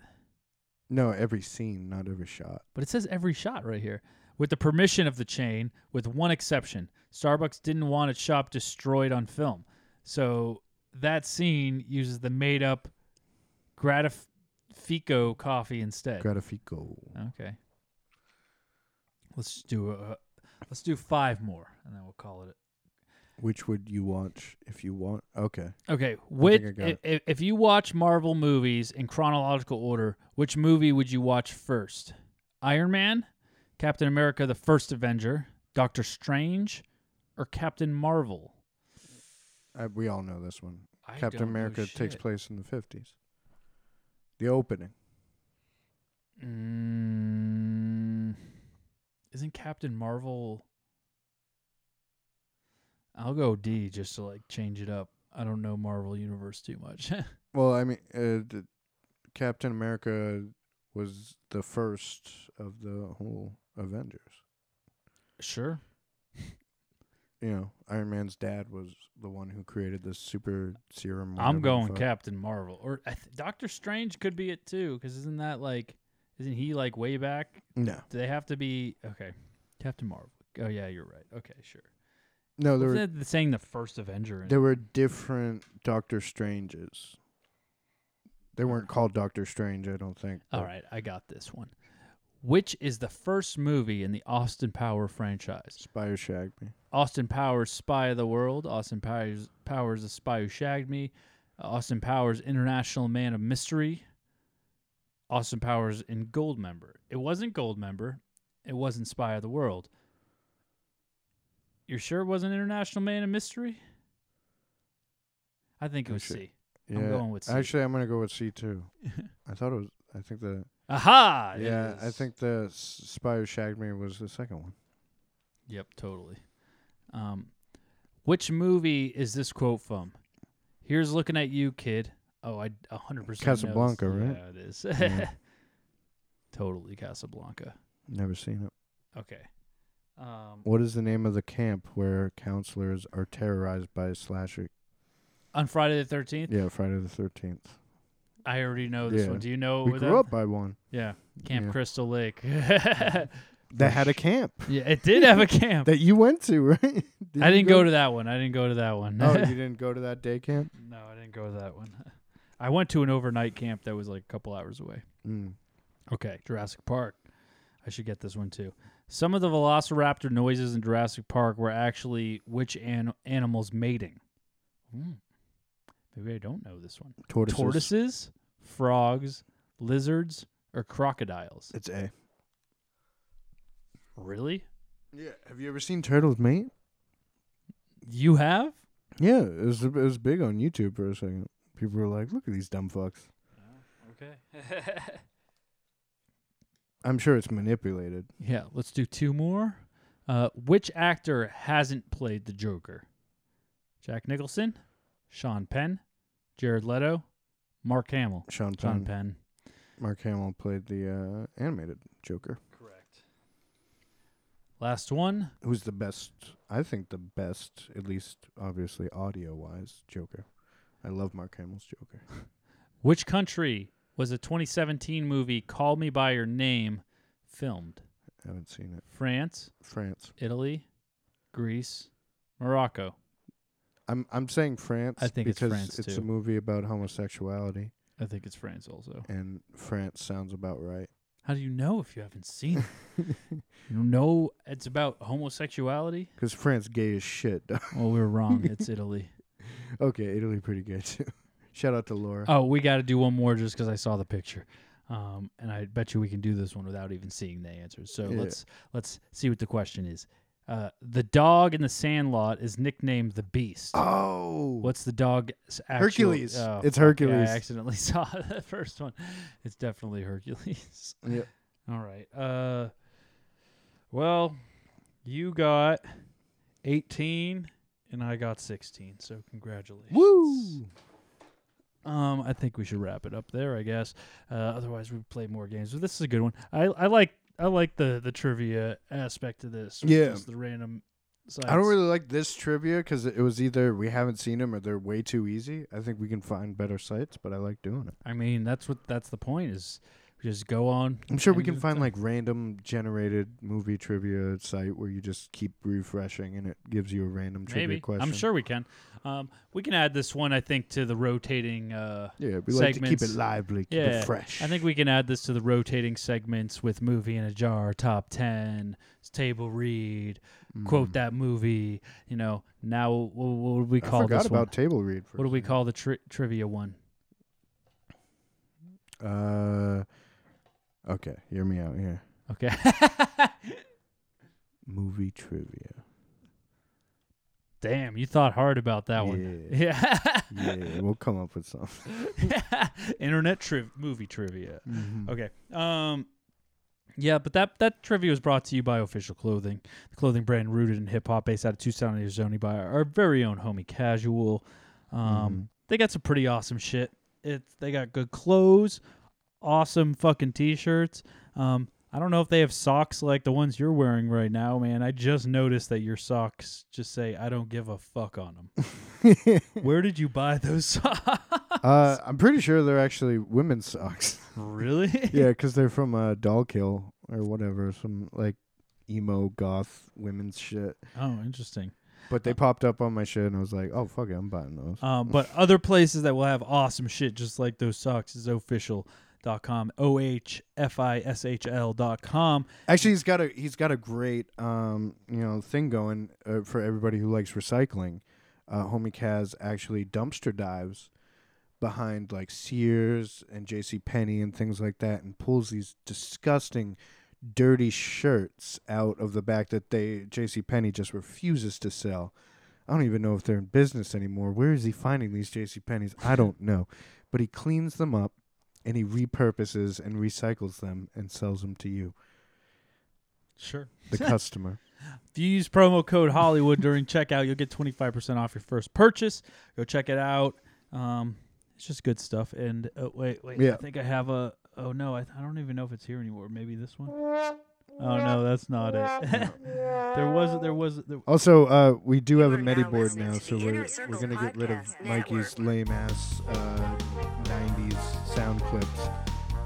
C: No, every scene, not every shot.
B: But it says every shot right here. With the permission of the chain, with one exception. Starbucks didn't want its shop destroyed on film. So that scene uses the made up Gratifico coffee instead.
C: Gratifico.
B: Okay. Let's just do a, let's do five more and then we'll call it
C: Which would you watch if you want? Okay.
B: it. Okay,
C: I
B: which
C: think I got
B: if,
C: it.
B: if if you watch Marvel movies in chronological order, which movie would you watch first? Iron Man, Captain America the First Avenger, Doctor Strange, or Captain Marvel?
C: I, we all know this one.
B: I
C: Captain
B: don't know
C: America takes
B: shit.
C: place in the 50s. The opening.
B: Mm, isn't Captain Marvel? I'll go D just to like change it up. I don't know Marvel Universe too much.
C: Well, I mean, uh, d- Captain America was the first of the whole Avengers.
B: sure.
C: You know, Iron Man's dad was the one who created this super serum.
B: I'm
C: whatever the
B: going
C: fuck.
B: Captain Marvel or I th- Doctor Strange could be it too cuz isn't that like isn't he like way back?
C: No.
B: Do they have to be okay. Captain Marvel. Oh yeah, you're right. Okay, sure.
C: No, there were,
B: Wasn't it saying the first Avenger in
C: there were different Doctor Stranges. They weren't called Doctor Strange, I don't think.
B: All right, I got this one. Which is the first movie in the Austin Power franchise?
C: Spy Who Shagged Me.
B: Austin Powers Spy of the World, Austin Powers Powers The Spy Who Shagged Me, Austin Powers International Man of Mystery, Austin Powers in Goldmember. It wasn't Goldmember, it wasn't Spy of the World. You're sure it wasn't International Man of Mystery? I think it was C.
C: Yeah.
B: am going with C.
C: Actually, I'm going to go with C too. I thought it was. I think the.
B: Aha! Ah, It
C: Yeah, I
B: is.
C: think the S- Spy Who Shagged Me was the second one.
B: Yep, totally. Um, which movie is this quote from? Here's looking at you, kid. Oh, I 100% know this.
C: Casablanca, right?
B: Yeah, it is.
C: Yeah.
B: totally Casablanca.
C: Never seen it.
B: Okay. Um,
C: What is the name of the camp where counselors are terrorized by slasher?
B: on Friday the 13th?
C: Yeah, Friday the Thirteenth.
B: I already know this
C: Yeah.
B: one. Do you know
C: We
B: what
C: grew
B: that-
C: up by one.
B: Yeah. Camp
C: Yeah.
B: Crystal Lake. yeah,
C: That had a camp
B: it did have a camp.
C: that you went to, right? Did
B: I
C: you
B: didn't go to that one. I didn't go to that one.
C: Oh, you didn't go to that day camp.
B: no, I didn't go to that one. I went to an overnight camp that was like a couple hours away.
C: Mm.
B: Okay, Jurassic Park. I should get this one too. Some of the velociraptor noises in Jurassic Park were actually which an- animals mating? Hmm. Maybe I don't know this one.
C: Tortoises.
B: Tortoises, frogs, lizards, or crocodiles?
C: It's A.
B: Really?
C: Yeah. Have you ever seen Turtles Mate?
B: You have?
C: Yeah, it was it was big on YouTube for a second. People were like, "Look at these dumb fucks."
B: Oh, Okay.
C: I'm sure it's manipulated.
B: yeah, let's do two more. Uh, which actor hasn't played the Joker? Jack Nicholson, Sean Penn, Jared Leto, Mark Hamill.
C: Sean
B: Sean
C: Penn.
B: Penn.
C: Mark Hamill played the uh, animated Joker.
B: Correct. Last one.
C: Who's the best? I think the best, at least obviously audio wise, Joker. I love Mark Hamill's Joker.
B: Which country was the 2017 movie Call Me by Your Name filmed?
C: I haven't seen it.
B: France,
C: France.
B: Italy, Greece, Morocco.
C: I'm I'm saying France.
B: I think it's
C: because
B: France,
C: It's
B: too.
C: a movie about homosexuality,
B: I think it's France also.
C: and France sounds about right.
B: How do you know if you haven't seen it? you know it's about homosexuality?
C: Because France gay as shit.
B: Well, we were wrong. It's Italy.
C: okay, Italy pretty good too. Shout out to Laura.
B: Oh, we got to do one more just because I saw the picture, um, and I bet you we can do this one without even seeing the answers. So
C: Yeah.
B: let's let's see what the question is. Uh, the dog in the Sandlot is nicknamed the Beast.
C: Oh,
B: what's the dog's actual?
C: Hercules.
B: oh,
C: It's
B: fuck, yeah,
C: Hercules.
B: I accidentally saw the first one. It's definitely Hercules.
C: Yep.
B: All right. Uh, well, you got eighteen, and I got sixteen. So congratulations.
C: Woo!
B: Um, I think we should wrap it up there, I guess. Uh, otherwise, we play more games. But this is a good one. I, I like I like the the trivia aspect of this. which
C: Yeah.
B: is the random.
C: I don't
B: sites.
C: really like this trivia because it was either we haven't seen them or they're way too easy. I think we can find better sites, but I like doing it.
B: I mean, that's what that's the point is. Just go on.
C: I'm sure we
B: and
C: can
B: do
C: find
B: thing.
C: like random generated movie trivia site where you just keep refreshing and it gives you a random trivia
B: maybe.
C: question.
B: I'm sure we can. Um, we can add this one. I think to the rotating. Uh,
C: Yeah, we like to keep it
B: segments.
C: lively, keep it
B: yeah,
C: fresh.
B: I think we can add this to the rotating segments with movie in a jar, top ten, table read,
C: Mm.
B: quote that movie. You know, now wh- wh- what would we
C: I
B: call
C: forgot
B: this
C: about
B: one?
C: table read. For
B: What do we call the tri- trivia one?
C: Uh, okay, hear me out here.
B: Okay.
C: Movie trivia.
B: Damn, you thought hard about that one. Yeah.
C: yeah, we'll come up with something.
B: Internet triv- movie trivia.
C: Mhm.
B: Okay. Um yeah, but that that trivia was brought to you by Official Clothing, the clothing brand rooted in hip hop, based out of Tucson, Arizona, by our very own homie Casual. Um, They got some pretty awesome shit. It they got good clothes, awesome fucking t-shirts. Um, I don't know if they have socks like the ones you're wearing right now, man. I just noticed that your socks just say "I don't give a fuck" on them. Where did you buy those socks?
C: uh, I'm pretty sure they're actually women's socks.
B: Really?
C: yeah, because they're from uh, Doll Kill or whatever, some like emo goth women's shit.
B: Oh, interesting.
C: But
B: Uh.
C: they popped up on my shit, and I was like, "Oh fuck it, I'm buying those."
B: Um, but other places that will have awesome shit just like those socks is official.com, O H F I S H L dot com.
C: Actually, he's got a he's got a great um you know thing going uh, for everybody who likes recycling. Uh, homie Kaz actually dumpster dives behind like Sears and J.C. Penney and things like that, and pulls these disgusting, dirty shirts out of the back that they J.C. Penney just refuses to sell. I don't even know if they're in business anymore. Where is he finding these J.C. Penney's? I don't know, but he cleans them up and he repurposes and recycles them and sells them to you
B: Sure.
C: the customer.
B: If you use promo code Hollywood during checkout, you'll get 25% off your first purchase. Go check it out. Um, it's just good stuff. And oh, wait, wait. I
C: Yeah.
B: think I have a. Oh, no. I, I don't even know if it's here anymore. Maybe this one? Oh, no. That's not it. there was. There was. There,
C: Also, uh, we do have a medi board now, so we're, we're going to get rid of Mikey's lame ass uh, 90s sound clips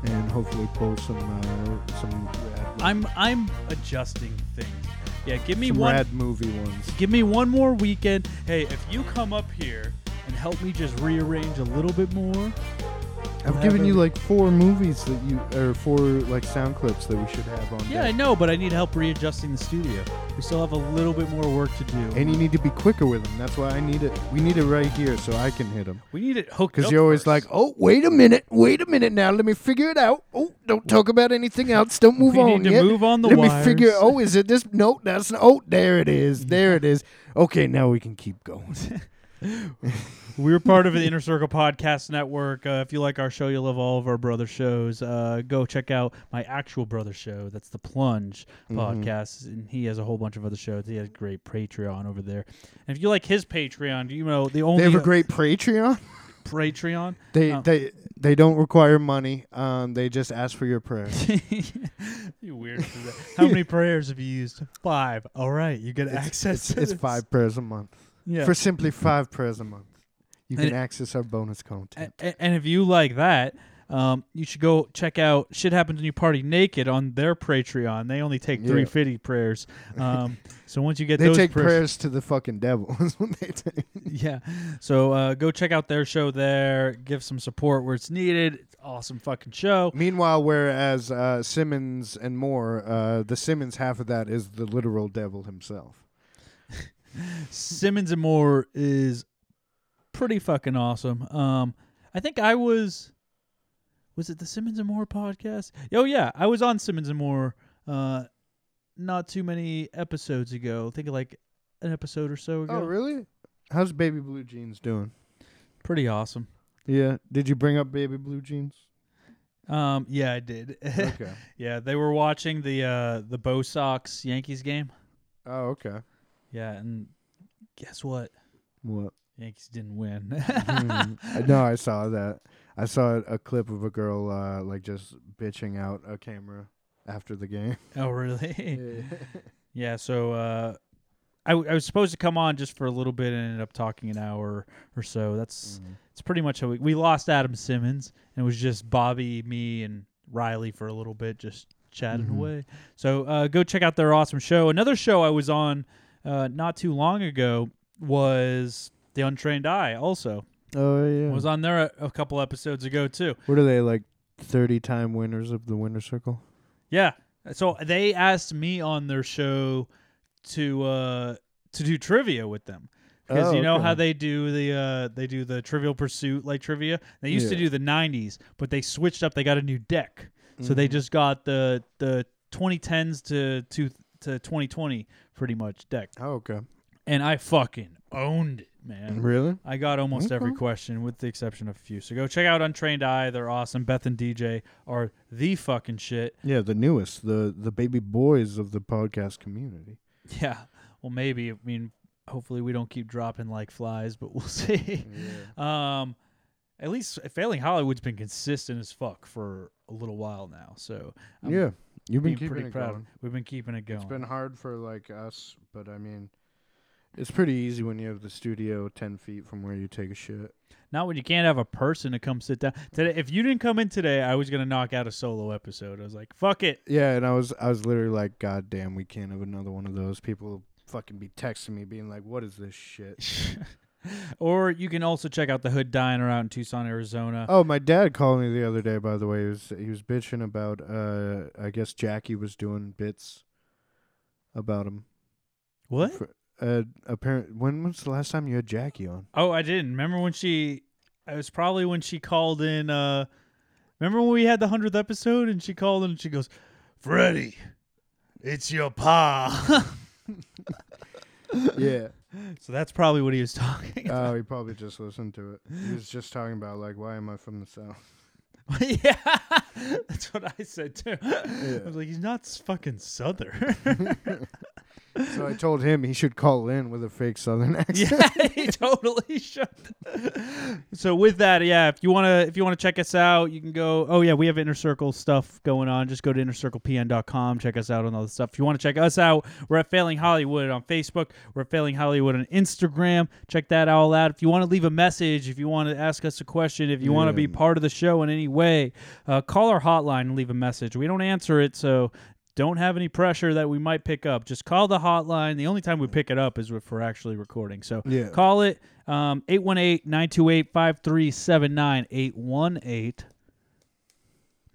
C: and hopefully pull some uh, some rad,
B: I'm I'm adjusting things. Yeah, give me
C: some
B: one
C: rad movie ones.
B: give me one more weekend. Hey, if you come up here and help me just rearrange a little bit more,
C: I've
B: have
C: given you
B: a-
C: like four movies that you, or four like sound clips that we should have on
B: Yeah, I
C: deck.
B: know, but I need help readjusting the studio. We still have a little bit more work to do.
C: And you need to be quicker with them. That's why I need it. We need it right here so I can hit them.
B: we need it hooked
C: Because
B: up
C: you're always
B: first.
C: like, oh, wait a minute, wait a minute now. Let me figure it out. Oh, don't talk about anything else. Don't move
B: We
C: on.
B: need to
C: yet.
B: move on the
C: Let me figure.
B: wires."
C: Oh, is it this? No, that's oh, there it is. There it is. Okay, now we can keep going.
B: We're part of the Inner Circle Podcast Network. Uh, if you like our show, you'll love all of our brother shows. Uh, go check out my actual brother show. That's the Plunge
C: Mhm.
B: podcast, and he has a whole bunch of other shows. He has a great Patreon over there. And if you like his Patreon, you know the only
C: they have a great Patreon.
B: Patreon.
C: They
B: Um,
C: they They don't require money. Um, they just ask for your prayer.
B: you weird. How many prayers have you used? Five. All right, you get
C: It's-
B: access.
C: It's,
B: to
C: it's
B: this.
C: five prayers a month.
B: Yeah.
C: For simply five prayers a month, you
B: And
C: can
B: it-
C: access our bonus content.
B: A- a- and if you like that, um, you should go check out "Shit Happens When You Party Naked" on their Patreon. They only take
C: Yeah.
B: three fifty prayers. Um, so once you get
C: they
B: those
C: take
B: prayers,
C: prayers to the fucking devil. is what they take.
B: yeah. So uh, go check out their show there. Give some support where it's needed. It's awesome fucking show.
C: Meanwhile, whereas uh, Simmons and more, uh, the Simmons half of that is the literal devil himself.
B: Simmons and Moore is pretty fucking awesome. Um, I think I was, was it the Simmons and Moore podcast? Oh yeah, I was on Simmons and Moore, uh, not too many episodes ago. I think like an episode or so ago.
C: Oh, really? How's Baby Blue Jeans doing?
B: Pretty awesome.
C: Yeah. Did you bring up Baby Blue Jeans?
B: Um, yeah, I did.
C: Okay.
B: yeah, they were watching the uh the Bo Sox Yankees game.
C: Oh, okay.
B: Yeah, and guess what?
C: What?
B: Yankees didn't win.
C: Mm. no, I saw that. I saw a clip of a girl uh, like just bitching out a camera after the game.
B: Oh, really? yeah. So uh, I w- I was supposed to come on just for a little bit and ended up talking an hour or so. That's it's pretty much how we we lost Adam Simmons and it was just Bobby, me, and Riley for a little bit, just chatting
R: Mhm.
B: away. So uh, go check out their awesome show. Another show I was on uh, not too long ago was The Untrained Eye. Also,
C: Oh yeah.
B: was on there a, a couple episodes ago too.
C: What are they like? Thirty-time winners of the Winner Circle.
B: Yeah. So they asked me on their show to uh to do trivia with them. Because
R: Oh,
B: you know
R: okay.
B: how they do the uh they do the Trivial Pursuit like trivia. They used to
R: Yeah.
B: do the 90s, but they switched up. They got a new deck, so they
R: Mhm.
B: just got the the 2010s to to to 2020 pretty much deck.
C: Oh, okay.
B: And I fucking owned it, man.
C: Really?
B: I got almost every
R: Okay.
B: question, with the exception of a few. So go check out Untrained Eye. They're awesome. Beth and DJ are the fucking shit.
C: Yeah, the newest, the the baby boys of the podcast community.
B: Yeah. Well, maybe. I mean, hopefully we don't keep dropping like flies, but we'll see. Um, at least Failing Hollywood's been consistent as fuck for a little while now. So
C: Yeah. You've been
B: being
C: keeping
B: pretty
C: it
B: proud.
C: going.
B: We've been keeping it going.
C: It's been hard for like us, but I mean, it's pretty easy when you have the studio ten feet from where you take a shit.
B: Not when you can't have a person to come sit down today. If you didn't come in today, I was gonna knock out a solo episode. I was like, fuck it.
C: Yeah, and I was I was literally like, God damn, we can't have another one of those. People will fucking be texting me, being like, What is this shit?
B: Or you can also check out the Hood Diner out in Tucson, Arizona.
C: oh, my dad called me the other day. By the way, he was he was bitching about. Uh, I guess Jackie was doing bits about him.
B: What?
C: For, uh, apparent. When was the last time you had Jackie on?
B: Oh, I didn't. Remember when she it was probably when she called in uh remember when we had the hundredth episode and she called in and she goes, Freddie, it's your pa
C: Yeah.
B: So that's probably what he was talking about.
C: Oh, he probably just listened to it. He was just talking about like, why am I from the south?
B: yeah. That's what I said too. I was like, he's not s- fucking southern.
C: So I told him he should call in with a fake southern accent.
B: yeah, he totally should. so with that, yeah, if you wanna if you wanna check us out, you can go. Oh yeah, we have Inner Circle stuff going on. Just go to innercirclepn.com. Check us out on all the stuff. If you want to check us out, we're at Failing Hollywood on Facebook. We're at Failing Hollywood on Instagram. Check that all out. If you want to leave a message, if you want to ask us a question, if you want to be part of the show in any way, uh, call our hotline and leave a message. We don't answer it, so. Don't have any pressure that we might pick up. Just call the hotline. The only time we pick it up is if we're actually recording. So
R: Yeah.
B: Call it um, 818-928-5379.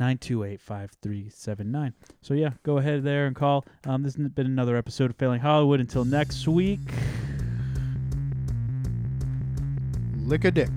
B: 818-928-5379. So yeah, go ahead there and call. Um, this has been another episode of Failing Hollywood. Until next week.
C: Lick a dick.